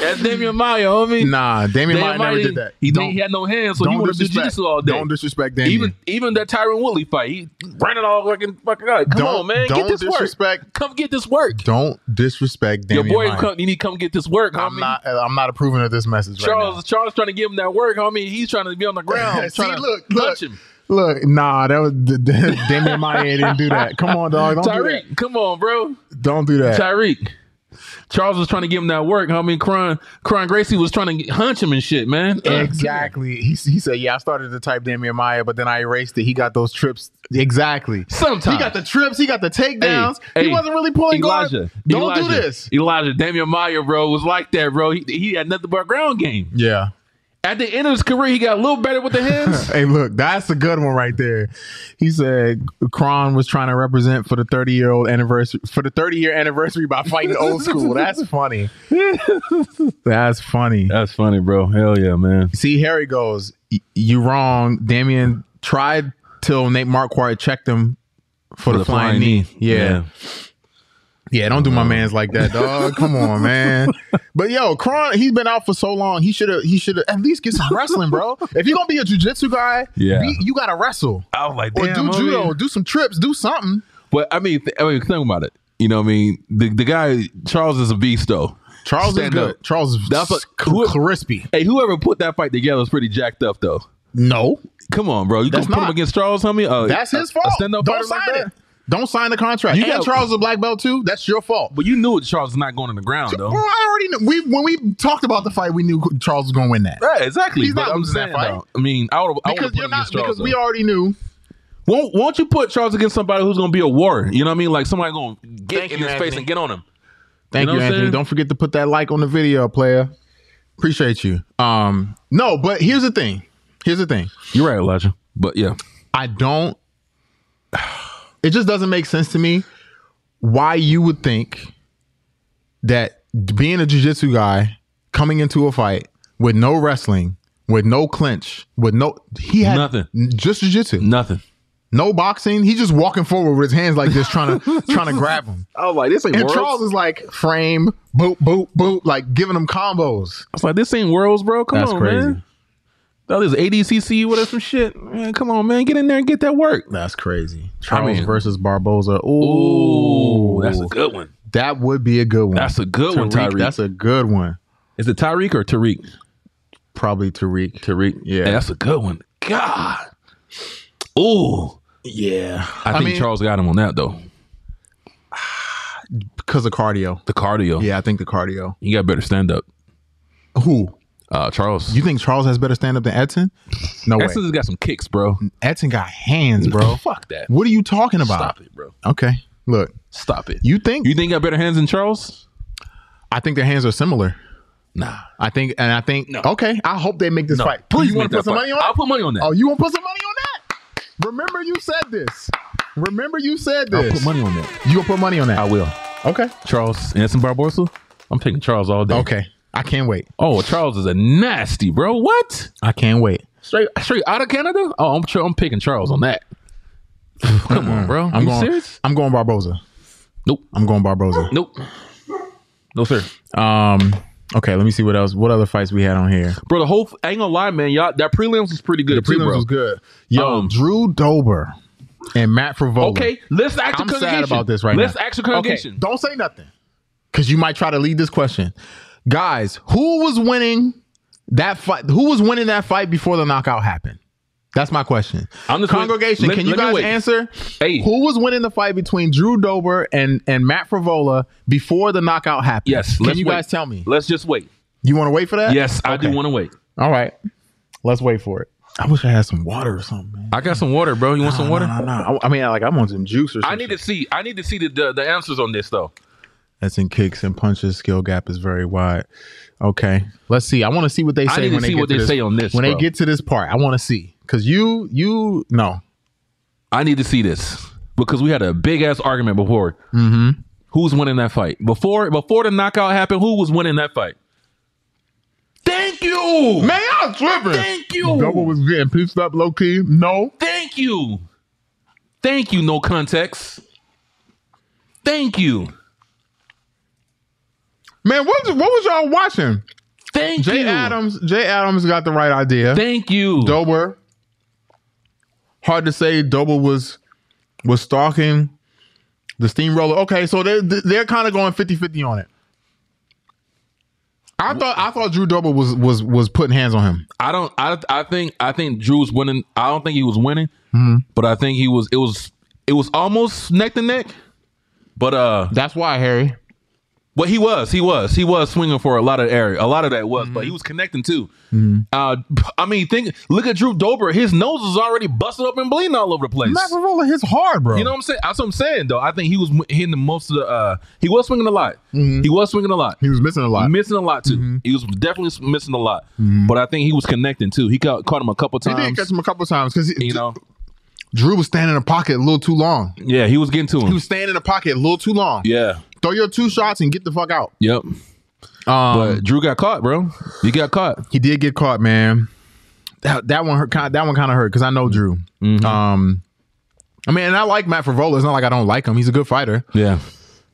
B: That's Damian Maya, homie.
C: Nah, Damian,
B: Damian
C: Maya never
B: Maya,
C: did that.
B: He,
C: don't,
B: he had no hands, so
C: don't
B: he wanted to do
C: disrespect.
B: jiu-jitsu all day.
C: Don't disrespect Damian.
B: Even even that Tyron Woodley fight, he ran it all fucking fucking out. Come
C: Don't-
B: on, man,
C: don't
B: get this
C: disrespect-
B: work. Come get this work.
C: don't disrespect
B: Your
C: Damian.
B: boy,
C: Maya.
B: come, you need to come get this work, homie.
C: I'm not. I'm not approving of this message
B: Charles,
C: right
B: Charles trying to give him that work, homie. He's trying to be on the ground.
C: See,
B: trying to
C: look,
B: touch
C: look.
B: him.
C: now. Look, nah, that was d- d- Damian Maya didn't do that. Come on, dog. Don't do that.
B: Tyreek, come on, bro.
C: Don't do that.
B: Tyreek. Charles was trying to give him that work, homie. Cron, Cron Gracie was trying to hunch him and shit, man.
C: Exactly. He, he said, "Yeah, I started to type Damian Maya, but then I erased it. He got those trips. Exactly.
B: Sometimes.
C: He got the trips. He got the takedowns.
B: Hey,
C: he
B: hey,
C: wasn't really pulling
B: Elijah,
C: guard. Don't do
B: Elijah,
C: this.
B: Elijah, Damian Maya, bro, was like that, bro. He, he had nothing but ground game.
C: Yeah.
B: At the end of his career, he got a little better with the hands.
C: Hey, look, that's a good one right there. He said Kron was trying to represent for the 30 year old anniversary for the 30 year anniversary by fighting old school. That's funny. That's funny.
B: That's funny, bro. Hell yeah, man.
C: See, Harry goes, "Y- you wrong. Damien tried till Nate Marquardt checked him for, the, flying, knee. yeah. Yeah, don't do my man's like that, dog. Come on, man. But yo, Kron, he's been out for so long. He should have. He should have at least get some wrestling, bro. If you're gonna be a jujitsu guy,
B: Yeah.
C: be- you gotta wrestle
B: I was like,
C: or
B: damn,
C: do
B: I mean-
C: judo, do some trips, do something.
B: But I mean, th- I mean, think about it. You know, what I mean, the the guy Charles is a beast, though.
C: Charles
B: Stand
C: is good.
B: up.
C: Charles is
B: That's
C: That's
B: a-
C: crispy.
B: Hey, whoever put that fight together is pretty jacked up, though.
C: No,
B: Come on, bro. You
C: That's
B: gonna put him
C: not-
B: against Charles, homie? Uh,
C: that's
B: a-
C: his fault.
B: A stand-up
C: Don't
B: fighter
C: sign
B: like that?
C: it. Don't sign the contract.
B: You
C: You and
B: got-
C: Charles is a black belt too. That's your fault.
B: But you knew Charles was not going on the ground,
C: Well,
B: though.
C: I already knew. We when we talked about the fight, we knew Charles was going to win that.
B: Right, exactly.
C: He's
B: But
C: not
B: I'm
C: losing that
B: saying,
C: fight.
B: though, I mean, I would have
C: Because
B: put him
C: you're not.
B: against Charles.
C: Because
B: though.
C: we already knew.
B: Won't, won't you put Charles against somebody who's going to be a warrior? You know what I mean? Like somebody going to get
C: Thank
B: in
C: you,
B: his face
C: Anthony.
B: and get on him.
C: Thank
B: know
C: you,
B: what I'm
C: Anthony.
B: saying?
C: Don't forget to put that like on the video, player. Appreciate you. Um, no, but here's the thing. Here's the thing.
B: You're right, Elijah. But yeah,
C: I don't. It just doesn't make sense to me why you would think that being a jujitsu guy coming into a fight with no wrestling, with no clinch, with no he had
B: Nothing.
C: just jujitsu,
B: nothing.
C: no boxing. He's just walking forward with his hands like this, trying to trying to grab him.
B: I was like, this ain't
C: And Charles is like frame, boop, boop, boop, like giving him combos.
B: I was like, this ain't worlds, bro. Come
C: That's
B: on,
C: crazy.
B: man. That is ADCC with us some shit. Man, come on, man. Get in there and get that work.
C: That's crazy. Charles
B: mean-
C: versus Barboza.
B: Ooh,
C: Ooh,
B: that's a good one.
C: that would be a good one.
B: That's a good one,
C: Tariq,
B: Tyreek.
C: That's a good one.
B: Is it Tyreek or Tariq?
C: Probably Tariq. Tariq. Yeah.
B: Hey, that's a good one. God. Ooh.
C: yeah.
B: I think
C: mean-
B: Charles got him on that, though.
C: Because of cardio.
B: The cardio.
C: Yeah, I think the cardio.
B: He got better stand up.
C: Who?
B: Uh, Charles.
C: You think Charles has better stand up than Edson? No way.
B: Essence has got some kicks, bro.
C: Edson got hands, bro.
B: Fuck that.
C: What are you talking about?
B: Stop it, bro.
C: Okay. Look,
B: Stop it.
C: you think,
B: You think he got better hands than Charles?
C: I think their hands are similar.
B: Nah.
C: I think, and I think, okay, I hope they make this fight.
B: Please
C: you want
B: make that
C: to put some
B: fight.
C: money on it?
B: I'll put money on that.
C: Oh, you want to put some money on that? Remember you said this. Remember you said
B: I'll
C: this.
B: put money on that.
C: You gonna put money on that?
B: I will.
C: okay.
B: Charles Anson Barbosa? I'm taking Charles all day.
C: Okay. I can't wait.
B: Oh, Charles is a nasty, bro. What?
C: I can't wait.
B: Straight straight out of Canada? Oh, I'm sure I'm picking Charles on that. Come on, bro.
C: I'm
B: you
C: going.
B: serious?
C: I'm going Barboza.
B: Nope.
C: I'm going Barboza.
B: Nope. No, sir.
C: Um. Okay. Let me see what else. What other fights we had on here?
B: Bro, the whole I ain't gonna lie, man. Y'all that prelims was pretty good.
C: The
B: too,
C: prelims
B: bro.
C: was good. Yo,
B: Um,
C: Drew Dober and Matt Frivola.
B: Okay, let's act
C: I'm
B: the
C: sad
B: congregation.
C: about this right
B: let's
C: now.
B: act the
C: Okay.
B: congregation.
C: Don't say nothing, because you might try to lead this question. Guys, who was winning that fight? Who was winning that fight before the knockout happened? That's my question.
B: I'm just-
C: Congregation,
B: let-
C: can you
B: let me
C: guys
B: wait.
C: answer?
B: Hey.
C: Who was winning the fight between Drew Dober and and Matt Frivola before the knockout happened?
B: Yes,
C: Can
B: let's
C: you
B: wait.
C: guys tell me?
B: Let's just wait.
C: You want to wait for that?
B: Yes, I do
C: Okay.
B: want to wait.
C: All right. Let's wait for it. I wish I had some water or something, man.
B: I got some water, bro. You want some water?
C: No, no, no. I, I mean, like I want some juice or something.
B: I need to see. I need to see the, the the answers on this though.
C: That's in kicks and punches. Skill gap is very wide. Okay, let's see. I want to see what they
B: I
C: say
B: need to
C: when they
B: see
C: get
B: what
C: to
B: they
C: this.
B: say on this.
C: when
B: bro.
C: they get to this part. I want to see because you, you no.
B: I need to see this because we had a big ass argument before. Mm-hmm. Who's winning that fight before before the knockout happened? Who was winning that fight? Thank you,
C: Man, I'm tripping.
B: Thank you.
C: Double was getting pieced up low key. No,
B: Thank you, thank you. No context. Thank you,
C: man. What was, what was y'all watching?
B: thank
C: Jay
B: you,
C: Adams. Jay Adams got the right idea.
B: Thank you.
C: Dober. Hard to say. Dober was was stalking the steamroller. Okay, so they're they're kind of going 50-50 on it. I thought I thought Drew Dober was was was putting hands on him.
B: I don't. I I think I think Drew was winning. I don't think he was winning,
C: Mm-hmm.
B: but I think he was. It was. It was almost neck to neck, but uh,
C: That's why Harry.
B: Well, he was, he was, he was swinging for a lot of area. A lot of that was,
C: Mm-hmm.
B: but he was connecting too. Uh, I mean, think, look at Drew Dober. His nose is already busted up and bleeding all over the place.
C: Matt Rivola hits hard, bro.
B: You know what I'm saying? That's what I'm saying, though. I think he was m- hitting the most of the. Uh, he was swinging a lot. He was swinging a lot.
C: Mm-hmm. he was missing a lot. Mm-hmm.
B: Missing a lot too. He was definitely s- missing a lot, but I think he was connecting too. He caught, caught him a couple
C: He did
B: times.
C: catch him a couple times because
B: um, you know,
C: Drew was standing in the pocket a little too long.
B: yeah, he was getting to him.
C: He was standing in the pocket a little too long.
B: yeah,
C: Throw your two shots and get the fuck out.
B: yep.
C: Um,
B: But Drew got caught, bro. He got caught.
C: he did get caught, man. That, that one hurt. Kind that one kind of hurt because I know
B: Mm-hmm.
C: Drew. Um, I mean, and I like Matt Favola. It's not like I don't like him. He's a good fighter.
B: Yeah,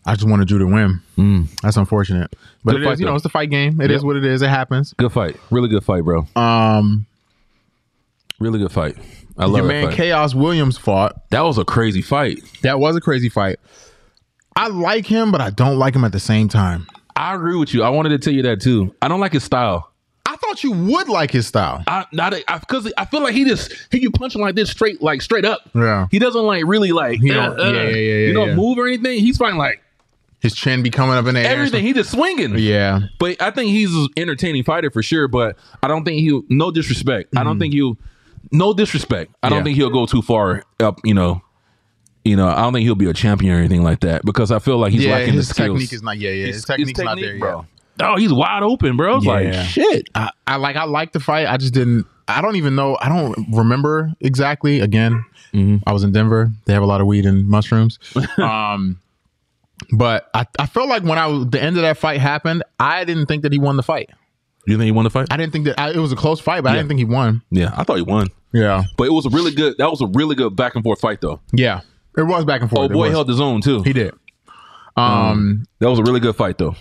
C: I just wanted Drew to win.
B: Mm.
C: That's unfortunate, but
B: Good
C: it
B: fight,
C: is, you know
B: though.
C: it's the fight game. It is
B: Yep.
C: what it is. It happens.
B: good fight. Really good fight, bro.
C: Um,
B: Really good fight. I love
C: your
B: that
C: man
B: fight.
C: Chaos Williams fought.
B: that was a crazy fight.
C: That was a crazy fight. I like him, but I don't like him at the same time.
B: I agree with you. I wanted to tell you that too. I don't like his style.
C: I thought you would like his style.
B: I not because I, feel like he just he you punch him like this straight like straight up.
C: Yeah.
B: He doesn't like really like
C: He
B: uh,
C: don't-
B: uh,
C: yeah, yeah, yeah, yeah,
B: you don't
C: yeah.
B: move or anything. He's fighting like
C: His chin be coming up in the air. and
B: everything. He just swinging.
C: stuff. Yeah.
B: But I think he's an entertaining fighter for sure. But I don't think he'll no disrespect. I don't think he'll no disrespect. I
C: Mm-hmm. Yeah.
B: don't think he'll go too far up. You know, you know. I don't think he'll be a champion or anything like that because I feel like he's
C: Yeah.
B: lacking the
C: His
B: skills.
C: technique is not. Yeah. Yeah. His, technique's not there
B: bro.
C: yet.
B: Oh, he's wide open, bro. It's Like
C: Yeah.
B: shit.
C: I, I like. I like the fight. I just didn't. I don't even know. I don't remember exactly. Again,
B: Mm-hmm.
C: I was in Denver. They have a lot of weed and mushrooms. um, but I, I felt like when I was- the end of that fight happened, I didn't think that he won the fight.
B: You think he won the fight?
C: I didn't think that I, it was a close fight, but I
B: Yeah.
C: didn't think he won.
B: yeah, I thought he won.
C: Yeah.
B: But it was a really good. That was a really good back and forth fight, though.
C: Yeah. It was back and forth.
B: Oh
C: It
B: boy,
C: was.
B: held his own too.
C: he did. Um.
B: That was a really good fight, though.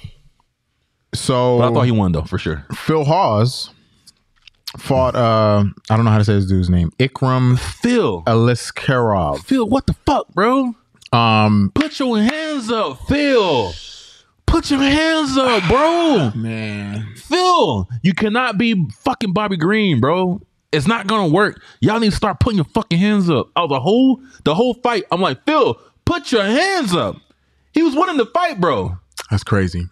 C: So
B: Mm. But I thought he won, though, for sure.
C: Phil Hawes fought. Uh, I don't know how to say this dude's name. Ikram
B: Phil,
C: Aliskerov.
B: Phil, what the fuck, bro?
C: Um,
B: Put your hands up, Phil. Put your hands up, bro.
C: man,
B: Phil, you cannot be fucking Bobby Green, bro. It's not gonna work. Y'all need to start putting your fucking hands up. Oh, the whole the whole fight, I'm like, Phil, put your hands up. He was winning the fight, bro.
C: that's crazy.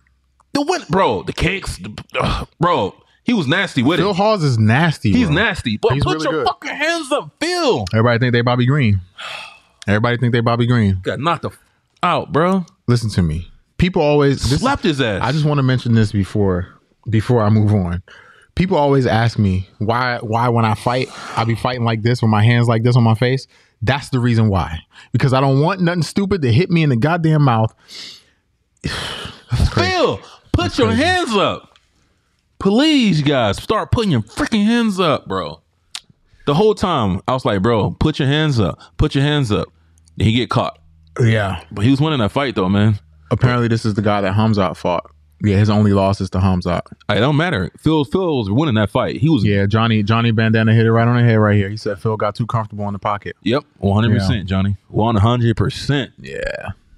B: The win, bro. The kicks, the, ugh, bro. He was nasty with
C: Phil
B: it.
C: Hawes is nasty.
B: He's
C: bro.
B: nasty. But
C: He's
B: put
C: really
B: your
C: good.
B: fucking hands up, Phil.
C: Everybody think they Bobby Green. Everybody think they Bobby Green.
B: Got knocked the f- out, bro.
C: Listen to me. People always this-
B: Slapped his ass.
C: I just want to mention this before before I move on. People always ask me why why when I fight I be fighting like this with my hands like this on my face. That's the reason why because I don't want nothing stupid to hit me in the goddamn mouth.
B: Phil, put your hands up. Please, guys, start putting your freaking hands up, bro. The whole time, I was like, bro, put your hands up. Put your hands up. Then he get caught.
C: Yeah.
B: But he was winning that fight, though, man.
C: Apparently, this is the guy that Hamzat fought. Yeah, his only loss is to Hamzat.
B: It don't matter. Phil Phil was winning that fight. He was,
C: Yeah, Johnny Johnny Bandana hit it right on the head right here. He said Phil got too comfortable in the pocket.
B: yep, 100%, Johnny. 100%.
C: Yeah.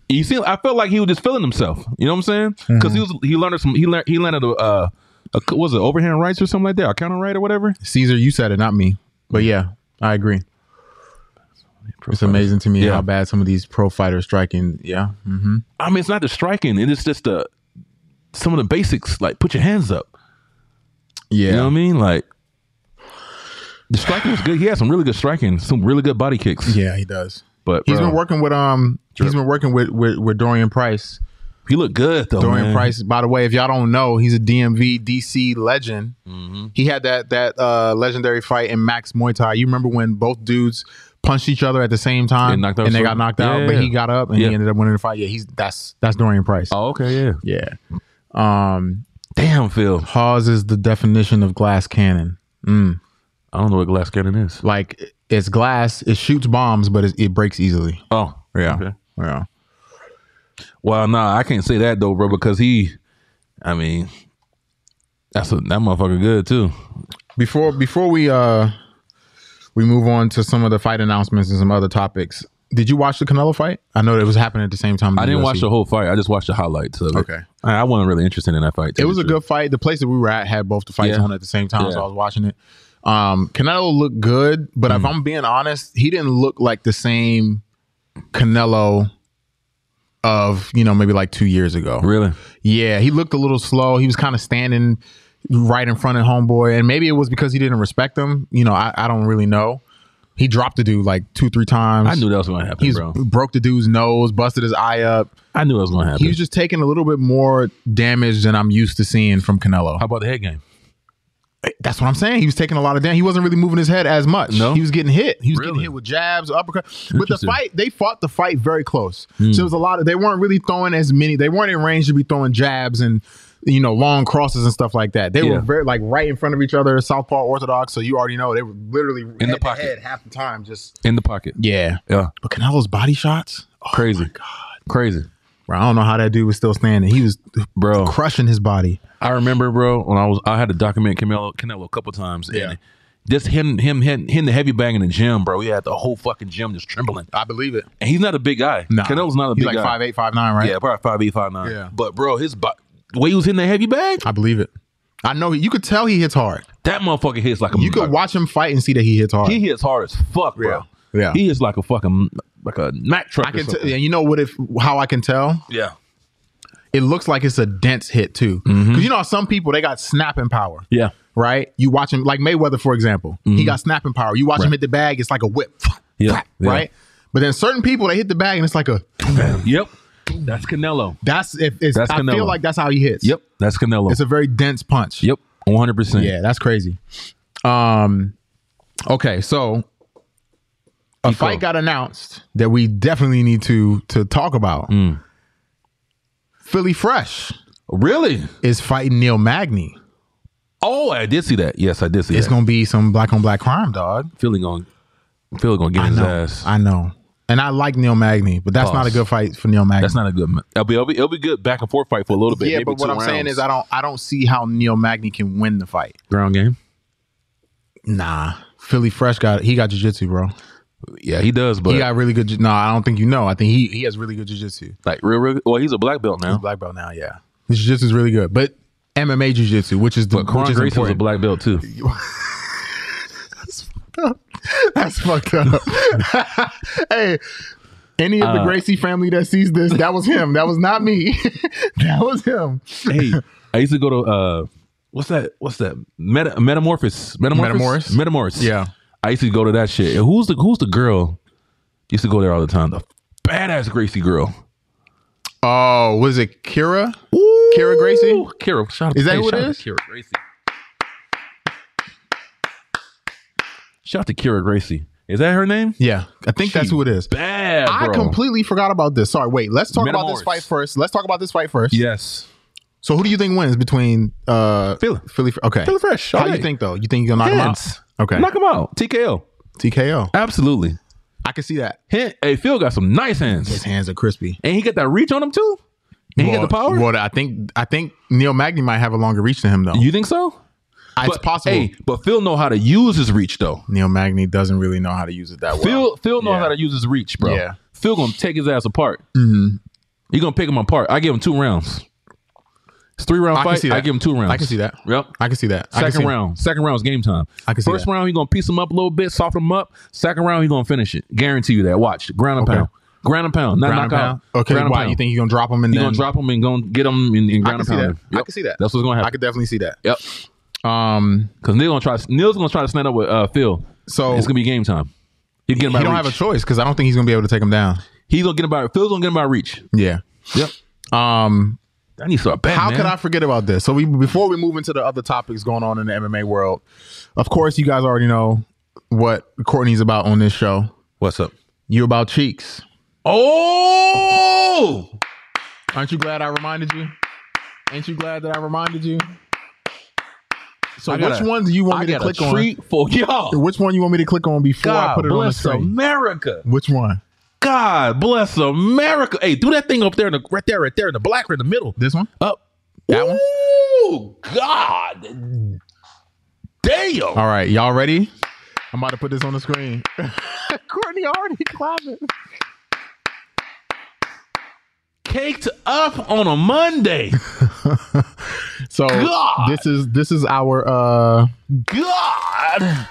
B: You see, I felt like he was just feeling himself. You know what I'm saying? Because he was, he learned some, he learned, he learned a, uh, a, what was it, overhand rights or something like that, or counter right or whatever?
C: Caesar, you said it, not me. But
B: Mm-hmm.
C: yeah, I agree. It's amazing to me
B: Yeah.
C: how bad some of these pro fighters striking. Yeah. hmm
B: I mean, it's not the striking. It is just the some of the basics. Like, put your hands up.
C: Yeah.
B: You know what I mean? Like, the striking was good. He had some really good striking, some really good body kicks.
C: Yeah, he does.
B: but
C: He's
B: bro,
C: been working with um he's been working with with, with Dorian Price.
B: He looked good though.
C: Dorian
B: Oh, man.
C: Price, by the way, if y'all don't know, he's a DMV DC legend.
B: Mm-hmm.
C: He had that that uh legendary fight in Max Muay Thai. You remember when both dudes punched each other at the same time
B: They knocked out
C: and they got
B: some-
C: knocked out,
B: Yeah,
C: but
B: yeah.
C: he got up and
B: Yeah.
C: he ended up winning the fight. Yeah, he's that's that's Dorian Price.
B: Oh, okay, yeah.
C: Yeah. Um
B: Damn, Phil.
C: Hawes is the definition of glass cannon.
B: I don't know what glass cannon is.
C: Like it's glass, it shoots bombs, but it, it breaks easily.
B: Oh,
C: Yeah.
B: Okay.
C: Yeah.
B: Well, nah, I can't say that though, bro, because he. I mean, that's a, that motherfucker good too.
C: before before we uh we move on to some of the fight announcements and some other topics. Did you watch the Canelo fight? I know that it was happening at the same time.
B: I didn't watch the whole fight. I just watched the highlights of it.
C: Okay.
B: I, I wasn't really interested in that fight. to be
C: It was a
B: true.
C: good fight. The place that we were at had both the fights
B: Yeah.
C: on at the same time, so
B: Yeah.
C: I was watching it. Um, Canelo looked good, but
B: Mm.
C: if I'm being honest, he didn't look like the same Canelo of you know maybe like two years ago.
B: Really?
C: Yeah, he looked a little slow. He was kind of standing right in front of homeboy, and maybe it was because he didn't respect him. You know, I, I don't really know. He dropped the dude like two, three times.
B: I knew that was going to happen,
C: he was,
B: bro.
C: broke the dude's nose, busted his eye up.
B: I knew that was going to happen.
C: He was just taking a little bit more damage than I'm used to seeing from Canelo.
B: How about the head game?
C: That's what I'm saying. He was taking a lot of damage. He wasn't really moving his head as much.
B: No?
C: he was getting hit. He was
B: Really?
C: getting hit with jabs, uppercuts. But the
B: Interesting. Hmm.
C: fight, they fought the fight very close. So it was a lot of. They weren't really throwing as many. They weren't in range to be throwing jabs and you know long crosses and stuff like that. They
B: Yeah.
C: were very like right in front of each other. Southpaw orthodox. So you already know they were literally in
B: the pocket.
C: half the time. Just
B: In the pocket.
C: yeah.
B: Yeah.
C: But Canelo's body shots. Oh,
B: Crazy. Crazy.
C: bro, I don't know how that dude was still standing. He was
B: Bro.
C: crushing his body.
B: I remember, bro, when I was I had to document Canelo, Canelo a couple times.
C: Yeah.
B: And just him, him, him, him, the heavy bang in the gym, bro. We had the whole fucking gym just trembling.
C: I believe it.
B: And he's not a big guy.
C: No,
B: Canelo's not a big
C: He's like
B: guy.
C: five eight, five nine, right?
B: Yeah, probably five eight, five nine.
C: Yeah.
B: But bro, his bo- the way he was in the heavy bag,
C: I believe it. I know he, you could tell he hits hard.
B: that motherfucker hits like a
C: You could
B: like-
C: watch him fight and see that he hits hard.
B: He hits hard as fuck, bro.
C: Yeah. Yeah.
B: He is like a fucking like a Mack truck.
C: I
B: or
C: can tell,
B: something.
C: and you know what? If how I can tell,
B: yeah.
C: it looks like it's a dense hit too. Because you know how some people they got snapping power,
B: Yeah.
C: right? You watch him like Mayweather, for example. He got snapping power. You watch him hit the bag, it's like a whip,
B: Yeah. Yeah.
C: right? But then certain people they hit the bag and it's like a
B: Yep. That's Canelo.
C: that's if it's,
B: That's
C: I
B: Canelo.
C: feel like that's how he hits.
B: Yep. That's Canelo.
C: it's a very dense punch.
B: yep. One hundred percent.
C: Yeah, that's crazy. Um, okay, so a fight got announced that we definitely need to to talk about.
B: Hmm.
C: Philly Fresh
B: Really?
C: is fighting Neil Magny.
B: Oh, I did see that. Yes, I did see
C: It's
B: that.
C: gonna be some black on black crime, dog.
B: Philly going. Philly going to get
C: I
B: his
C: know,
B: ass.
C: I know, and I like Neil Magny, but that's not a
B: Pause.
C: good fight for Neil Magny.
B: That's not a good. ma- It'll be, it'll be it'll be good back and forth fight for a little bit.
C: yeah,
B: maybe
C: but what
B: two
C: I'm saying
B: rounds.
C: is, I don't, I don't see how Neil Magny can win the fight.
B: ground game.
C: Nah, Philly Fresh got he got jujitsu, bro.
B: Yeah, he does, but
C: he got really good. ju- No, I don't think you know. I think he he has really good jujitsu.
B: like real, real. Well, he's a black belt now.
C: black belt now. Yeah, his jiu-jitsu is really good, but MMA jiu-jitsu, which is the
B: But Kron
C: which is
B: Gracie was a
C: important.
B: black belt too.
C: That's fucked up. hey, any
B: Uh,
C: of the Gracie family that sees this, that was him. That was not me. that was him.
B: hey, I used to go to uh, what's that? What's that? Meta, Metamorphosis. Metamorphosis.
C: Metamorphosis?
B: Metamorphosis.
C: Yeah.
B: I used to go to that shit. And who's the Who's the girl? Used to go there all the time. The badass Gracie girl.
C: Oh, was it Kira? Kira Gracie?
B: Ooh, Kira. Shout out,
C: Is that
B: hey,
C: who it
B: shout out
C: is?
B: to Kira Gracie. Shout out to Kira Gracie. Is that her name?
C: Yeah, I think that's
B: She
C: who it is.
B: Bad.
C: I
B: bro.
C: completely forgot about this. Sorry, wait. Let's talk about this
B: Metamorphs.
C: fight first. Let's talk about this fight first.
B: Yes.
C: So, who do you think wins between uh
B: Philly.
C: Philly? Okay.
B: Philly Fresh.
C: How
B: all
C: do
B: day.
C: you think though? You think you'll knock
B: Hands.
C: him out? Okay.
B: Knock him out. TKO.
C: TKO.
B: Absolutely.
C: I can see that.
B: Hit. Hey, Phil got some nice hands.
C: His hands are crispy.
B: And he got that reach on him too. And he got the power.
C: Well, I think I think Neil Magny might have a longer reach than him though.
B: You think so?
C: it's
B: But,
C: possible.
B: Hey, but Phil know how to use his reach though.
C: Neil Magny doesn't really know how to use it that well.
B: Phil Phil knows
C: Yeah.
B: how to use his reach, bro.
C: Yeah. Mm-hmm.
B: Phil gonna take his ass apart. He gonna pick him apart. I give him two rounds. It's three round
C: I can
B: fight.
C: see
B: I
C: that.
B: give him two rounds.
C: I can see that.
B: Yep.
C: I can see that. I can
B: Second
C: see-
B: round. Second round is game time.
C: I can see
B: First
C: that.
B: round, he gonna piece him up a little bit, soften him up. Second round, he gonna finish it. Guarantee you that. Watch. Ground and
C: Okay.
B: pound. Ground and pound. Not
C: Ground and
B: knockout.
C: pound. Okay,
B: Ground and
C: why
B: pound.
C: you think you're gonna drop him and
B: you
C: then
B: gonna drop him and gonna get him in, in ground
C: I can
B: and
C: see
B: pound?
C: that.
B: him?
C: I
B: Yep.
C: can see that.
B: That's what's gonna
C: I
B: happen.
C: could definitely see that.
B: yep.
C: Um,
B: Because Neil gonna try. Neil's gonna try to stand up with uh, Phil.
C: so
B: It's gonna be game time. He's getting
C: he
B: by
C: don't
B: reach.
C: have a choice because I don't think he's gonna be able to take him down.
B: He's gonna get him by. Phil's gonna get him by reach.
C: Yeah.
B: Yep.
C: Um,
B: I need to start betting.
C: how
B: man.
C: could I forget about this? So we before we move into the other topics going on in the MMA world, of course you guys already know what Courtney's about on this show.
B: What's up?
C: You about cheeks?
B: Oh,
C: Aren't you glad I reminded you? Ain't you glad that I reminded you? So
B: I
C: which
B: got a-
C: one do you
B: I
C: want me to
B: got a
C: click on?
B: treat for y'all.
C: Which one you want me to click on before I
B: God
C: put it on the
B: bless
C: screen?
B: America.
C: Which one?
B: God bless America. Hey, do that thing up there in the right there, right there in the black, right in the middle.
C: This one?
B: Up
C: That one?
B: Ooh, God, damn.
C: All right, y'all ready? I'm about to put this on the screen. Courtney already clapping.
B: Caked up on a Monday.
C: So
B: God.
C: this is this is our uh
B: God.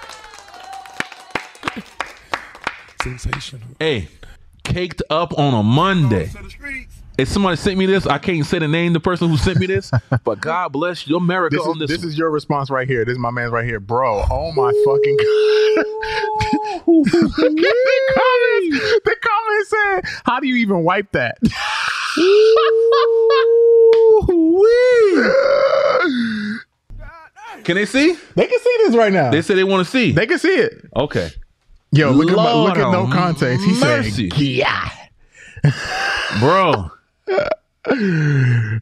B: Sensational. Hey, caked up on a Monday.
D: the streets.
B: If somebody sent me this, I can't say the name of the person who sent me this. But God bless your America
C: This,
B: on
C: is,
B: this.
C: this is your response right here. This is my man's right here, bro. Oh my fucking god! the comments, the comments said, "How do you even wipe that?"
B: one. Can they see?
C: they can see this right now.
B: They said they want to see.
C: they can see it.
B: okay.
C: Yo, look at my,
B: Lord
C: look at no
B: have
C: context. He
B: mercy.
C: said, "Yeah."
B: Bro,
C: Uh,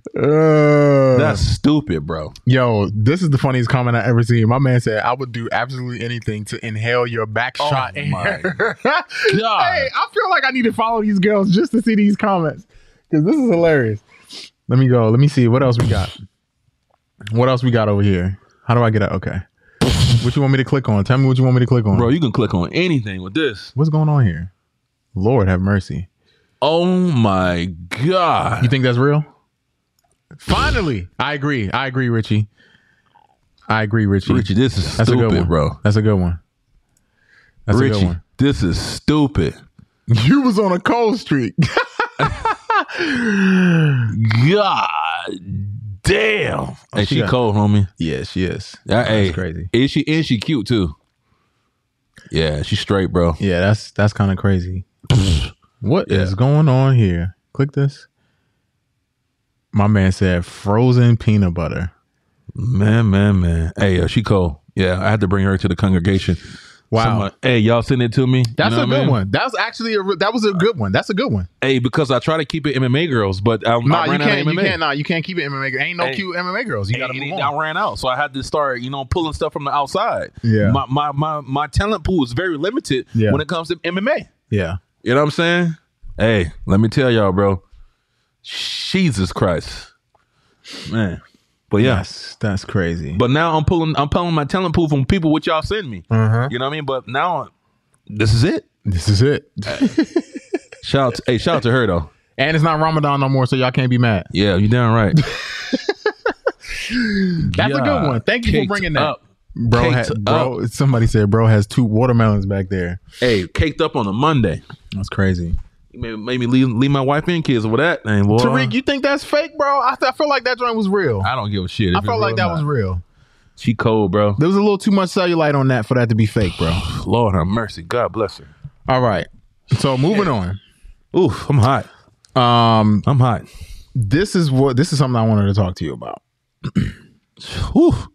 B: that's stupid, bro.
C: Yo, this is the funniest comment I ever seen. My man said, "I would do absolutely anything to inhale your back shot." air."
B: Oh my God.
C: hey, I feel like I need to follow these girls just to see these comments because this is hilarious. Let me go. Let me see what else we got. What else we got over here? How do I get out? Okay, what you want me to click on? Tell me what you want me to click on,
B: Bro, you can click on anything with this.
C: What's going on here? Lord have mercy.
B: Oh my
C: You
B: God.
C: think that's real? Finally, I agree. I agree, Richie. I agree, Richie.
B: Richie, this is
C: That's a good
B: stupid,
C: one,
B: bro.
C: That's a good one. That's a good
B: Richie,
C: one.
B: this is stupid.
C: You was on a cold streak.
B: God damn. And
C: she
B: she
C: got-
B: cold, homie.
C: yeah, she is.
B: That, hey,
C: crazy.
B: And she and she cute too. Yeah, she's straight, bro.
C: Yeah, that's that's kind of crazy. What is
B: Yeah.
C: going on here? Click this. My man said frozen peanut butter.
B: Man, man, man. Hey, yo, she cold. Yeah, I had to bring her to the congregation.
C: Wow.
B: Someone- hey, y'all send it to me. You
C: That's
B: know what
C: a
B: I
C: good
B: mean?
C: one. That was actually a re- that was a good one. That's a good one.
B: Hey, because I try to keep it MMA girls, but I,
C: No,
B: I
C: you
B: ran out of
C: can't.
B: MMA.
C: You can't. Nah, you can't keep it MMA. Ain't no
B: Hey.
C: cute MMA girls. You got to
B: And
C: move
B: it-
C: on.
B: I ran out, so I had to start, you know, pulling stuff from the outside.
C: Yeah.
B: my my my, my talent pool is very limited
C: Yeah.
B: when it comes to MMA.
C: Yeah.
B: You know what I'm saying? Hey, let me tell y'all, bro. Jesus Christ, man. But yeah,
C: Yes, that's crazy.
B: but now I'm pulling I'm pulling my talent pool from people which y'all send me.
C: uh-huh.
B: You know what I mean? But now this is it.
C: this is it.
B: Shout out to, hey, shout out to her though.
C: and it's not Ramadan no more, so y'all can't be mad.
B: Yeah, you down right.
C: That's a good one. Thank you for
B: Caked
C: bringing that.
B: up.
C: Bro,
B: Caked
C: ha- bro. Somebody said bro has two watermelons back there.
B: Hey, caked up on a Monday.
C: That's crazy.
B: You made, made me leave, leave my wife and kids with that. And boy,
C: Tariq, you think that's fake, bro? I, th- I feel like that joint was real. I,
B: I don't give a shit. If it's
C: felt like
B: real
C: that
B: or
C: was
B: not.
C: real.
B: She cold, bro.
C: There was a little too much cellulite on that for that to be fake, bro.
B: Lord have mercy. God bless her.
C: All right. So moving on.
B: Oof, I'm hot.
C: Um,
B: I'm hot.
C: this is what this is something I wanted to talk to you about.
B: Oof.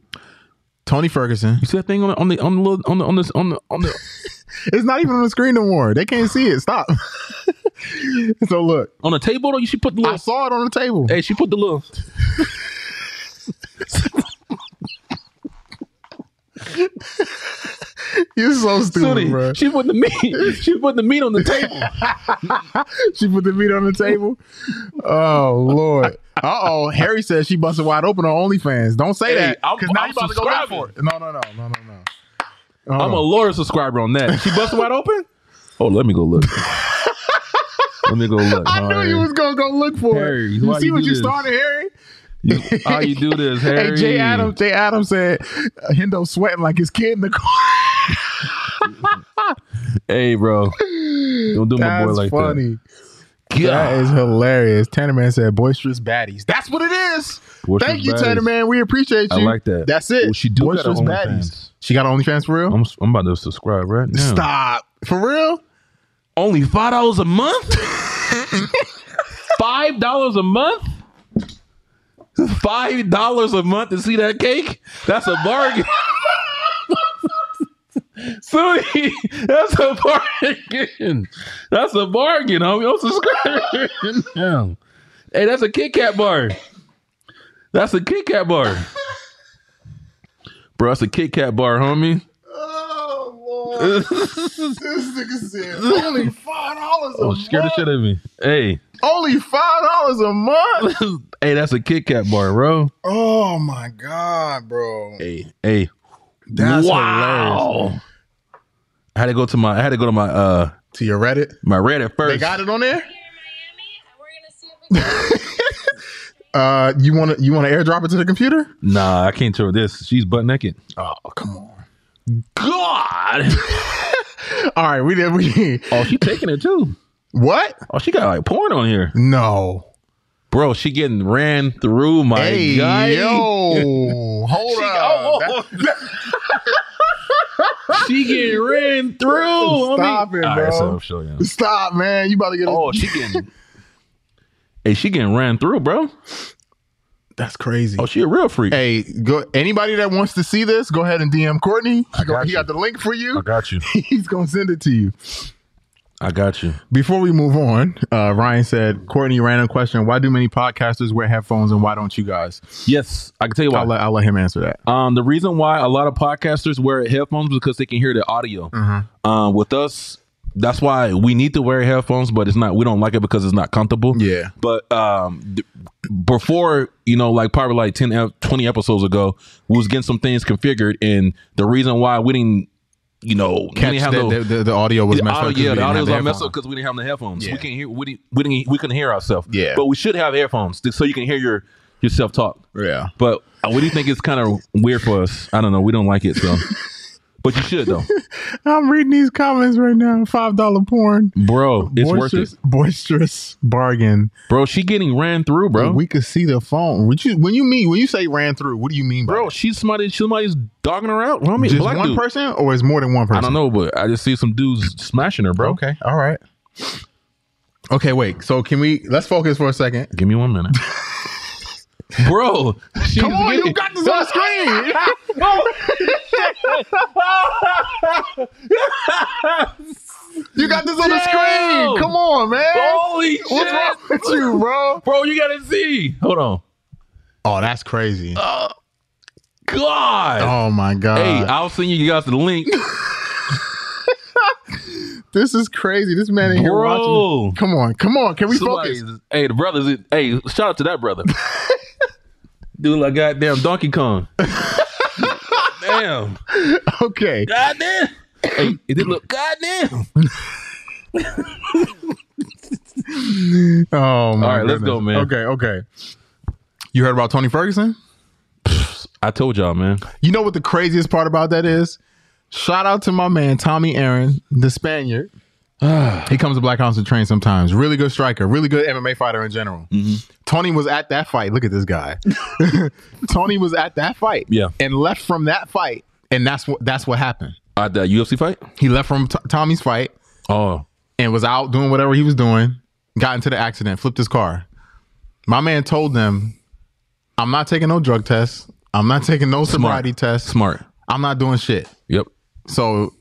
C: Tony Ferguson.
B: You see that thing on the on the on the little, on the on this on the on the
C: It's not even on the screen no more. They can't see it. Stop. so look,
B: on the table though? You should put the
C: I
B: little.
C: saw it on the table.
B: Hey, she put the little.
C: You're so stupid, bro.
B: Sunny, she put the meat. She put the meat on the table.
C: She put the meat on the table. Oh Lord. Uh oh. Harry says she busted wide open on OnlyFans. Don't say
B: Hey,
C: that.
B: I'm-
C: Because now
B: I'm
C: you about to go look for
B: subscribing.
C: it. No, no, no, no, no, no. Hold
B: I'm a
C: on.
B: Laura subscriber on that. She busted wide open. Oh, let me go look. let me go look.
C: I knew you was gonna go look for
B: Harry,
C: it. You
B: why
C: see
B: you
C: what
B: do
C: you
B: this?
C: started, Harry?
B: How you do this, Harry?
C: Hey, Jay Adams. Jay Adams said uh, Hendo sweating like his kid in the car.
B: Hey, bro. Don't do my
C: That's
B: boy like
C: funny.
B: that.
C: That is hilarious. Tanner Man said boisterous baddies. That's what it is.
B: Boisterous
C: Thank you,
B: baddies.
C: Tanner Man. We appreciate you.
B: I like that.
C: That's it.
B: Well, she do got
C: boisterous
B: her
C: baddies.
B: OnlyFans.
C: She got OnlyFans for real.
B: I'm, I'm about to subscribe right now.
C: Stop. For real?
B: Only five dollars a month? five dollars a month? Five dollars a month to see that cake? That's a bargain. Sudi, that's a bargain. That's a bargain, homie. I'm subscribing now. Hey, that's a Kit Kat bar. That's a Kit Kat bar. Bro, that's a Kit Kat bar, homie.
C: Oh Lord. this nigga said only five dollars a
B: Oh, scared the shit out of me. Hey.
C: Only five dollars a month.
B: hey, that's a Kit Kat bar, bro.
C: Oh my god, bro.
B: Hey, hey,
C: That's hilarious.
B: I had to go to my, I had to go to my, uh,
C: To your Reddit.
B: my Reddit first.
C: They got it on there?
F: here in Miami. We're gonna see if we
C: Uh
F: can.
C: you wanna you wanna airdrop it to the computer?
B: Nah, I can't tell this. She's butt naked.
C: Oh, come on.
B: God.
C: All right, we did we
B: oh, she taking it too.
C: What?
B: Oh, she got like porn on here.
C: No.
B: Bro, she getting ran through. My
C: Hey,
B: guy.
C: yo, hold up. That-
B: she getting ran through. homie.
C: Stop it,
B: All right,
C: bro.
B: so I'm sure, yeah.
C: Stop, man. You about to get a,
B: Oh, she getting. hey, she getting ran through, bro.
C: That's crazy.
B: Oh, she a real freak.
C: Hey, go anybody that wants to see this, go ahead and DM Courtney. He got, he got the link for you.
B: got you.
C: He's gonna send it to you.
B: I got you.
C: Before we move on, uh, Ryan said, Courtney, random question. Why do many podcasters wear headphones and why don't you guys?
B: Yes, I can tell you why.
C: I'll let, I'll let him answer that.
B: Um, the reason why a lot of podcasters wear headphones because they can hear the audio.
C: Mm-hmm.
B: Um, with us, that's why we need to wear headphones, but it's not. We don't like it because it's not comfortable.
C: Yeah.
B: But um, th- before you know, like probably like 10, ep- 20 episodes ago, we was getting some things configured, and the reason why we didn't, you know, we
C: Catch
B: didn't have
C: that
B: no-
C: the, the, the audio was
B: the
C: messed
B: audio,
C: up. 'cause
B: yeah,
C: we
B: the
C: didn't
B: audio
C: have
B: was
C: the
B: all messed
C: headphones.
B: up because we didn't have the headphones.
C: Yeah.
B: We can't hear. We didn't. We didn't. We couldn't hear ourselves.
C: Yeah.
B: But we should have headphones th- so you can hear your yourself talk.
C: Yeah.
B: But uh, we do think it's kind of weird for us. I don't know. We don't like it. So, but you should though,
C: I'm reading these comments right now. Five dollar porn.
B: bro. It's worth
C: boisterous,
B: it,
C: boisterous bargain.
B: bro. She getting ran through, bro.
C: We could see the phone. Would you when you mean when you say ran through, what do you mean by
B: bro,
C: that?
B: she's somebody. Somebody's dogging her out. Well, I mean,
C: Just
B: black
C: one
B: dude.
C: person or is more than one person?
B: I don't know, but I just see some dudes smashing her, bro.
C: Okay. All right. Okay, wait. So can we let's focus for a second.
B: Give me one minute, bro. She's
C: Come on, you
B: getting-
C: got this on the screen. you got this on the
B: Damn.
C: screen. Come on, man.
B: Holy shit,
C: What's wrong with you, bro?
B: bro? You gotta see. Hold on.
C: Oh, that's crazy.
B: God.
C: Oh my god.
B: hey, I'll send you guys the link,
C: this is crazy. This man in here watching.
B: bro.
C: Come on, come on. Can we
B: Somebody-
C: focus?
B: Hey, the brothers. is- Hey, shout out to that brother. Dude, like goddamn Donkey Kong. damn.
C: Okay.
B: Goddamn. Hey, it did look goddamn.
C: Oh my
B: All right, let's
C: goodness.
B: go, man.
C: Okay, okay. You heard about Tony Ferguson?
B: I told y'all, man.
C: You know what the craziest part about that is? Shout out to my man Tommy Aaron, the Spaniard. he comes to Black House and train sometimes. Really good striker, really good MMA fighter in general.
B: Mm-hmm.
C: Tony was at that fight. Look at this guy. Tony was at that fight.
B: Yeah.
C: And left from that fight. And that's what that's what happened.
B: Uh, that UFC fight?
C: He left from T- Tommy's fight
B: Oh.
C: and was out doing whatever he was doing, got into the accident, flipped his car. My man told them, I'm not taking no drug tests. I'm not taking no sobriety tests.
B: Smart.
C: I'm not doing shit.
B: Yep.
C: So,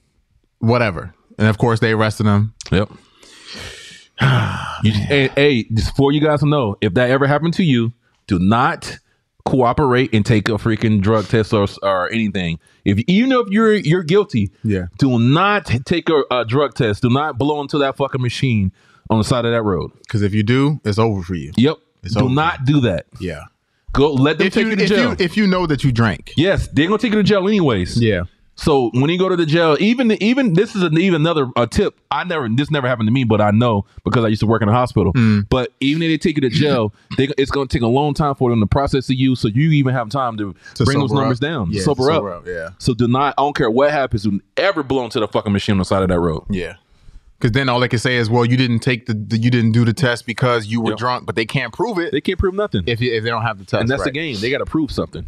C: whatever. And of course, they arrested him.
B: Yep. You- hey, hey, just for you guys to know, if that ever happened to you, do not cooperate and take a freaking drug test or, or anything. If even if you're you're guilty,
C: Yeah.
B: do not take a, a drug test. Do not blow into that fucking machine on the side of that road.
C: Because if you do, it's over for you.
B: Yep.
C: It's
B: do
C: over.
B: not do that.
C: Yeah.
B: Go let them
C: If
B: take
C: you,
B: you to
C: if,
B: jail.
C: you, if you know that you drank.
B: yes, they're gonna take you to jail anyways.
C: Yeah.
B: So when you go to the jail, even even this is an, even another a tip. I never this never happened to me, but I know because I used to work in a hospital.
C: Mm.
B: But even if they take you to jail, they, it's going to take a long time for them to process to you. So you even have time to,
C: To
B: bring those
C: sober
B: numbers
C: up.
B: down,
C: Yeah, to
B: sober,
C: sober
B: up.
C: up, yeah.
B: So do not. I don't care what happens. Do ever blow into the fucking machine on the side of that road.
C: Yeah. Because then all they can say is, well, you didn't take the, the you didn't do the test because you were
B: Yep.
C: drunk, but they can't prove it
B: They can't prove nothing,
C: if, you- if they don't have the test.
B: and that's the
C: right.
B: game. They got to prove something.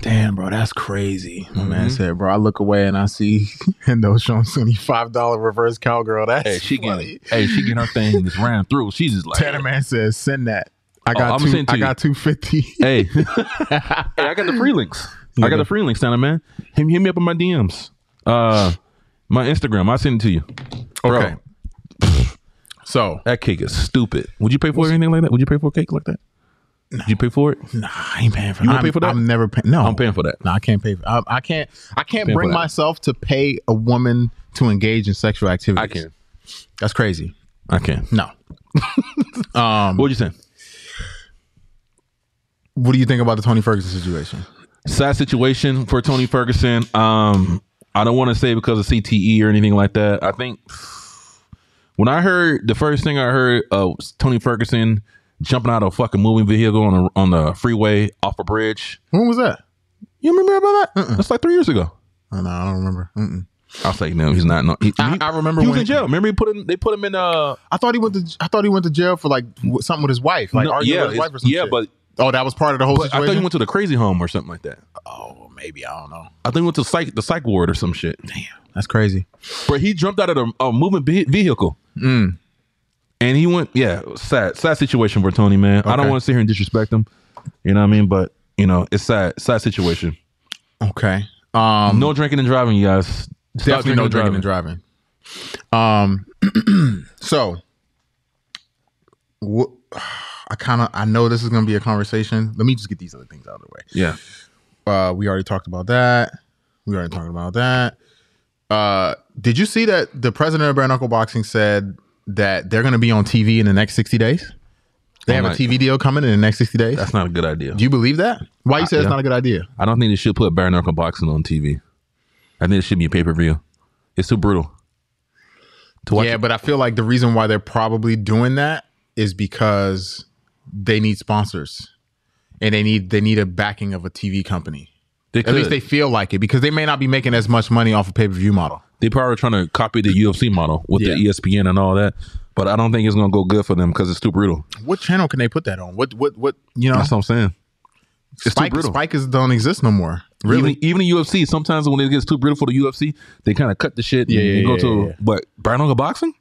C: Damn, bro, that's crazy. My man
B: Mm-hmm.
C: said, bro, I look away and I see Hendo showing Sunny five dollar reverse cowgirl. That's
B: Hey, she
C: funny.
B: getting. hey, she getting her thing just ran through. She's just like.
C: Tanner man says, send that. I got
B: Oh, I'ma
C: two.
B: send it to
C: I
B: you.
C: got two fifty.
B: Hey, hey, I got the free links. I got the free links, Santa man. Hit, hit me up on my DMs, uh, my Instagram. I send it to you. Bro,
C: Okay. So
B: that cake is stupid. Would you pay for anything like that? Would you pay for a cake like that? Would you pay for it?
C: nah, I ain't paying for.
B: You
C: that.
B: won't
C: I'm,
B: pay for that?
C: I'm never paying. No,
B: I'm paying for that.
C: No, I can't pay. For, I, I can't. I
B: Paying
C: can't
B: for
C: bring
B: that.
C: myself to pay a woman to engage in sexual activity.
B: I can.
C: That's crazy.
B: I can.
C: No. um,
B: What you saying?
C: what do you think about the Tony Ferguson situation?
B: Sad situation for Tony Ferguson. Um, I don't want to say because of CTE or anything like that. I think when I heard the first thing I heard uh, was Tony Ferguson jumping out of a fucking moving vehicle on the on the freeway off a bridge.
C: When was that?
B: You remember about that? That's like three years ago.
C: Oh, no, I don't remember. Mm-mm.
B: I'll say no. He's not. No, he,
C: I-
B: he-
C: I remember
B: he was
C: when-
B: in jail. Remember, he put him. They put him in. Uh,
C: I thought he went to I thought he went to jail for like w- something with his wife, like
B: no-
C: arguing
B: yeah,
C: with his wife or
B: it's-
C: something.
B: yeah, but,
C: oh, that was part of the whole
B: but I
C: situation.
B: thought he went to the crazy home or something like that.
C: oh, maybe I don't know.
B: I think he went to psych, the psych ward or some shit.
C: That's crazy.
B: But he jumped out of a, a moving ve- vehicle.
C: Mm.
B: And he went, yeah, sad, sad situation for Tony, man. I don't
C: Okay.
B: want to sit here and disrespect him. You know what I mean? But you know, it's sad, sad situation.
C: Okay. Um,
B: No drinking and driving, you guys. Stop
C: definitely no drinking and driving. Um, so wh- I kind of I know this is gonna be a conversation. Let me just get these other things out of the way.
B: Yeah,
C: Uh, we already talked about that. We already talked about that. Uh, did you see that the president of Bare Knuckle Boxing said that they're gonna be on TV in the next sixty days? They
B: Oh
C: have a
B: my-
C: TV deal coming in the next sixty days.
B: that's not a good idea.
C: Do you believe that? Why you say it's
B: yeah.
C: not a good idea?
B: I don't think they should put bare knuckle boxing on TV. I think it should be a pay per view. It's too brutal. To watch
C: Yeah, but I feel like the reason why they're probably doing that is because they need sponsors, and they need they need a backing of a TV company.
B: they
C: At least
B: could.
C: they feel like it because they may not be making as much money off a pay per view model.
B: they probably trying to copy the UFC model with the E
C: Yeah.
B: ESPN and all that. But I don't think it's gonna go good for them because it's too brutal.
C: What channel can they put that on? What what what? You know,
B: That's what I'm saying. It's
C: Spike
B: too brutal.
C: Spike is don't exist no more. Really,
B: Even, even the UFC, sometimes when it gets too brutal for the UFC, they kind of cut the shit.
C: Yeah,
B: and,
C: yeah,
B: and go
C: yeah,
B: to.
C: yeah.
B: But bare knuckle boxing?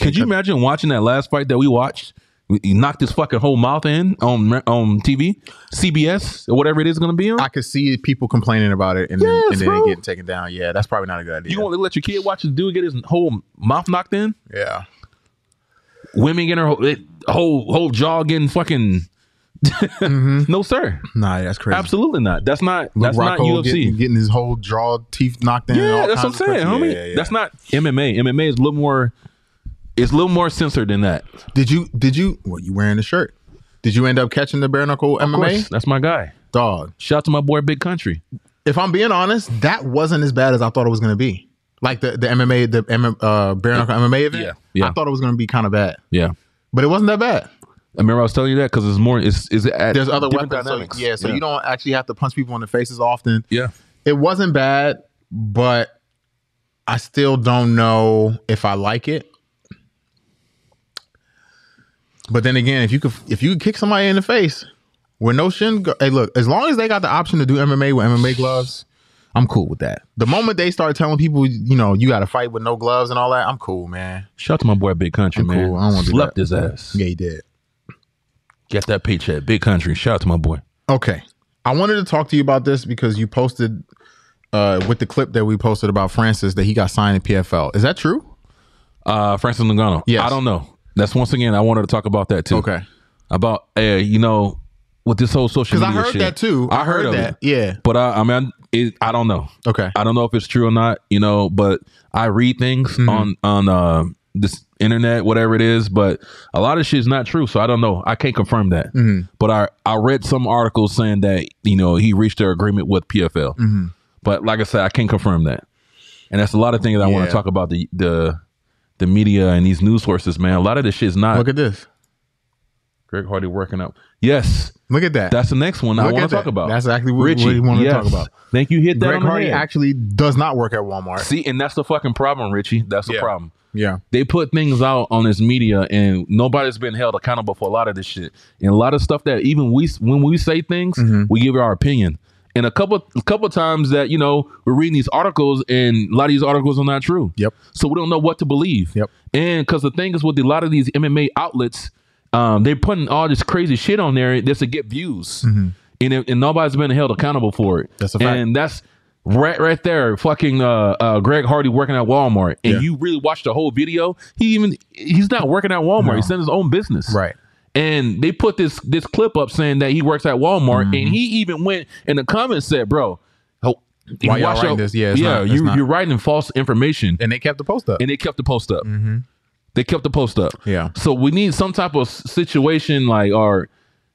B: Could you imagine watching that last fight that we watched? We- He knocked his fucking whole mouth in on on TV, CBS or whatever it is going to be on.
C: I could see people complaining about it and then,
B: Yes,
C: and then it
B: bro.
C: getting taken down. Yeah, that's probably not a good idea.
B: You want to let your kid watch this dude get his whole mouth knocked in?
C: yeah,
B: Women getting her whole, it- whole whole jaw getting fucking.
C: Mm-hmm.
B: No sir,
C: nah, that's crazy.
B: absolutely not. That's not
C: Luke
B: that's not UFC.
C: Rockhold Getting, getting his whole jaw teeth knocked in. and
B: Yeah,
C: all
B: that's what I'm
C: kinds of
B: saying,
C: crazy-
B: homie.
C: yeah, yeah, yeah.
B: That's not MMA. MMA is a little more. It's a little more censored than that.
C: Did you did you well you wearing the shirt? Did you end up catching the bare knuckle
B: Of course,
C: MMA?
B: that's my guy.
C: Dog.
B: Shout out to my boy Big Country.
C: If I'm being honest, that wasn't as bad as I thought it was gonna be. Like the, the MMA, the M- uh, bare knuckle MMA event.
B: Yeah, yeah.
C: I thought it was gonna be kind of bad.
B: Yeah,
C: But it wasn't that bad.
B: I remember I was telling you that because it's more. It's is at
C: There's other
B: different
C: weapons. so-
B: dynamics.
C: yeah, so you don't actually have to punch people in the faces often.
B: Yeah,
C: It wasn't bad, but I still don't know if I like it. But then again, if you could if you could kick somebody in the face with no shin, gu- hey, look, as long as they got the option to do MMA with MMA gloves, I'm cool with that. The moment they start telling people, you know, you got to fight with no gloves and all that, I'm cool, man.
B: Shout out to my boy Big Country,
C: I'm
B: man.
C: cool. I don't wanna do
B: Slept
C: that.
B: his ass.
C: Yeah, he did.
B: Get that paycheck, Big Country. Shout out to my boy.
C: Okay. I wanted to talk to you about this because you posted uh, with the clip that we posted about Francis that he got signed in PFL. Is that true?
B: Uh, Francis Ngannou.
C: Yes.
B: I don't know. That's once again. I wanted to talk about that too. About uh, you know, with this whole social
C: Because
B: media
C: I heard
B: shit.
C: that too.
B: I heard, of
C: that.
B: It.
C: Yeah.
B: But I, I mean, I, it, I don't know.
C: Okay.
B: I don't know if it's true or not, you know, but I read things
C: Mm-hmm.
B: on on uh, this internet, whatever it is, but a lot of shit's not true, so I don't know. I can't confirm that.
C: Mm-hmm.
B: But I I read some articles saying that you know he reached their agreement with PFL,
C: Mm-hmm.
B: but like I said, I can't confirm that, and that's a lot of things I want
C: Yeah.
B: to talk about the the the media and these news sources, man. A lot of this shit's not
C: Look at this.
B: Greg Hardy working out. Yes,
C: Look at that.
B: that's the next one I
C: Look
B: want
C: at
B: to talk
C: that.
B: about.
C: That's actually what- what we wanna talk about.
B: Thank you. Hit that
C: Greg
B: on the
C: Hardy
B: head.
C: actually does not work at Walmart.
B: See, and that's the fucking problem, Richie. That's the
C: Yeah.
B: problem.
C: Yeah.
B: They put things out on this media, and nobody's been held accountable for a lot of this shit, and a lot of stuff that even we when we say things,
C: Mm-hmm.
B: we give our opinion. And a couple a couple times that you know we're reading these articles, and a lot of these articles are not true.
C: Yep.
B: So we don't know what to believe.
C: Yep.
B: And because the thing is with a lot of these MMA outlets, um, they're putting all this crazy shit on there just to get views, and it, and nobody's been held accountable for it.
C: Mm-hmm. That's a fact.
B: And that's right right there. Fucking uh, uh, Greg Hardy working at Walmart, and you really watch the whole video. He even he's not working at Walmart. He's in his own business,
C: Right.
B: And they put this this clip up saying that he works at Walmart,
C: Mm-hmm.
B: and he even went in the comments said, "Bro, ho- you
C: y'all
B: watch
C: writing
B: your-
C: this? Yeah, it's
B: yeah,
C: not- it's
B: you
C: not."
B: you're writing false information."
C: And they kept the post up.
B: and they kept the post up. They kept the post up.
C: Mm-hmm. Yeah.
B: So we need some type of s- situation like, or,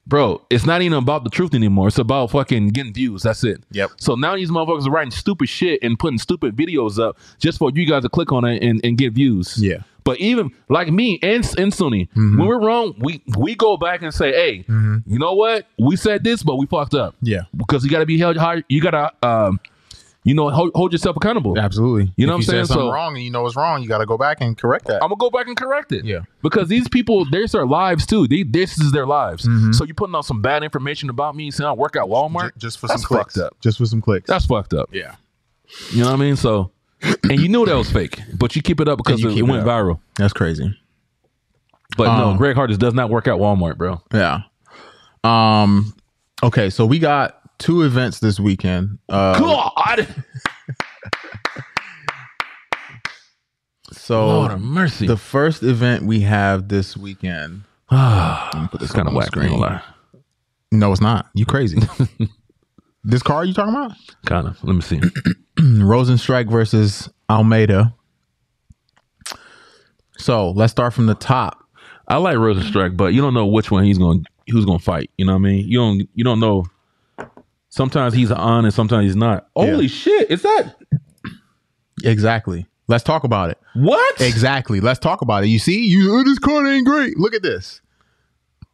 B: bro, it's not even about the truth anymore. It's about fucking getting views. That's it.
C: Yep.
B: So now these motherfuckers are writing stupid shit and putting stupid videos up just for you guys to click on it and, and get views.
C: Yeah. Mm-hmm.
B: But even like me and and Sunni, when we're wrong, we we go back and say, hey, you know what? We said this, but we fucked up
C: yeah.
B: because you got to be held high. You got to um, You know, hold, hold yourself accountable.
C: Absolutely.
B: You know what
C: If
B: I'm saying?
C: Said something
B: So-
C: wrong and you know it's wrong. You got to go back and correct that.
B: I'm gonna go back and correct it.
C: Yeah.
B: Because these people, there's their lives too. They, this is their lives.
C: Mm-hmm.
B: So you're putting out some bad information about me saying I work at Walmart.
C: Ju- just for
B: That's
C: some clicks.
B: fucked up.
C: Just for some clicks.
B: That's fucked up.
C: yeah.
B: You know what I mean? So, and you knew that was fake, but you keep it up because
C: you
B: it,
C: keep
B: it
C: it
B: went
C: up.
B: viral.
C: That's crazy.
B: But
C: Um,
B: no, Greg Hartis does not work at Walmart, bro.
C: Yeah. Um. Okay, so we got two events this weekend. Uh,
B: God,
C: so
B: Lord of mercy.
C: Oh, the first event we have this weekend.
B: it's kind of
C: on the
B: whack.
C: screen. No, it's not. You crazy. this car you talking about?
B: Kind of. Let me see.
C: Rosenstrike versus Almeida. So let's start from the top.
B: I like Rosenstruck, but you don't know which one he's going, who's going to fight. You know what I mean? You don't, you don't know. Sometimes he's on, and sometimes he's not. Holy shit! Is that
C: Exactly. Let's talk about it.
B: what?
C: Exactly. Let's talk about it. You see, you oh, this card ain't great. Look at this.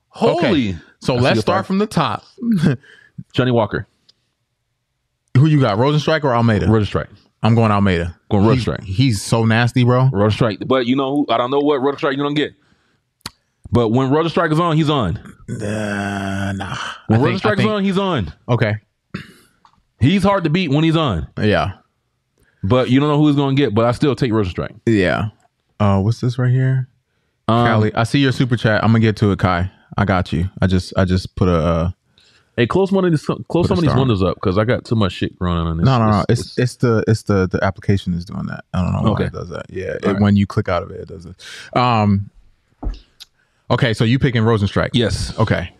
B: Holy.
C: So
B: I see
C: let's
B: the
C: start
B: fight.
C: from the top.
B: Johnny Walker,
C: Who you got, Rosenstrike or Almeida?
B: Rosenstruck,
C: I'm going Almeida.
B: Going
C: He-
B: Rosenstrike.
C: He's so nasty, bro.
B: Rosenstruck. But you know, who- I don't know what Rosenstruck you don't get. But when Rosenstruck is on, he's on.
C: Uh, nah.
B: When
C: I think- I
B: Rosenstruck is
C: think-
B: on, he's on.
C: Okay.
B: He's hard to beat when he's on.
C: Yeah.
B: But you don't know who he's going to get. But I still take Rosenstruck.
C: Yeah. Uh, what's this right here?
B: Um,
C: Callie, I see your super chat. I'm gonna get to it, Kai. I got you. I just I just put a uh,
B: Hey, close one of these, close
C: a
B: some of these
C: star on
B: windows up because I got too much shit going on in this.
C: no no no. It's it's the it's the the application is doing that. I don't know why
B: Okay.
C: it does that. Yeah, it, when you click out of it, it does it. Um. Okay, so you picking Rosenstrike?
B: yes,
C: Okay.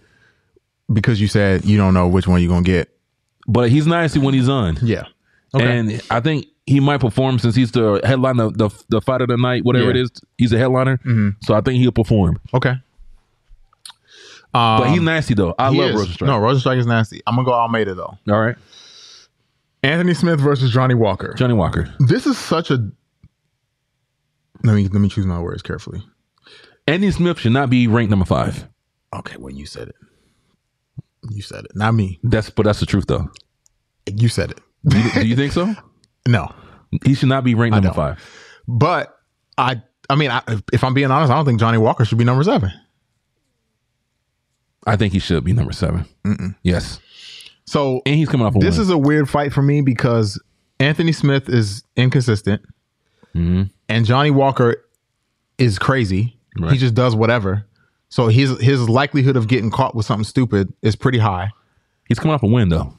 C: Because you said you don't know which one you're gonna get.
B: but he's nasty when he's on,
C: Yeah. Okay.
B: and I think he might perform since he's the headline of the the fight of the night, whatever
C: Yeah.
B: it is. He's a headliner, so I think he'll perform.
C: okay. Um,
B: But he's nasty though. I love Rosenstruck.
C: No, Rosenstrike is nasty. I'm gonna go Almeida though.
B: All right,
C: Anthony Smith versus Johnny Walker.
B: Johnny Walker,
C: This is such a. Let me let me choose my words carefully.
B: Andy Smith should not be ranked number five.
C: Okay, well you said it. You said it, not me.
B: That's but that's the truth though.
C: You said it.
B: Do you, do you think so?
C: No,
B: He should not be ranked number
C: don't.
B: five.
C: but I. I mean, I, if- if I'm being honest, I don't think Johnny Walker should be number seven.
B: I think he should be number 7 Yes,
C: So
B: and he's coming off. A
C: this
B: win.
C: is a weird fight for me because Anthony Smith is inconsistent, and Johnny Walker is crazy. He
B: Right.
C: just does whatever. So his his likelihood of getting caught with something stupid is pretty high.
B: he's coming off a win though.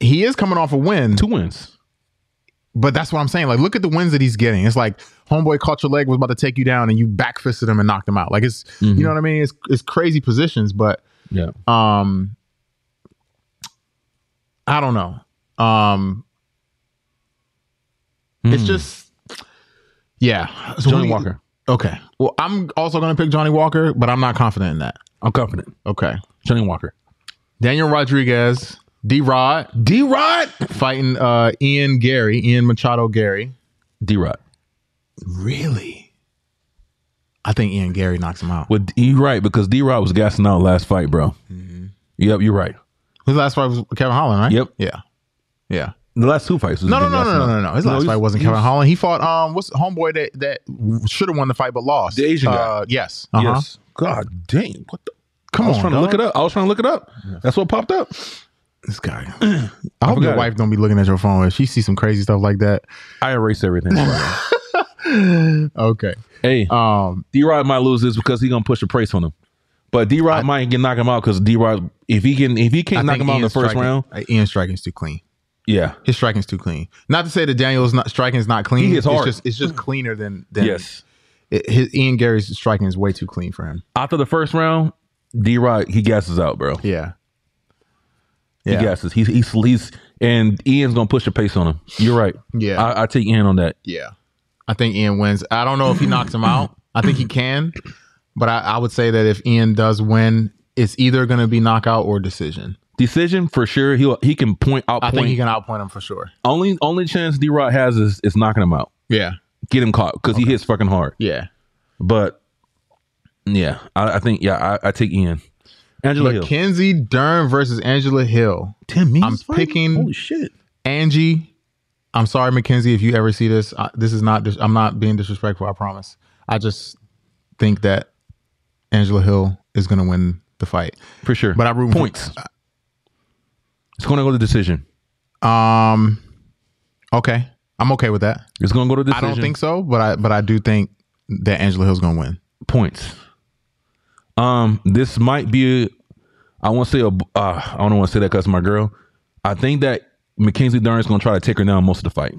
C: He is coming off a win.
B: Two wins.
C: But that's what I'm saying. Like, look at the wins that he's getting. It's like homeboy caught your leg was about to take you down, and you backfisted him and knocked him out. Like it's you know what I mean. It's it's crazy positions, but
B: Yeah.
C: um, I don't know. Um, it's just yeah. So
B: Hmm. Johnny
C: who-
B: Walker.
C: Okay. Well, I'm also gonna pick Johnny Walker, but I'm not confident in that.
B: I'm confident.
C: Okay.
B: Johnny Walker.
C: Daniel Rodriguez, D Rod
B: D Rod.
C: fighting uh Ian Gary, Ian Machado Gary.
B: D Rod.
C: Really? I think Ian Gary knocks him out.
B: Well, D- you're right because D Rod was gassing out last fight, bro. Mm-hmm. Yep, you're right.
C: His last fight was Kevin Holland, right?
B: Yep.
C: Yeah. Yeah.
B: The last two fights. Was
C: No, no,
B: been
C: no, no,
B: gassing
C: no,
B: out.
C: no, no. His last
B: he's-
C: fight wasn't
B: he's-
C: Kevin Holland. He fought um what's the homeboy that that should have won the fight but lost.
B: The Asian guy.
C: Uh, yes. Uh-huh.
B: Yes. God dang. What the?
C: Come
B: I was
C: on,
B: trying to look
C: dog.
B: it up. I was trying to look it up. That's what popped up.
C: This guy. I hope
B: forgot
C: your
B: it.
C: wife don't be looking at your phone if she sees some crazy stuff like that.
B: I erased everything.
C: Okay.
B: hey,
C: Um
B: D Rod might lose this because he's gonna push the price on him. But D Rod might get knock him out because D Rod, if he can, if he can't knock
C: think
B: him out in the
C: Ian's
B: first
C: striking-
B: round,
C: uh, Ian's striking's too clean.
B: yeah,
C: His striking's too clean. Not to say that Daniel's not striking's not clean.
B: He hits
C: it's
B: hard.
C: just it's just cleaner than than
B: yes.
C: it- his Ian Gary's striking is way too clean for him.
B: After the first round, D Rod he gasses out, bro.
C: Yeah.
B: He gasses. He's he's he's and Ian's gonna push the pace on him. You're right.
C: Yeah.
B: I, I take Ian on that.
C: Yeah. I think Ian wins. I don't know if he knocks him out. I think he can, but I, I would say that if Ian does win, it's either going to be knockout or decision.
B: Decision for sure. He will he can point out.
C: I
B: point.
C: think he can outpoint him for sure.
B: only only chance D Rod has is is knocking him out.
C: Yeah.
B: Get him caught because he hits fucking hard.
C: Yeah.
B: But yeah, I, I think yeah I, I take Ian. Angela Hill.
C: Mackenzie Dern versus Angela Hill.
B: Tim Means
C: I'm picking-
B: Holy shit.
C: Angie, I'm sorry, Mackenzie, if you ever see this. I, this is not. dis- I'm not being disrespectful. I promise. I just think that Angela Hill is going to win the fight.
B: for sure.
C: But I root for-
B: points. It's going to go to decision.
C: Um, okay, I'm okay with that.
B: It's going to go to
C: I
B: decision.
C: don't think so, but I but I do think that Angela Hill's going to win.
B: points. Um, this might be, a, I won't say a, uh, I don't want to say that because my girl. I think that Mackenzie Dern is going to try to take her down most of the fight.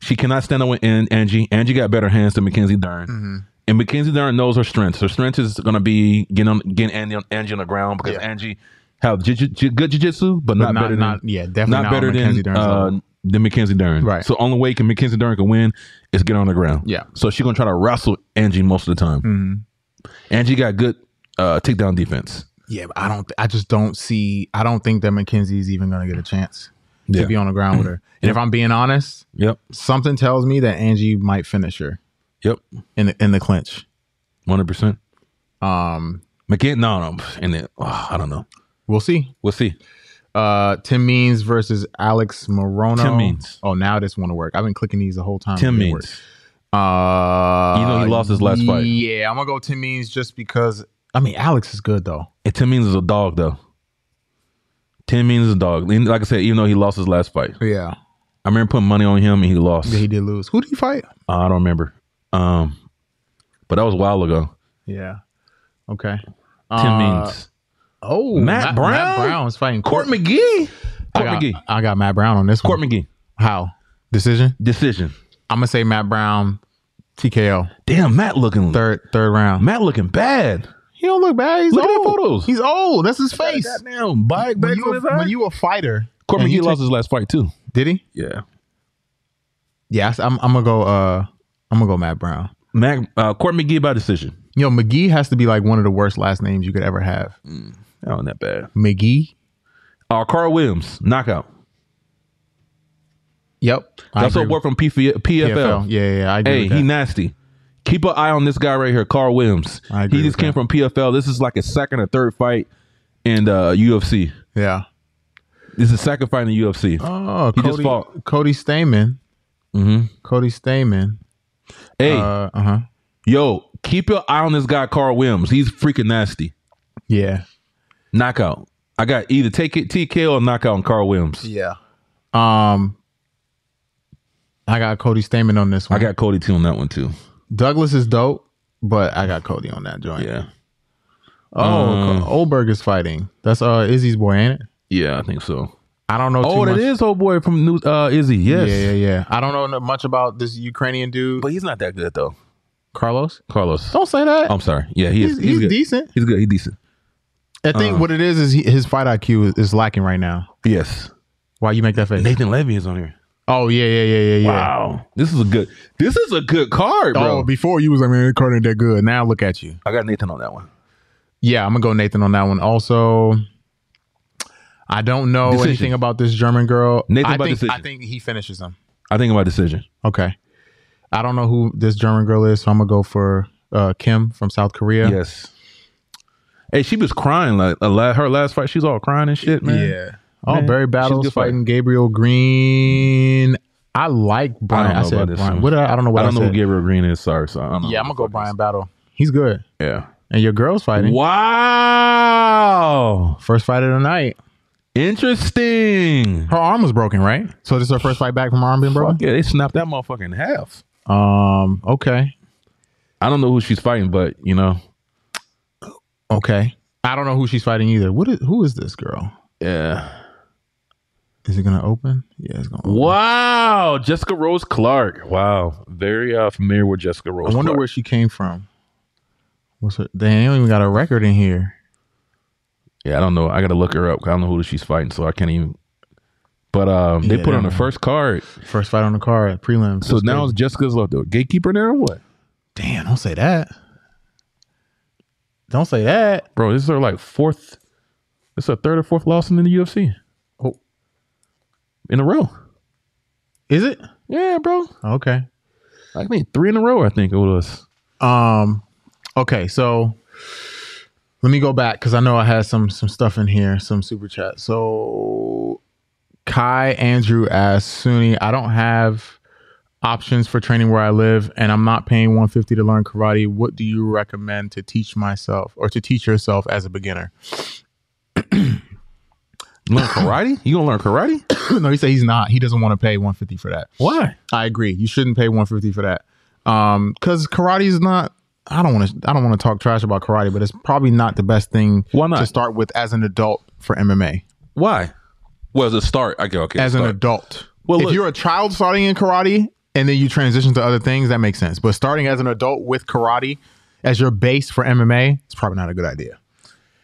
B: She cannot stand up with An- Angie. Angie got better hands than Mackenzie Dern.
C: Mm-hmm.
B: And Mackenzie Dern knows her strengths. Her strength is going to be getting on, getting Andy on, Angie on the ground because
C: Yeah.
B: Angie have jiu- jiu- good jujitsu, but, not,
C: not-
B: better
C: not-
B: than
C: yeah, definitely
B: not
C: not
B: better
C: on Mackenzie
B: than
C: Dern's
B: uh,
C: level.
B: than Mackenzie Dern.
C: Right.
B: So only way can Mackenzie Dern can win is get on the ground.
C: Yeah.
B: So she's gonna try to wrestle Angie most of the time.
C: Mm-hmm.
B: Angie got good uh takedown defense.
C: Yeah, but I don't. I just don't see. I don't think that McKenzie's even going to get a chance
B: Yeah.
C: to be on the ground with her. And if I'm being honest,
B: Yep.
C: something tells me that Angie might finish her
B: Yep.
C: in the, in the clinch.
B: One hundred percent.
C: Um,
B: McKen no no and then oh, I don't know.
C: we'll see.
B: We'll see.
C: Uh, Tim Means versus Alex Morono.
B: Tim Means.
C: Oh, now this want to work. I've been clicking these the whole time.
B: Tim
C: It didn't
B: Means.
C: work. Uh,
B: You know he lost his last fight.
C: Yeah, I'm gonna go Tim Means just because. I mean, Alex is good though.
B: And Tim Means is a dog though. Tim Means is a dog. And like I said, even though he lost his last fight.
C: Yeah,
B: I remember putting money on him and he lost. Ah,
C: he did lose. Who did he fight?
B: I don't remember. Um but that was a while ago.
C: Yeah. Okay.
B: Tim
C: Uh,
B: Means.
C: Oh,
B: Matt Brown?
C: Matt Brown's fighting
B: Court McGee.
C: I
B: Court
C: got,
B: McGee.
C: I got Matt Brown on this
B: Court
C: one.
B: McGee.
C: How decision?
B: Decision.
C: I'm gonna say Matt Brown TKO
B: Damn, Matt looking
C: third third round.
B: Matt looking bad.
C: he don't look bad. He's
B: Look at
C: old.
B: the photos.
C: He's old. That's his face.
B: Goddamn, bike
C: When you, a, when you a fighter,
B: Court
C: and
B: McGee
C: you
B: lost his last fight too.
C: take- did he?
B: Yeah.
C: Yes, I'm. I'm gonna go. Uh, I'm gonna go Matt Brown.
B: Mac uh, Court McGee by decision.
C: Yo, McGee has to be like one of the worst last names you could ever have.
B: That wasn't that bad.
C: McGee.
B: Uh, Carl Williams knockout.
C: Yep. I
B: That's
C: agree
B: a
C: with
B: word from PF- PFL.
C: PFL. Yeah, yeah, yeah. I agree.
B: Hey,
C: with that.
B: he nasty. Keep an eye on this guy right here, Carl Williams.
C: I agree
B: He just
C: with
B: came
C: that.
B: from PFL. This is like a second or third fight in uh, UFC.
C: yeah.
B: This is second fight in the UFC.
C: Oh,
B: He
C: Cody,
B: just fought.
C: Cody Stamen.
B: Mhm.
C: Cody Stamen.
B: hey,
C: Uh huh.
B: yo, keep your eye on this guy, Carl Williams. He's freaking nasty.
C: Yeah.
B: Knockout. I got either take it TKO or knockout on Carl Williams.
C: Yeah. Um, I got Cody Stamen on this one.
B: I got Cody too on that one too.
C: Douglas is dope, but I got Cody on that joint.
B: Yeah.
C: Oh,
B: Um,
C: Co- Olberg is fighting. That's uh Izzy's boy, ain't it?
B: Yeah, I think so.
C: I don't know.
B: Oh,
C: too
B: that
C: much.
B: is old boy from New uh Izzy. Yes.
C: Yeah, yeah, yeah. I don't know no- much about this Ukrainian dude,
B: he's not that good though.
C: Carlos.
B: Carlos.
C: Don't say that.
B: I'm sorry. Yeah, he is.
C: he's
B: He's,
C: he's,
B: good. Uh-huh.
C: decent.
B: He's good. He's decent.
C: I think what it is is he, his fight IQ is, is lacking right now.
B: Yes.
C: Why you make that face?
B: Nathan Levy is on here.
C: Oh yeah, yeah, yeah, yeah, yeah.
B: Wow. This is a good this is a good card, bro.
C: Oh, before you was like, man, Carter ain't that good. Now look at you.
B: I got Nathan on that one.
C: Yeah, I'm gonna go Nathan on that one. Also, I don't know
B: Decision.
C: anything about this German girl.
B: Nathan
C: I
B: by
C: think
B: decision.
C: I think he finishes him.
B: I think about decision.
C: Okay. I don't know who this German girl is, so I'm gonna go for uh, Kim from South Korea.
B: Yes. Hey, she was crying like a la- her last fight. She's all crying and shit, man.
C: Yeah. Oh,
B: Man, she's
C: Barry
B: a
C: Battles
B: good fighter.
C: fighting Gabriel Green. I like Brian. I,
B: know
C: said
B: about this
C: Brian.
B: one.
C: What did I, I don't know what
B: I
C: I,
B: don't know
C: said.
B: who Gabriel Green is. Sorry, so I don't know.
C: yeah, I'm gonna
B: who
C: go
B: the
C: Brian
B: fuck
C: Battle. He's good.
B: this- Yeah.
C: And your girl's fighting.
B: Wow.
C: First fight of the night.
B: Interesting.
C: Her arm was broken, right? So this is her first fight back from her arm being broken.
B: Fuck yeah, they snapped that motherfucker in half.
C: Um. Okay.
B: I don't know who she's fighting, but you know,
C: Okay. I don't know who she's fighting either. What is who is this girl?
B: yeah.
C: Is it gonna open? Yeah, it's gonna open.
B: Wow, Jessica Rose Clark. Wow, very uh, familiar with Jessica Rose.
C: I wonder where she came from. What's her they don't even got a record in here.
B: Yeah, I don't know. I gotta look her up. 'cause I don't know who she's fighting, so I can't even. But um, they
C: Yeah,
B: put
C: they
B: on the
C: don't-
B: first card,
C: First fight on the card, prelims.
B: so
C: That's
B: now
C: crazy.
B: it's Jessica's like the gatekeeper now. or What,
C: damn, don't say that. Don't say that.
B: bro? This is her like fourth. It's her third or fourth loss in the UFC.
C: Oh.
B: in a row.
C: Is it?
B: Yeah, bro.
C: Okay.
B: I mean, three in a row. I think it was.
C: Um okay, so let me go back because I know I had some some stuff in here, some super chat. So Kai Andrew as SUNY. I don't have options for training where I live, and I'm not paying 150 to learn karate. What do you recommend to teach myself or to teach yourself as a beginner?
B: Learn karate? You gonna learn karate?
C: no, he said he's not. He doesn't want to pay 150 for that.
B: Why?
C: I agree. You shouldn't pay 150 for that. Um, because karate is not. I don't want to. I don't want to talk trash about karate, but it's probably not the best thing
B: Why not?
C: to start with as an adult for MMA.
B: Why? Well, as a start, I go okay.
C: as an
B: start.
C: adult.
B: Well,
C: if
B: look-
C: you're a child starting in karate and then you transition to other things, that makes sense. But starting as an adult with karate as your base for MMA, it's probably not a good idea.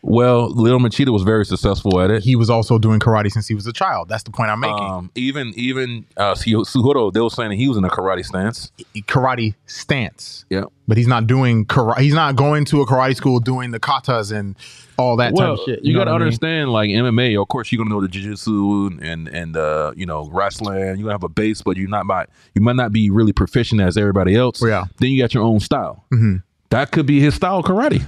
B: well, Lil Machida was very successful at it.
C: He was also doing karate since he was a child. That's the point I'm making.
B: Um, even even uh, Su- Suhodo, they were saying that he was in a karate stance.
C: karate stance,
B: Yeah.
C: but he's not doing karate. He's not going to a karate school doing the katas and all that
B: Well,
C: type of shit.
B: you,
C: know
B: gotta
C: what I mean?
B: understand, like MMA, of course, you're gonna know the jujitsu and and uh, you know wrestling. You're gonna have a base, but you're not might you might not be really proficient as everybody else.
C: Yeah. Mm-hmm.
B: Then you got your own style. That could be his style of karate.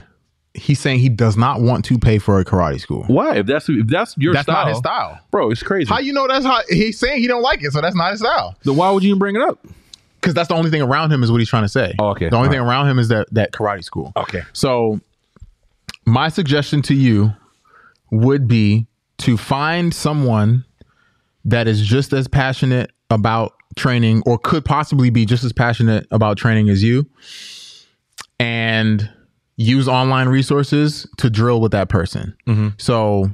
C: He's saying he does not want to pay for a karate school.
B: Why? If that's if that's your
C: That's
B: style,
C: not his style.
B: bro, it's crazy.
C: How you know that's how he's saying he don't like it? So that's not his style.
B: then why would you even bring it up?
C: because that's the only thing around him is what he's trying to say.
B: Oh, okay.
C: The only
B: All
C: thing around him is that that karate school.
B: Okay.
C: So, my suggestion to you would be to find someone that is just as passionate about training, or could possibly be just as passionate about training as you, and use online resources to drill with that person.
B: Mm-hmm.
C: So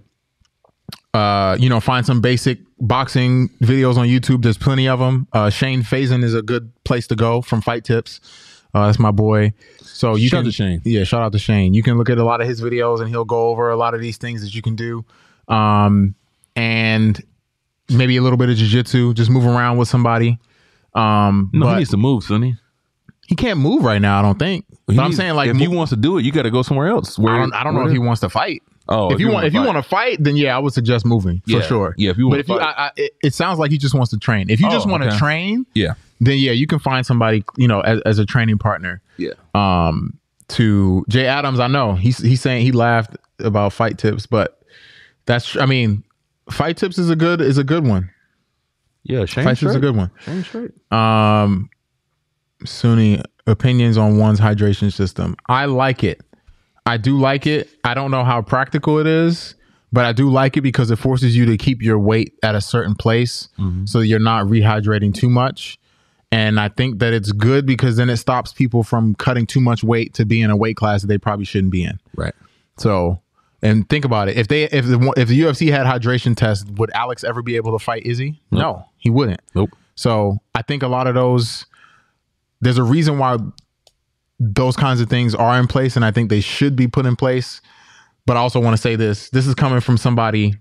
C: uh, you know, find some basic boxing videos on YouTube. There's plenty of them. Uh, Shane Fazen is a good place to go from Fight Tips. Uh, that's my boy. So you
B: Shout out
C: can,
B: to Shane.
C: Yeah, shout out to Shane. You can look at a lot of his videos, and he'll go over a lot of these things that you can do, um, and maybe a little bit of jujitsu. Just move around with somebody. Um,
B: No,
C: but
B: he needs to move, Sonny.
C: he can't move right now. I don't think. But
B: He
C: I'm
B: needs-
C: saying like
B: if he
C: mo-
B: wants to do it, you got to go somewhere else. Where
C: I don't, I don't know
B: where-
C: if he wants to fight.
B: Oh,
C: if you want, if you want to fight, then yeah, I would suggest moving for
B: Yeah.
C: sure.
B: Yeah, if you
C: but
B: wanna
C: if you,
B: fight.
C: I, I, it, it sounds like he just wants to train. If you just
B: Oh,
C: want to
B: okay.
C: train,
B: yeah,
C: then yeah, you can find somebody you know as, as a training partner.
B: yeah.
C: Um, to Jay Adams, I know he's he's saying he laughed about fight tips, but that's tr- I mean, fight tips is a good is a good one.
B: Yeah, Shane
C: Fight tips is a
B: straight.
C: good one.
B: Shane straight.
C: Um, SUNY opinions on one's hydration system. I like it. I do like it. I don't know how practical it is, but I do like it because it forces you to keep your weight at a certain place so that you're not rehydrating too much. And I think that it's good because then it stops people from cutting too much weight to be in a weight class that they probably shouldn't be in.
B: Right.
C: So, and think about it. If they if the if the UFC had hydration tests, would Alex ever be able to fight Izzy? No, he wouldn't.
B: Nope.
C: So I think a lot of those, there's a reason why those kinds of things are in place, and I think they should be put in place. But I also want to say this: this is coming from somebody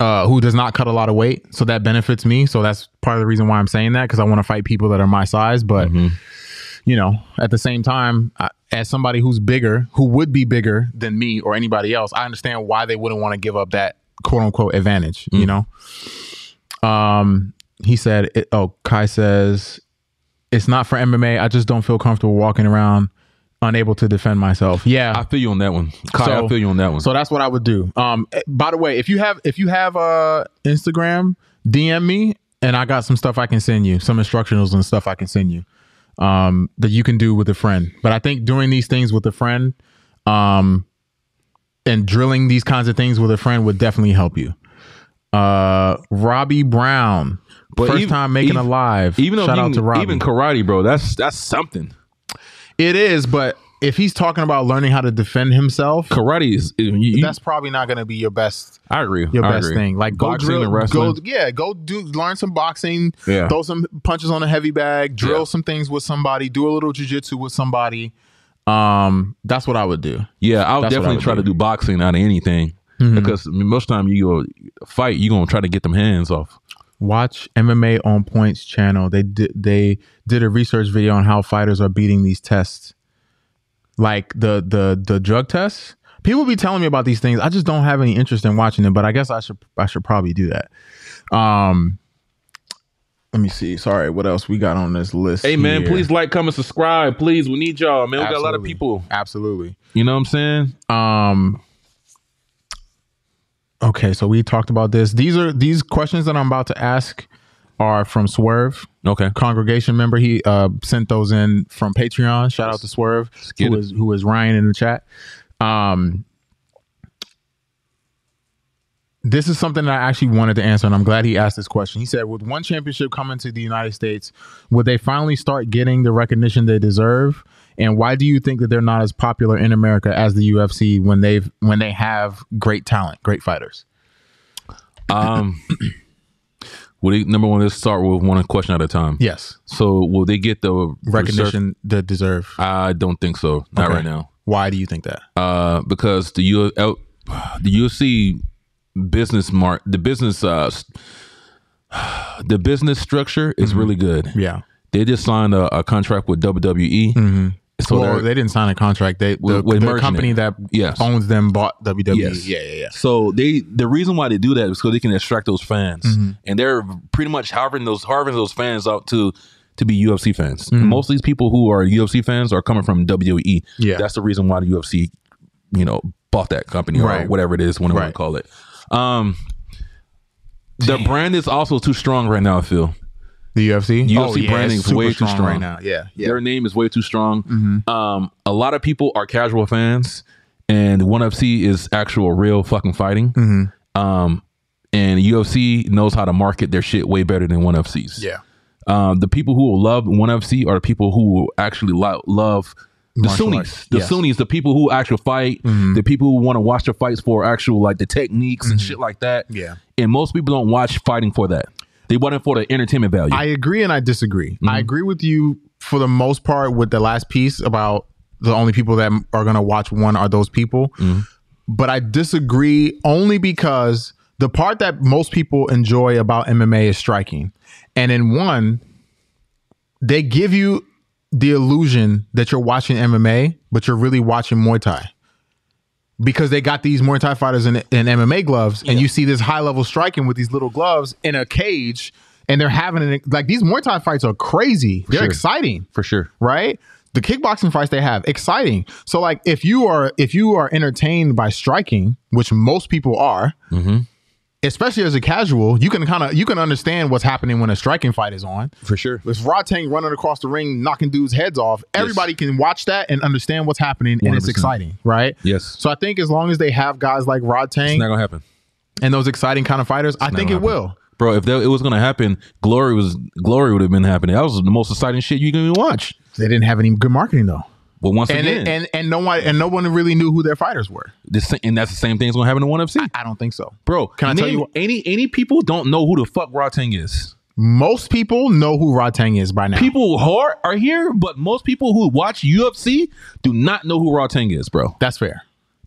C: uh, who does not cut a lot of weight, so that benefits me. So that's part of the reason why I'm saying that because I want to fight people that are my size. But you know, at the same time, I, as somebody who's bigger, who would be bigger than me or anybody else, I understand why they wouldn't want to give up that quote unquote advantage. You know. Um, he said, it, "Oh, Kai says it's not for MMA. I just don't feel comfortable walking around unable to defend myself." Yeah.
B: I feel you on that one, Kai. I
C: So-
B: feel you on that one.
C: so that's what I would do. Um, eh, by the way, if you have if you have uh Instagram, DM me, and I got some stuff I can send you, some instructionals and stuff I can send you, um, that you can do with a friend. But I think doing these things with a friend, um, and drilling these kinds of things with a friend would definitely help you. Uh, Robbie Brown,
B: But
C: first
B: even-
C: time making
B: even-
C: a live.
B: even though
C: shout
B: you
C: out
B: can-
C: to Robbie.
B: even karate, bro, that's that's something.
C: it is, but if he's talking about learning how to defend himself.
B: Karate is. You, you-
C: That's probably not going to be your best
B: I agree.
C: your
B: I
C: best
B: agree.
C: thing. Like go
B: boxing
C: drill,
B: and wrestling.
C: go yeah, go do learn some boxing,
B: Yeah.
C: throw some punches on a heavy bag, drill
B: Yeah.
C: some things with somebody, do a little jujitsu with somebody. Um, that's what I would do.
B: yeah, I'll
C: That's what I
B: definitely
C: would
B: try
C: do. Mm-hmm.
B: to do boxing out of anything because most time you go fight, you gonna try to get them hands off.
C: Watch MMA on Points channel. They did they did a research video on how fighters are beating these tests, like the the the drug tests. People be telling me about these things. I just don't have any interest in watching them, but I guess I should I should probably do that. Um, let me see. Sorry, what else we got on this list?
B: Hey man,
C: here?
B: please like, comment, subscribe, please. We need y'all, man. We got a lot of
C: Absolutely.
B: people.
C: Absolutely.
B: You know what I'm saying?
C: Um Okay, so we talked about this. These are these questions that I'm about to ask are from Swerve,
B: Okay.
C: congregation member. He uh, sent those in from Patreon. Shout out to Swerve,
B: get
C: who
B: it.
C: is who is Ryan in the chat. Um, this is something that I actually wanted to answer, and I'm glad he asked this question. He said, "With one championship coming to the United States, would they finally start getting the recognition they deserve? And why do you think that they're not as popular in America as the UFC when they've when they have great talent, great fighters?"
B: Um, will they, number one, let's start with one question at a time.
C: Yes,
B: So will they get the research?
C: recognition they deserve.
B: I don't think so. Not
C: Okay.
B: right now.
C: Why do you think that?
B: Uh, because the U L- the UFC business mark the business uh s- the business structure is
C: Mm-hmm.
B: really good.
C: yeah.
B: They just signed a, a contract with WWE. So
C: Mm-hmm. well,
B: they're-
C: they didn't sign a contract. They
B: We-
C: the,
B: we're
C: the
B: merging
C: company
B: it.
C: that
B: Yes.
C: owns them bought E. WWE.
B: Yes.
C: Yeah, yeah, yeah.
B: So they the reason why they do that is because they can attract those fans,
C: Mm-hmm.
B: and they're pretty much harvesting those harvesting those fans out to to be UFC fans.
C: Mm-hmm.
B: Most of these people who are UFC fans are coming from WWE.
C: Yeah.
B: that's the reason why the UFC, you know, bought that company
C: Right.
B: or whatever it is, whatever
C: Right.
B: to call it. Um, the brand is also too strong right now. I feel
C: The UFC.
B: UFC branding
C: Oh, it's
B: is way
C: super
B: too strong.
C: right now. Yeah, yeah. Mm-hmm.
B: their name is way too strong. Um, a lot of people are casual fans, and ONE FC is actual real fucking fighting.
C: Mm-hmm.
B: Um, and UFC knows how to market their shit way better than ONE FC's.
C: yeah.
B: Um, the people who will love ONE FC are the people who will actually lo- love the
C: Martial
B: Sunnis.
C: arts,
B: The
C: yes. Mm-hmm.
B: Sunnis, the people who actually fight, the people who want to watch the fights for actual like the techniques and shit like that.
C: Yeah.
B: And most people don't watch fighting for that. They want it for the entertainment value.
C: I agree and I disagree.
B: Mm-hmm.
C: I agree with you for the most part with the last piece about the only people that are going to watch one are those people.
B: Mm-hmm.
C: But I disagree only because the part that most people enjoy about MMA is striking. And in one, they give you the illusion that you're watching MMA, but you're really watching Muay Thai. Because they got these Muay Thai fighters in, in MMA gloves, and you see this high level striking with these little gloves in a cage, and they're having an, like these Muay Thai fights are crazy. They're
B: sure.
C: exciting
B: for sure.
C: right? The kickboxing fights they have, exciting. So like if you are if you are entertained by striking, which most people are, especially as a casual, you can kind of you can understand what's happening when a striking fight is on.
B: For sure.
C: With Raw Tank running across the ring, knocking dudes' heads off, everybody can watch that and understand what's happening, and it's
B: 100%.
C: exciting, right?
B: Yes.
C: So I think as long as they have guys like Rod
B: It's
C: Tang
B: not gonna happen.
C: and those exciting kind of fighters, I think
B: gonna
C: it
B: happen.
C: will.
B: Bro, if that, it was gonna happen, glory was glory would have been happening. That was the most exciting shit you can even watch.
C: They didn't have any good marketing though,
B: But once
C: and
B: again,
C: it, and and no one and no one really knew who their fighters were.
B: the sa- and that's the same thing's gonna happen in one FC,
C: I don't think so.
B: bro.
C: Can I tell you-
B: any any people don't know who the fuck Rotang is?
C: Most people know who Rod Tang is by now.
B: People who are, are here, but most people who watch UFC do not know who Rotang is, bro.
C: That's fair.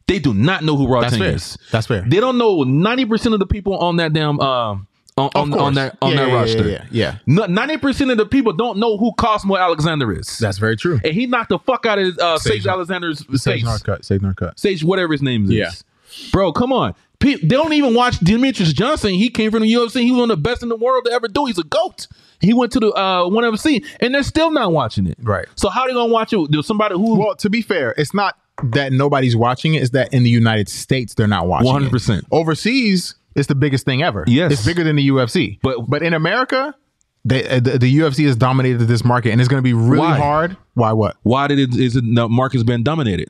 B: They do not know who
C: That's
B: Rotang
C: fair.
B: is.
C: That's fair.
B: They don't know ninety percent of the people on that damn um on on, on
C: course.
B: that on
C: Yeah,
B: that
C: yeah, yeah,
B: roster.
C: yeah, yeah.
B: ninety percent of the people don't know who Cosmo Alexander is.
C: That's very true.
B: and he knocked the fuck out of uh, Sage,
C: Sage-
B: Alexander's face.
C: Sage Norcutt. Sage Norcutt.
B: Sage, whatever his name is.
C: Yeah.
B: Bro, come on. Pe- they don't even watch Demetrius Johnson. He came from the UFC. He was one of the best in the world to ever do. He's a goat. He went to the uh, one FC, and they're still not watching it.
C: Right.
B: So how they gonna watch it? There's somebody who
C: Well, to be fair, it's not that nobody's watching it. It's that in the United States they're not watching. it.
B: 100%.
C: Overseas, it's the biggest thing ever.
B: Yes.
C: it's bigger than the UFC.
B: But-
C: but in America, they, uh, the, the UFC has dominated this market, and it's going to be really
B: Why?
C: hard. Why? What?
B: why did it is it the market's been dominated?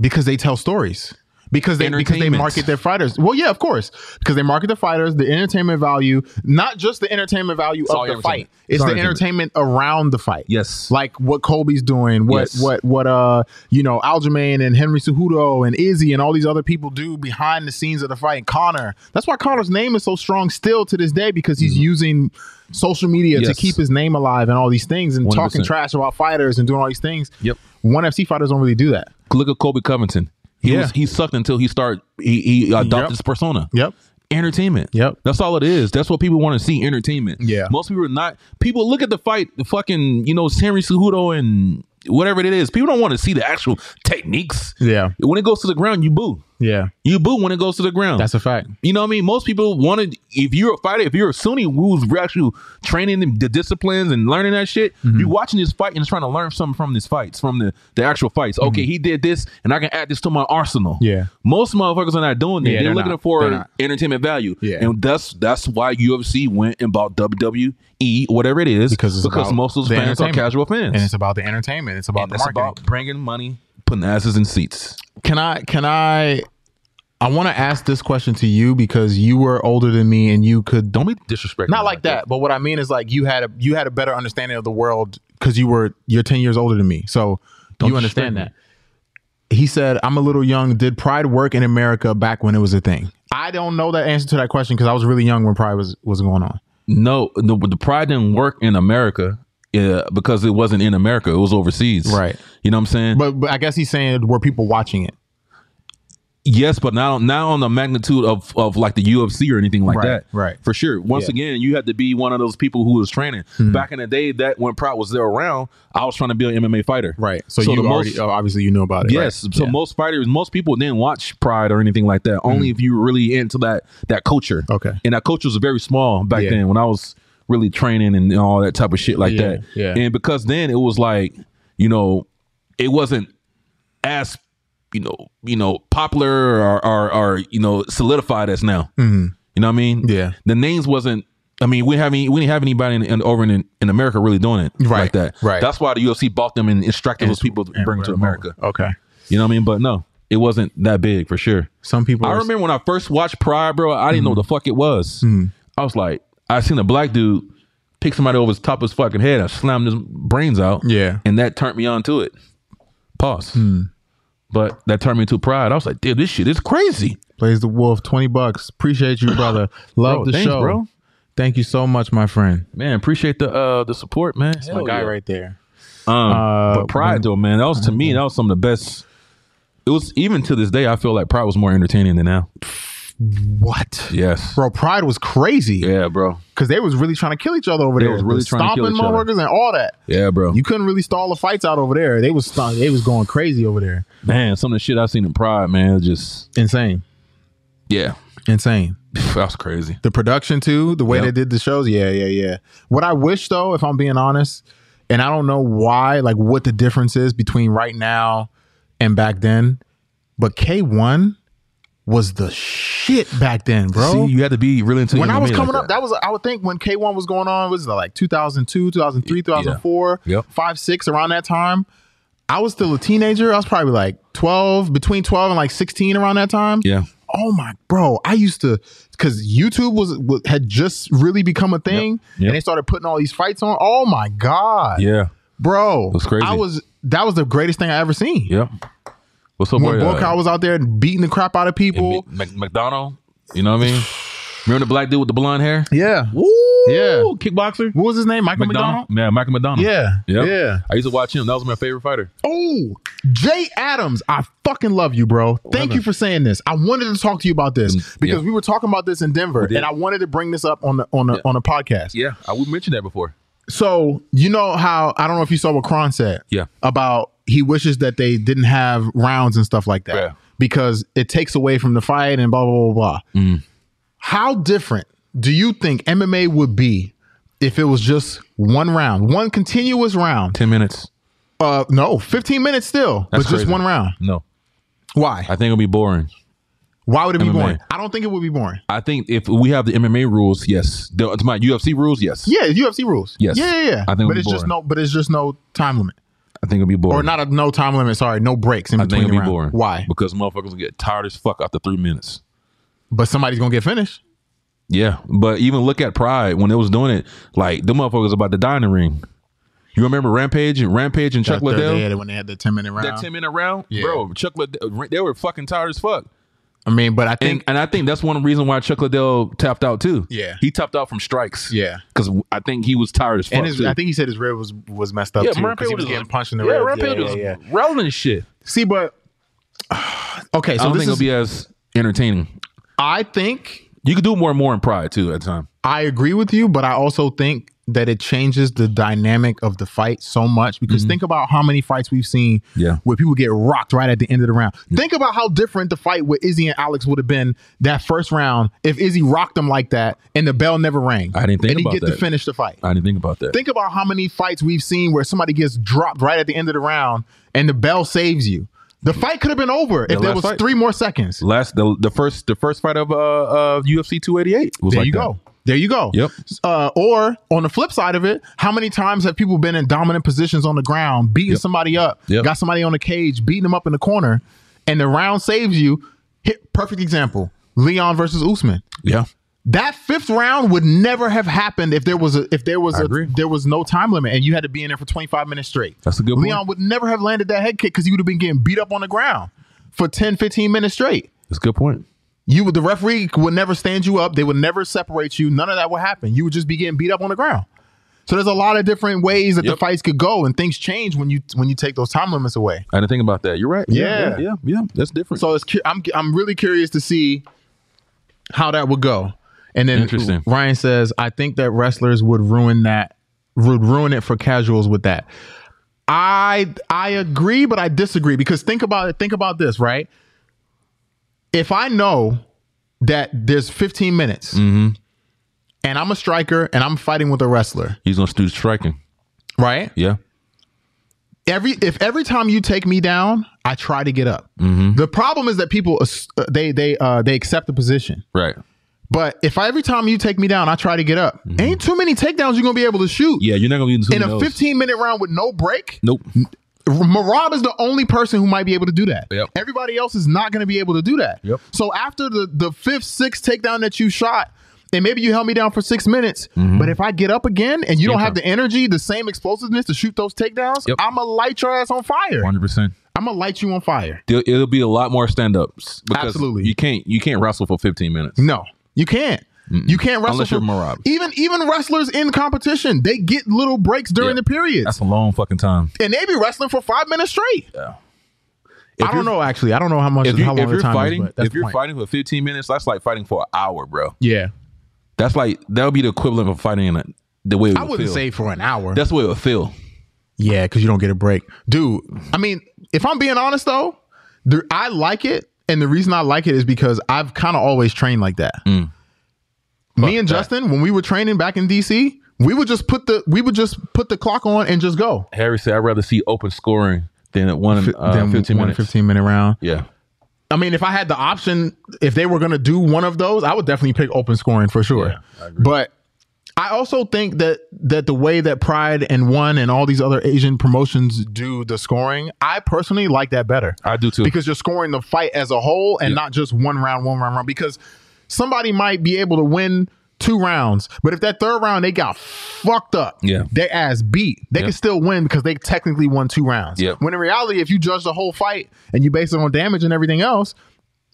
C: because they tell stories because they because they
B: Entertainment.
C: market their fighters. Well, yeah, of course, because they market the fighters, the entertainment value, not just the entertainment value
B: all
C: of the
B: entertainment.
C: fight.
B: It's
C: It's
B: all
C: the entertainment around the fight.
B: Yes.
C: like what Colby's doing, what
B: Yes.
C: what what uh you know Aljamain and Henry Cejudo and Izzy and all these other people do behind the scenes of the fight. And Connor, that's why Connor's name is so strong still to this day because he's using social media to
B: Yes.
C: keep his name alive and all these things and talking
B: 100%.
C: trash about fighters and doing all these things.
B: Yep.
C: One FC fighters don't really do that.
B: Look at Kobe Covington. He
C: Yeah.
B: was he sucked until he started he, he adopted
C: Yep.
B: his persona.
C: Yep.
B: entertainment.
C: Yep.
B: That's all it is. That's what people want to see. Entertainment.
C: Yeah.
B: Most people are not. People look at the fight, the fucking you know Henry Cejudo and whatever it is. People don't want to see the actual techniques.
C: Yeah.
B: When it goes to the ground, you boo.
C: Yeah,
B: You boo when it goes to the ground.
C: that's a fact.
B: You know what I mean? Most people wanted if you're a fighter, if you're a Sunni who's actually training the, the disciplines and learning that shit,
C: Mm-hmm.
B: you watching this fight and trying to learn something from these fights, from the, the actual fights. Okay, he did this and I can add this to my arsenal.
C: Mm-hmm. Yeah.
B: Most motherfuckers are not doing that.
C: Yeah,
B: they're,
C: they're
B: looking
C: not.
B: for
C: They're not.
B: entertainment value.
C: Yeah.
B: And that's that's why UFC went and bought WWE, whatever it is,
C: Because it's about
B: most of those
C: the
B: fans are
C: entertainment.
B: casual fans.
C: And it's about the entertainment. It's about
B: And
C: the
B: that's
C: marketing.
B: about bringing money, putting asses in seats.
C: can I can I I want to ask this question to you because you were older than me and you could
B: Don't be disrespectful.
C: not like that, but what I mean is like you had a you had a better understanding of the world because you were you're 10 years older than me. So
B: Don't
C: you understand
B: disrespect
C: that. He said, "I'm a little young. Did pride work in America back when it was a thing?" I don't know that answer to that question because I was really young when pride was was going on.
B: No, the, the pride didn't work in America uh, because it wasn't in America. It was overseas.
C: Right.
B: You know what I'm saying?
C: But, but I guess he's saying were people watching it?
B: yes, but not, not on the magnitude of, of like the UFC or anything like
C: Right,
B: that.
C: right.
B: For sure. Once
C: Yeah. Hmm.
B: again, you had to be one of those people who was training. Back in the day, that when Pride was there around, I was trying to be an MMA fighter.
C: Right. So,
B: the
C: you
B: most-
C: already oh, obviously you knew about it.
B: Yes.
C: right?
B: So
C: Yeah. Mm.
B: most fighters, most people didn't watch Pride or anything like that. Only if you were really into that that culture.
C: Okay.
B: And that culture was very small back
C: Yeah.
B: then when I was really training and all that type of shit like
C: Yeah,
B: that.
C: yeah.
B: And because then it was like, you know, it wasn't as you know, you know, popular or or, or you know, solidified as now. You know what I mean?
C: Mm-hmm. Yeah.
B: The names wasn't. I mean, we have we didn't have anybody in, in over in, in America really doing it
C: Right,
B: like that.
C: right.
B: That's why the UFC bought them and instructed those people to
C: And
B: bring them to
C: whatever.
B: America.
C: Okay.
B: You know what I mean? But no, it wasn't that big for sure.
C: Some people
B: I
C: are-
B: remember when I first watched Pride, bro, I didn't know
C: Mm-hmm.
B: what the fuck it was. I was like, I seen a black dude pick somebody over his top of his fucking head and slam his brains out.
C: Yeah. Hmm.
B: And that turned me on to it. Pause. But that turned me to Pride. I was like, dude, this shit is crazy.
C: Plays the Wolf, 20 bucks. Appreciate you, brother. Love
B: Bro,
C: the
B: thanks,
C: show.
B: bro.
C: Thank you so much, my friend.
B: Man, appreciate the uh the support, man. That's
C: my guy right there.
B: Um,
C: Uh,
B: but Pride, though, man, that was to me, that was some of the best. It was even to this day, I feel like Pride was more entertaining than now.
C: What?
B: Yes.
C: Bro, Pride was crazy
B: Yeah, bro.
C: because they was really trying to kill each other over
B: They
C: there.
B: was really
C: The
B: trying to kill
C: stomping
B: each other.
C: motherfuckers and all that.
B: Yeah, bro.
C: You couldn't really stall the fights out over there. They was stomp- they was going crazy over there.
B: Man, some of the shit I seen in Pride, man, it just
C: Insane,
B: yeah,
C: insane.
B: that was crazy.
C: the production too, the way
B: Yep.
C: they did the shows. Yeah, yeah, yeah. What I wish though, if I'm being honest, and I don't know why, like what the difference is between right now and back then, but K1 was the shit back then, bro.
B: See, you had to be really into
C: when I
B: MMA
C: was
B: like
C: coming up, that was I would think when K1 was going on it was like 2002, 2003, 2004,
B: Yep.
C: 5, 6 around that time. I was still a teenager. I was probably like 12, between 12 and like 16 around that time
B: Yeah,
C: oh my bro i used to because youtube was, was had just really become a thing
B: Yep.
C: and they started putting all these fights on oh my god
B: yeah,
C: bro
B: was crazy.
C: i was that was the greatest thing i ever seen
B: yep. What's up,
C: when
B: boy? Uh,
C: Volkow was out there beating the crap out of people
B: Mc- McDonald, you know what I mean? Remember the black dude with the blonde hair?
C: yeah
B: Woo!
C: Yeah.
B: kickboxer.
C: what was his name michael mcdonald,
B: Yeah, Michael McDonald.
C: yeah
B: Yep.
C: yeah
B: I used to watch him. That was my favorite fighter.
C: oh jay adams i fucking love you bro thank you for saying this i wanted to talk to you about this because
B: Mm, yeah.
C: we were talking about this in denver
B: did.
C: and i wanted to bring this up on the on the on a podcast
B: Yeah, I would mention that before.
C: So you know how I don't know if you saw what Kron said.
B: Yeah.
C: About he wishes that they didn't have rounds and stuff like that
B: Yeah.
C: because it takes away from the fight and blah blah blah blah.
B: Mm.
C: How different do you think MMA would be if it was just one round, one continuous round?
B: Ten minutes.
C: Uh, no, fifteen minutes still,
B: That's
C: but just
B: crazy.
C: one round.
B: No,
C: Why?
B: I think it'll be boring.
C: Why would it be
B: MMA.
C: boring? I don't think it would be boring.
B: I think if we have the MMA rules, yes. The, it's my UFC rules, yes.
C: Yeah, UFC rules.
B: Yes.
C: Yeah, yeah. yeah.
B: I think it would
C: but
B: be
C: it's just
B: boring.
C: no, but it's just no time limit
B: I think it'll be boring.
C: or not a no time limit. Sorry, no breaks in
B: I think
C: between
B: it'll
C: the
B: be
C: round.
B: boring.
C: Why?
B: Because motherfuckers will get tired as fuck after three minutes.
C: but somebody's gonna get finished.
B: Yeah, but even look at Pride when it was doing it. Like the motherfuckers about the dining ring. You remember Rampage and Rampage and Chuck
C: That Thursday,
B: Liddell?
C: yeah, when they had the ten minute round.
B: That ten minute round,
C: Yeah.
B: bro. Chuck Liddell, they were fucking tired as fuck.
C: I mean, but I
B: And
C: think
B: and I think that's one reason why Chuck Liddell tapped out too.
C: Yeah.
B: he tapped out from strikes.
C: Yeah.
B: because I think he was tired as fuck.
C: and his,
B: too.
C: I think he said his rib was was messed up too because he was getting punched in the
B: yeah,
C: rib.
B: Rampage
C: yeah,
B: was
C: yeah, yeah.
B: relevant shit.
C: See, but okay,
B: I
C: so
B: don't think
C: this is,
B: it'll be as entertaining.
C: I think
B: You could do more and more in Pride too at the time.
C: I agree with you, but I also think that it changes the dynamic of the fight so much because think about how many fights we've seen
B: Mm-hmm. Yeah.
C: where people get rocked right at the end of the round. Think about how different the fight with Izzy and Alex would have been that first round if Izzy rocked them like that and the bell never rang.
B: I didn't think
C: and
B: about
C: he get
B: that.
C: to finish the fight.
B: I didn't think about that.
C: Think about how many fights we've seen where somebody gets dropped right at the end of the round and the bell saves you. The fight could have been over if there
B: last
C: was
B: fight.
C: three more seconds.
B: Last the, the first the first fight of uh of UFC 288 was
C: There
B: like
C: you
B: that.
C: go. There you go.
B: Yep.
C: Uh, or on the flip side of it, how many times have people been in dominant positions on the ground, beating somebody up,
B: Yep.
C: got somebody on the cage, beating them up in the corner, and the round saves you? Hit, perfect example: Leon versus Usman.
B: Yeah,
C: That fifth round would never have happened if there was a if there was
B: I
C: a
B: agree.
C: there was no time limit and you had to be in there for 25 minutes straight.
B: That's a good
C: Leon would never have landed that head kick because he would have been getting beat up on the ground for 10, 15 minutes straight
B: that's a good point.
C: you would the referee would never stand you up they would never separate you none of that would happen you would just be getting beat up on the ground so there's a lot of different ways that the
B: Yep.
C: fights could go and things change when you when you take those time limits away
B: I didn't think about that. You're right. yeah,
C: Yeah.
B: yeah. yeah. That's different.
C: so it's cu- I'm, I'm really curious to see how that would go and then
B: Interesting.
C: ryan says i think that wrestlers would ruin that would ruin it for casuals with that i i agree but i disagree because think about it think about this right if i know that there's 15 minutes and i'm a striker and i'm fighting with a wrestler
B: He's gonna do striking.
C: right
B: Yeah,
C: every if every time you take me down i try to get up
B: Mm-hmm.
C: the problem is that people ass- uh, they they uh they accept the position
B: right.
C: but if I, every time you take me down i try to get up ain't too many takedowns you're gonna be able to shoot
B: Mm-hmm. Yeah, you're not gonna be
C: in a 15 minute round with no break
B: Nope.
C: Marab is the only person who might be able to do that.
B: Yep.
C: Everybody else is not going to be able to do that.
B: Yep.
C: So after the the fifth, sixth takedown that you shot, and maybe you held me down for six minutes,
B: Mm-hmm.
C: but if I get up again and you don't have the energy, the same explosiveness to shoot those takedowns,
B: Yep.
C: I'm going to light your ass on fire.
B: Hundred percent.
C: I'm going to light you on fire.
B: It'll be a lot more stand ups.
C: Absolutely.
B: You can't you can't wrestle for 15 minutes.
C: No, you can't. You can't wrestle
B: Unless you're
C: for-
B: Marab.
C: Even even wrestlers in competition, they get little breaks during
B: Yeah.
C: the periods,
B: That's a long fucking time.
C: and they be wrestling for five minutes straight.
B: If
C: I
B: you're-
C: don't know actually. I don't know how much
B: If, you,
C: how long
B: if
C: the
B: you're
C: time
B: fighting,
C: is, but that's
B: if you're
C: the point.
B: fighting for 15 minutes, that's like fighting for an hour, bro.
C: yeah.
B: That's like that would be the equivalent of fighting in a, the way it would
C: I wouldn't
B: feel.
C: say for an hour.
B: that's the way it would feel.
C: yeah, because you don't get a break, dude. I mean, if I'm being honest though, there, I like it, and the reason I like it is because I've kind of always trained like that.
B: Mm.
C: Me and Justin, when we were training back in DC, we would just put the we would just put the clock on and just go.
B: Harry said, "I'd rather see open scoring than at one uh,
C: Then
B: 15
C: one
B: minutes."
C: 15 minute round.
B: Yeah,
C: I mean, if I had the option, if they were going to do one of those, I would definitely pick open scoring for sure. but I also think that that the way that Pride and One and all these other Asian promotions do the scoring, I personally like that better
B: I do too.
C: because you're scoring the fight as a whole and not just one round, one round, round. Because somebody might be able to win two rounds, but if that third round they got fucked up,
B: Yeah.
C: their ass beat, they can still win because they technically won two rounds.
B: Yep.
C: When in reality, if you judge the whole fight and you base it on damage and everything else,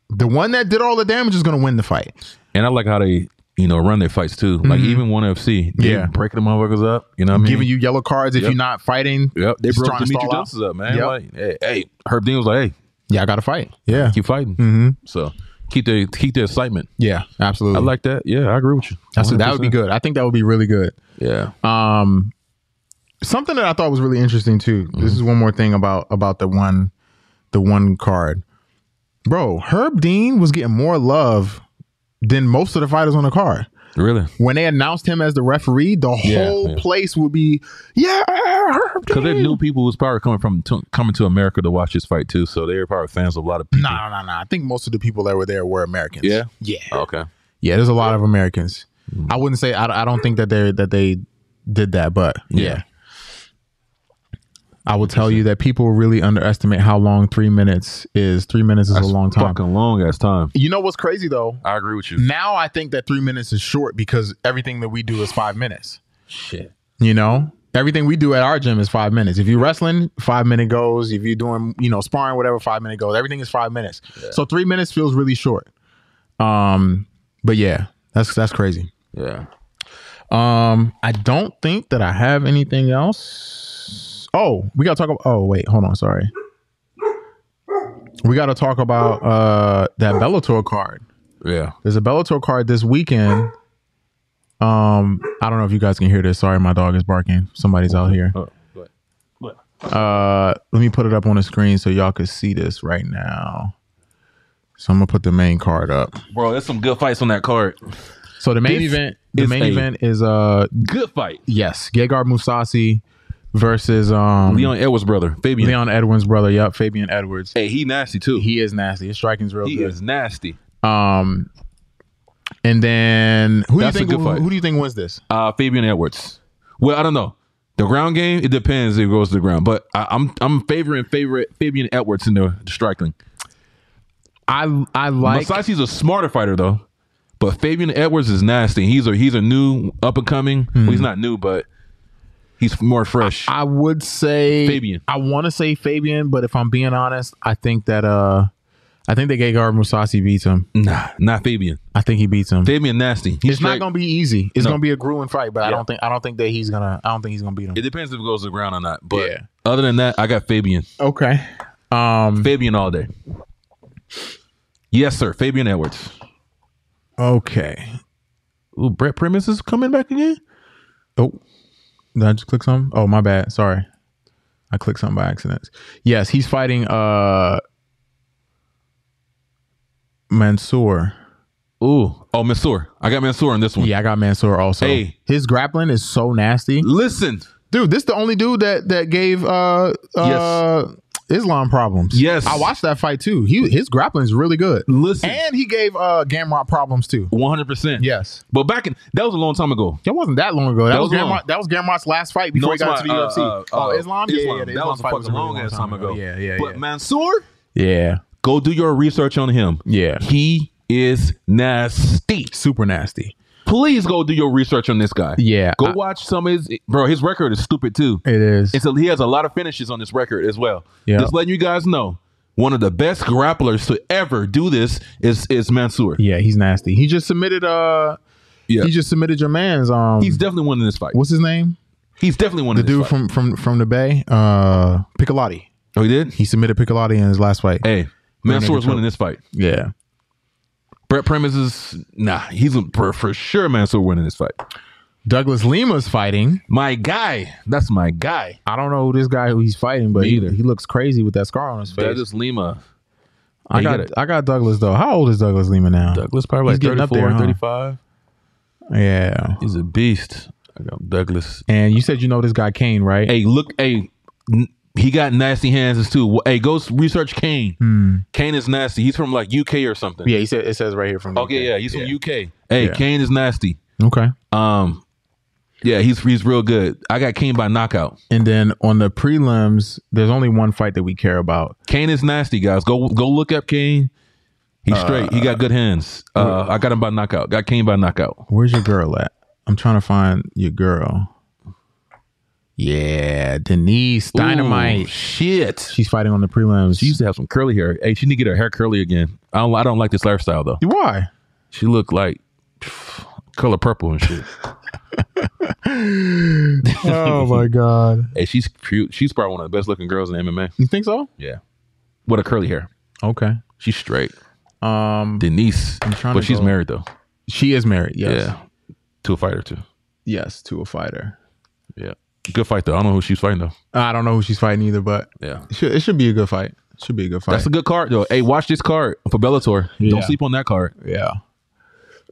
C: the one that did all the damage is going to win the fight.
B: and I like how they you know run their fights too. Like even one FC, they
C: Mm-hmm. Yeah.
B: breaking the motherfuckers up. You know what I mean?
C: Giving you yellow cards if
B: Yep.
C: you're not fighting.
B: Yep, they
C: just
B: broke
C: trying to
B: Demetrius
C: stall out.
B: Johnson's up, man.
C: Yep.
B: Like, hey, hey, Herb Dean was like, "Hey,
C: Yeah, I got to fight. Yeah.
B: keep fighting." So keep the keep the excitement.
C: Mm-hmm. Yeah, absolutely.
B: I like that. Yeah, I agree with you.
C: That's, that would be
B: 100%.
C: good. I think that would be really good.
B: Yeah,
C: um something that i thought was really interesting too
B: Mm-hmm.
C: this is one more thing about about the one the one card bro herb dean was getting more love than most of the fighters on the card
B: really.
C: when they announced him as the referee the
B: Yeah,
C: whole
B: yeah.
C: place would be yeah herb
B: Because
C: dean.
B: they knew people was probably coming from to, coming to America to watch this fight too, so they were probably fans of a lot of people.
C: no no no i think most of the people that were there were americans
B: Yeah?
C: yeah
B: Okay.
C: yeah Mm. there's a lot of americans i wouldn't say i, I don't think that they that they did that but yeah. I will tell you that people really underestimate how long three minutes is. Three minutes is a long time.
B: Fucking long ass time.
C: You know what's crazy though?
B: I agree with you.
C: Now I think that three minutes is short because everything that we do is five minutes. Shit. You know? Everything we do at our gym is five minutes. If you're wrestling, five minute goes. If you're doing, you know, sparring, whatever, five minute goes. Everything is five minutes. So three minutes feels really short. Um, but yeah, that's that's crazy.
B: Yeah.
C: Um, I don't think that I have anything else. Oh, we gotta talk about. Oh, wait, hold on. Sorry. We gotta talk about uh that Bellator card.
B: Yeah.
C: There's a Bellator card this weekend. Um, I don't know if you guys can hear this. Sorry, my dog is barking. Somebody's out here. Uh, let me put it up on the screen so y'all could see this right now. So I'm gonna put the main card up.
B: Bro, there's some good fights on that card.
C: So the main
B: This
C: event, the
B: is
C: main
B: a-
C: event is uh,
B: Good fight.
C: yes, Gegard Mousasi versus um Leon,
B: Leon Edwards' brother, Fabian.
C: Edwards' brother. Yep, Fabian Edwards.
B: Hey, he nasty too. He,
C: He is nasty. His striking's real good.
B: is nasty.
C: Um, and then who
B: That's a
C: do
B: good
C: you think who,
B: fight.
C: who do you think wins this?
B: Uh, Fabian Edwards. Well, I don't know. The ground game, it depends if it goes to the ground. But I, I'm I'm favoring favorite Fabian Edwards in the, the striking.
C: I I like
B: Masasi's a smarter fighter though, but Fabian Edwards is nasty. He's a he's a new up and coming. Well, he's not new, but he's more fresh.
C: Hmm. I would say
B: Fabian.
C: I want to say Fabian, but if I'm being honest, I think that uh, I think that Gegard Mousasi beats him.
B: nah, not Fabian.
C: I think he beats him.
B: Fabian nasty. He's
C: it's not
B: straight.
C: gonna be easy. It's
B: No.
C: gonna be a grueling fight, but I
B: Yeah.
C: don't think I don't think that he's gonna I don't think he's gonna beat him.
B: It depends if it goes to the ground or not. But
C: Yeah.
B: other than that, I got Fabian.
C: okay. Um.
B: Fabian all day. Yes, sir. Fabian Edwards.
C: Okay.
B: Ooh, Brett Primus is coming back again.
C: Oh, did I just click something? Oh, my bad. Sorry, I clicked something by accident. Yes, he's fighting uh Mansoor.
B: Ooh. Oh, Mansoor. I got Mansoor on this one.
C: Yeah, I got Mansoor also.
B: Hey.
C: His grappling is so nasty,
B: Listen.
C: dude. This the only dude that that gave uh, uh Islam problems.
B: Yes.
C: I watched that fight too. He his grappling is really good,
B: Listen.
C: and he gave uh Gamrot problems too.
B: 100%.
C: Yes.
B: But back in, that was a long time ago.
C: That wasn't that long ago. That,
B: That
C: was
B: was long.
C: Gamrot, that was Gamrot's last fight before he
B: it's
C: got to the
B: not, uh,
C: UFC.
B: uh, uh,
C: oh, Islam, yeah, yeah,
B: Islam.
C: the
B: that
C: Islam
B: was a
C: fight
B: fucking
C: really
B: long ass time ago.
C: Yeah, yeah,
B: But
C: yeah.
B: Mansoor,
C: yeah,
B: go do your research on him.
C: yeah.
B: He is nasty.
C: Super nasty.
B: Please go do your research on this guy.
C: Yeah,
B: Go
C: I-
B: watch some of his bro. His record is stupid too.
C: It is.
B: And so he has a lot of finishes on this record as well.
C: Yeah.
B: Just letting you guys know, one of the best grapplers to ever do this is is Mansoor.
C: yeah, he's nasty. He just submitted. Uh,
B: Yeah.
C: he just submitted your man's. Um,
B: He's definitely winning this fight.
C: what's his name?
B: He's definitely winning
C: The
B: this
C: dude
B: fight.
C: from from from the Bay. Uh, Piccolotti.
B: oh, he did?
C: He submitted Piccolotti in his last fight.
B: Hey, Mansoor's
C: Nigga
B: winning this fight.
C: Yeah.
B: Brett Primus is nah. He's for, for sure Mansoor winning this fight.
C: Douglas Lima's fighting.
B: My guy, that's my guy.
C: I don't know who this guy who he's fighting, but
B: Me
C: he,
B: either.
C: he looks crazy with that scar on his face.
B: That is Lima.
C: I
B: You
C: got,
B: got it.
C: I got Douglas though. How old is Douglas Lima now?
B: Douglas probably
C: He's getting up there, huh?
B: 35.
C: Yeah.
B: He's a beast. I got Douglas.
C: And you said you know this guy Kane, right?
B: Hey, look, hey, n- he got nasty hands too. Hey, go s- research Kane. Kane is nasty. He's from like UK or something.
C: Hmm. Yeah, he said it says right here from.
B: Okay, yeah, he's from UK. Hey, Kane is nasty.
C: Okay.
B: Um, yeah, he's he's real good. I got Kane by knockout.
C: And then on the prelims, there's only one fight that we care about.
B: Kane is nasty, guys. Go go look up Kane. He's straight. He got good hands. Uh, I got him by knockout. Got Kane by knockout.
C: Where's your girl at? I'm trying to find your girl. Yeah, Denise
B: Ooh,
C: Dynamite.
B: shit.
C: She's fighting on the prelims.
B: She used to have some curly hair. Hey, she need to get her hair curly again. I don't. I don't like this lifestyle though.
C: why?
B: She looked like pff, color purple and shit.
C: Oh my god.
B: Hey, she's cute. She's probably one of the best looking girls in MMA.
C: You think so?
B: Yeah. With a curly hair.
C: Okay.
B: She's straight.
C: Um,
B: Denise.
C: trying
B: But
C: to
B: she's
C: go-
B: married though.
C: she is married. Yes.
B: Yeah. To a fighter too.
C: Yes, to a fighter.
B: Yeah. Good fight though. I don't know who she's fighting though.
C: I don't know who she's fighting either, but
B: Yeah.
C: it should, it should be a good fight. It should be a good fight.
B: That's a good card though. Hey, watch this card for Bellator.
C: Yeah.
B: Don't sleep on that card.
C: Yeah.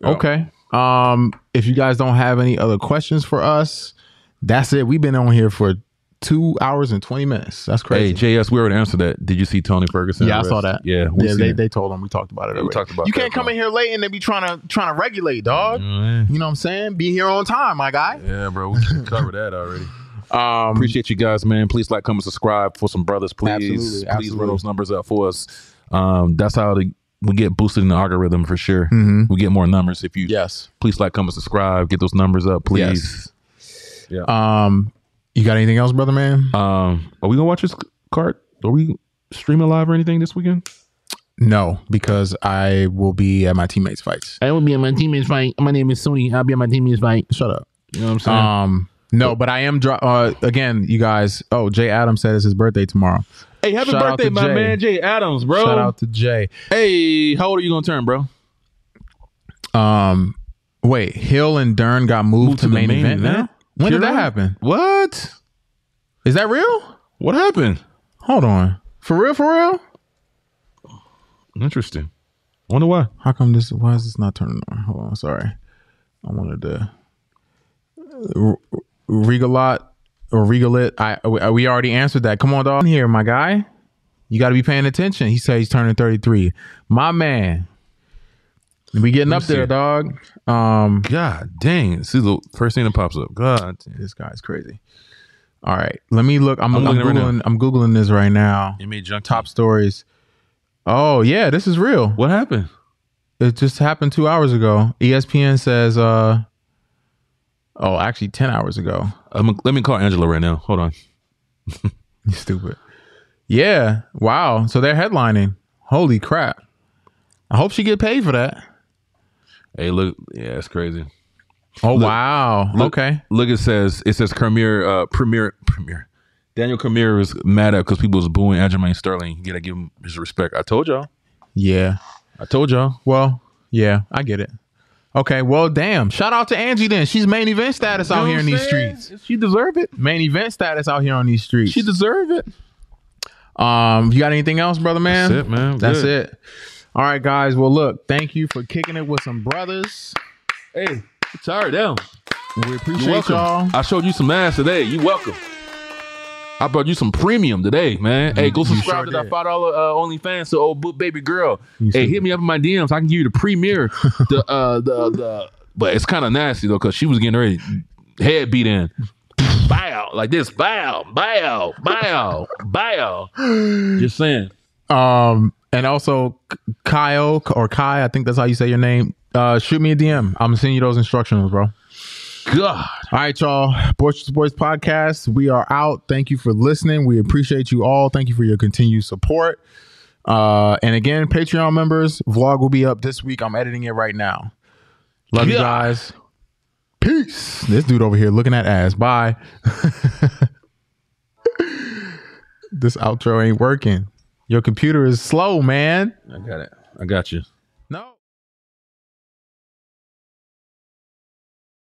C: Okay. Um, if you guys don't have any other questions for us, that's it. We've been on here for two hours and twenty minutes. That's
B: Hey,
C: crazy.
B: JS, we already answered that. Did you see Tony Ferguson?
C: yeah, I
B: arrest?
C: saw that.
B: Yeah, we
C: yeah.
B: seen
C: They,
B: it.
C: they told him we talked about it.
B: we
C: already.
B: talked about
C: You
B: that,
C: can't come
B: bro.
C: in here late and then be trying to trying to regulate, dog.
B: Mm,
C: You know what I'm saying? Be here on time, my guy.
B: yeah, bro, we covered that already.
C: Um,
B: Appreciate you guys, man. Please like, comment, subscribe for some brothers. Please,
C: Absolutely,
B: please
C: absolutely.
B: run those numbers up for us. Um, that's how the, we get boosted in the algorithm for sure.
C: mm-hmm.
B: We get more numbers if you
C: yes.
B: please like, comment, subscribe, get those numbers up, please.
C: Um, you got anything else, brother man?
B: Um, are we gonna watch this card? Are we streaming live or anything this weekend?
C: no, because I will be at my teammates' fights.
G: I will be on my teammate's fight. My name is Sony. I'll be on my teammate's fight.
C: Shut up.
B: You know what I'm saying?
C: Um, no, but I am. Dro- uh, again, you guys. Oh, Jay Adams said it's his birthday tomorrow.
B: hey, happy
C: shout out
B: birthday,
C: to
B: my
C: Jay.
B: man Jay Adams, bro.
C: Shout out to Jay.
B: Hey, how old are you gonna turn, bro?
C: Um, Wait, Hill and Dern got moved, to, main, event, now? When did that
B: Kira?
C: happen?
B: What?
C: Is that real?
B: What happened?
C: Hold on. For real, for real?
B: Interesting. Wonder why.
C: How come this? Why is this not turning on? Hold on, sorry. I wanted to. R- Regalot or Regalit. I we- we already answered that. Come on, dog. Here, my guy. You got to be paying attention. He said he's turning thirty three. My man. We getting up
B: me see.
C: there, dog. Um,
B: God dang. This is the first thing that pops up. God damn.
C: this guy's crazy. All right, let me look. I'm,
B: I'm
C: I'm,
B: looking right now.
C: googling. I'm googling this right now.
B: You made junk
C: Top stories. Oh yeah, this is real.
B: What happened?
C: It just happened two hours ago. E ESPN says, uh, oh, actually 10 hours ago.
B: I'm, let me call Angela right now. Hold on.
C: You stupid. Yeah. Wow. So they're headlining. Holy crap. I hope she get paid for that.
B: Hey, look. Yeah, it's crazy.
C: Oh, wow.
B: Look-
C: okay.
B: Look, it says it says Premier uh Premier Premier. Daniel Premier is mad at because people was booing Aljamain Sterling. You gotta give him his respect. I told y'all.
C: Yeah.
B: I told y'all.
C: Well, yeah, I get it. Okay. Well, damn. Shout out to Angie then. She's main event status out here in these streets.
B: She deserved it.
C: Main event status out here on these streets.
B: She deserved it.
C: Um, you got anything else, brother man?
B: That's it, man.
C: That's
B: Good.
C: it. All right, guys. Well, look, thank you for kicking it with some brothers.
B: Hey, tired down.
C: We
B: You
C: appreciate
B: welcome.
C: y'all.
B: I showed you some ass today. You welcome. I brought you some premium today, man. Hey, go
C: you
B: subscribe
C: sure
B: to that
C: did.
B: five dollar uh, OnlyFans to old book baby girl. hey,
C: sure
B: hit me up in my DMs. I can give you the premiere. the uh, the the. But it's kind of nasty though, cause she was getting ready head beat in. Bow like this. Bow, bow, bow, bow. Just saying.
C: Um, and also K- Kyle or Kai, I think that's how you say your name. Uh, shoot me a DM. I'm sending you those instructions, bro.
B: God.
C: All right, y'all. Boys Boys Podcast. We are out. Thank you for listening. We appreciate you all. Thank you for your continued support. Uh, and again, Patreon members, vlog will be up this week. I'm editing it right now. Love you
B: Yeah.
C: guys. Peace. This dude over here looking at ass. Bye. this outro ain't working. Your computer is slow, man.
B: I got it. I got you.
C: No.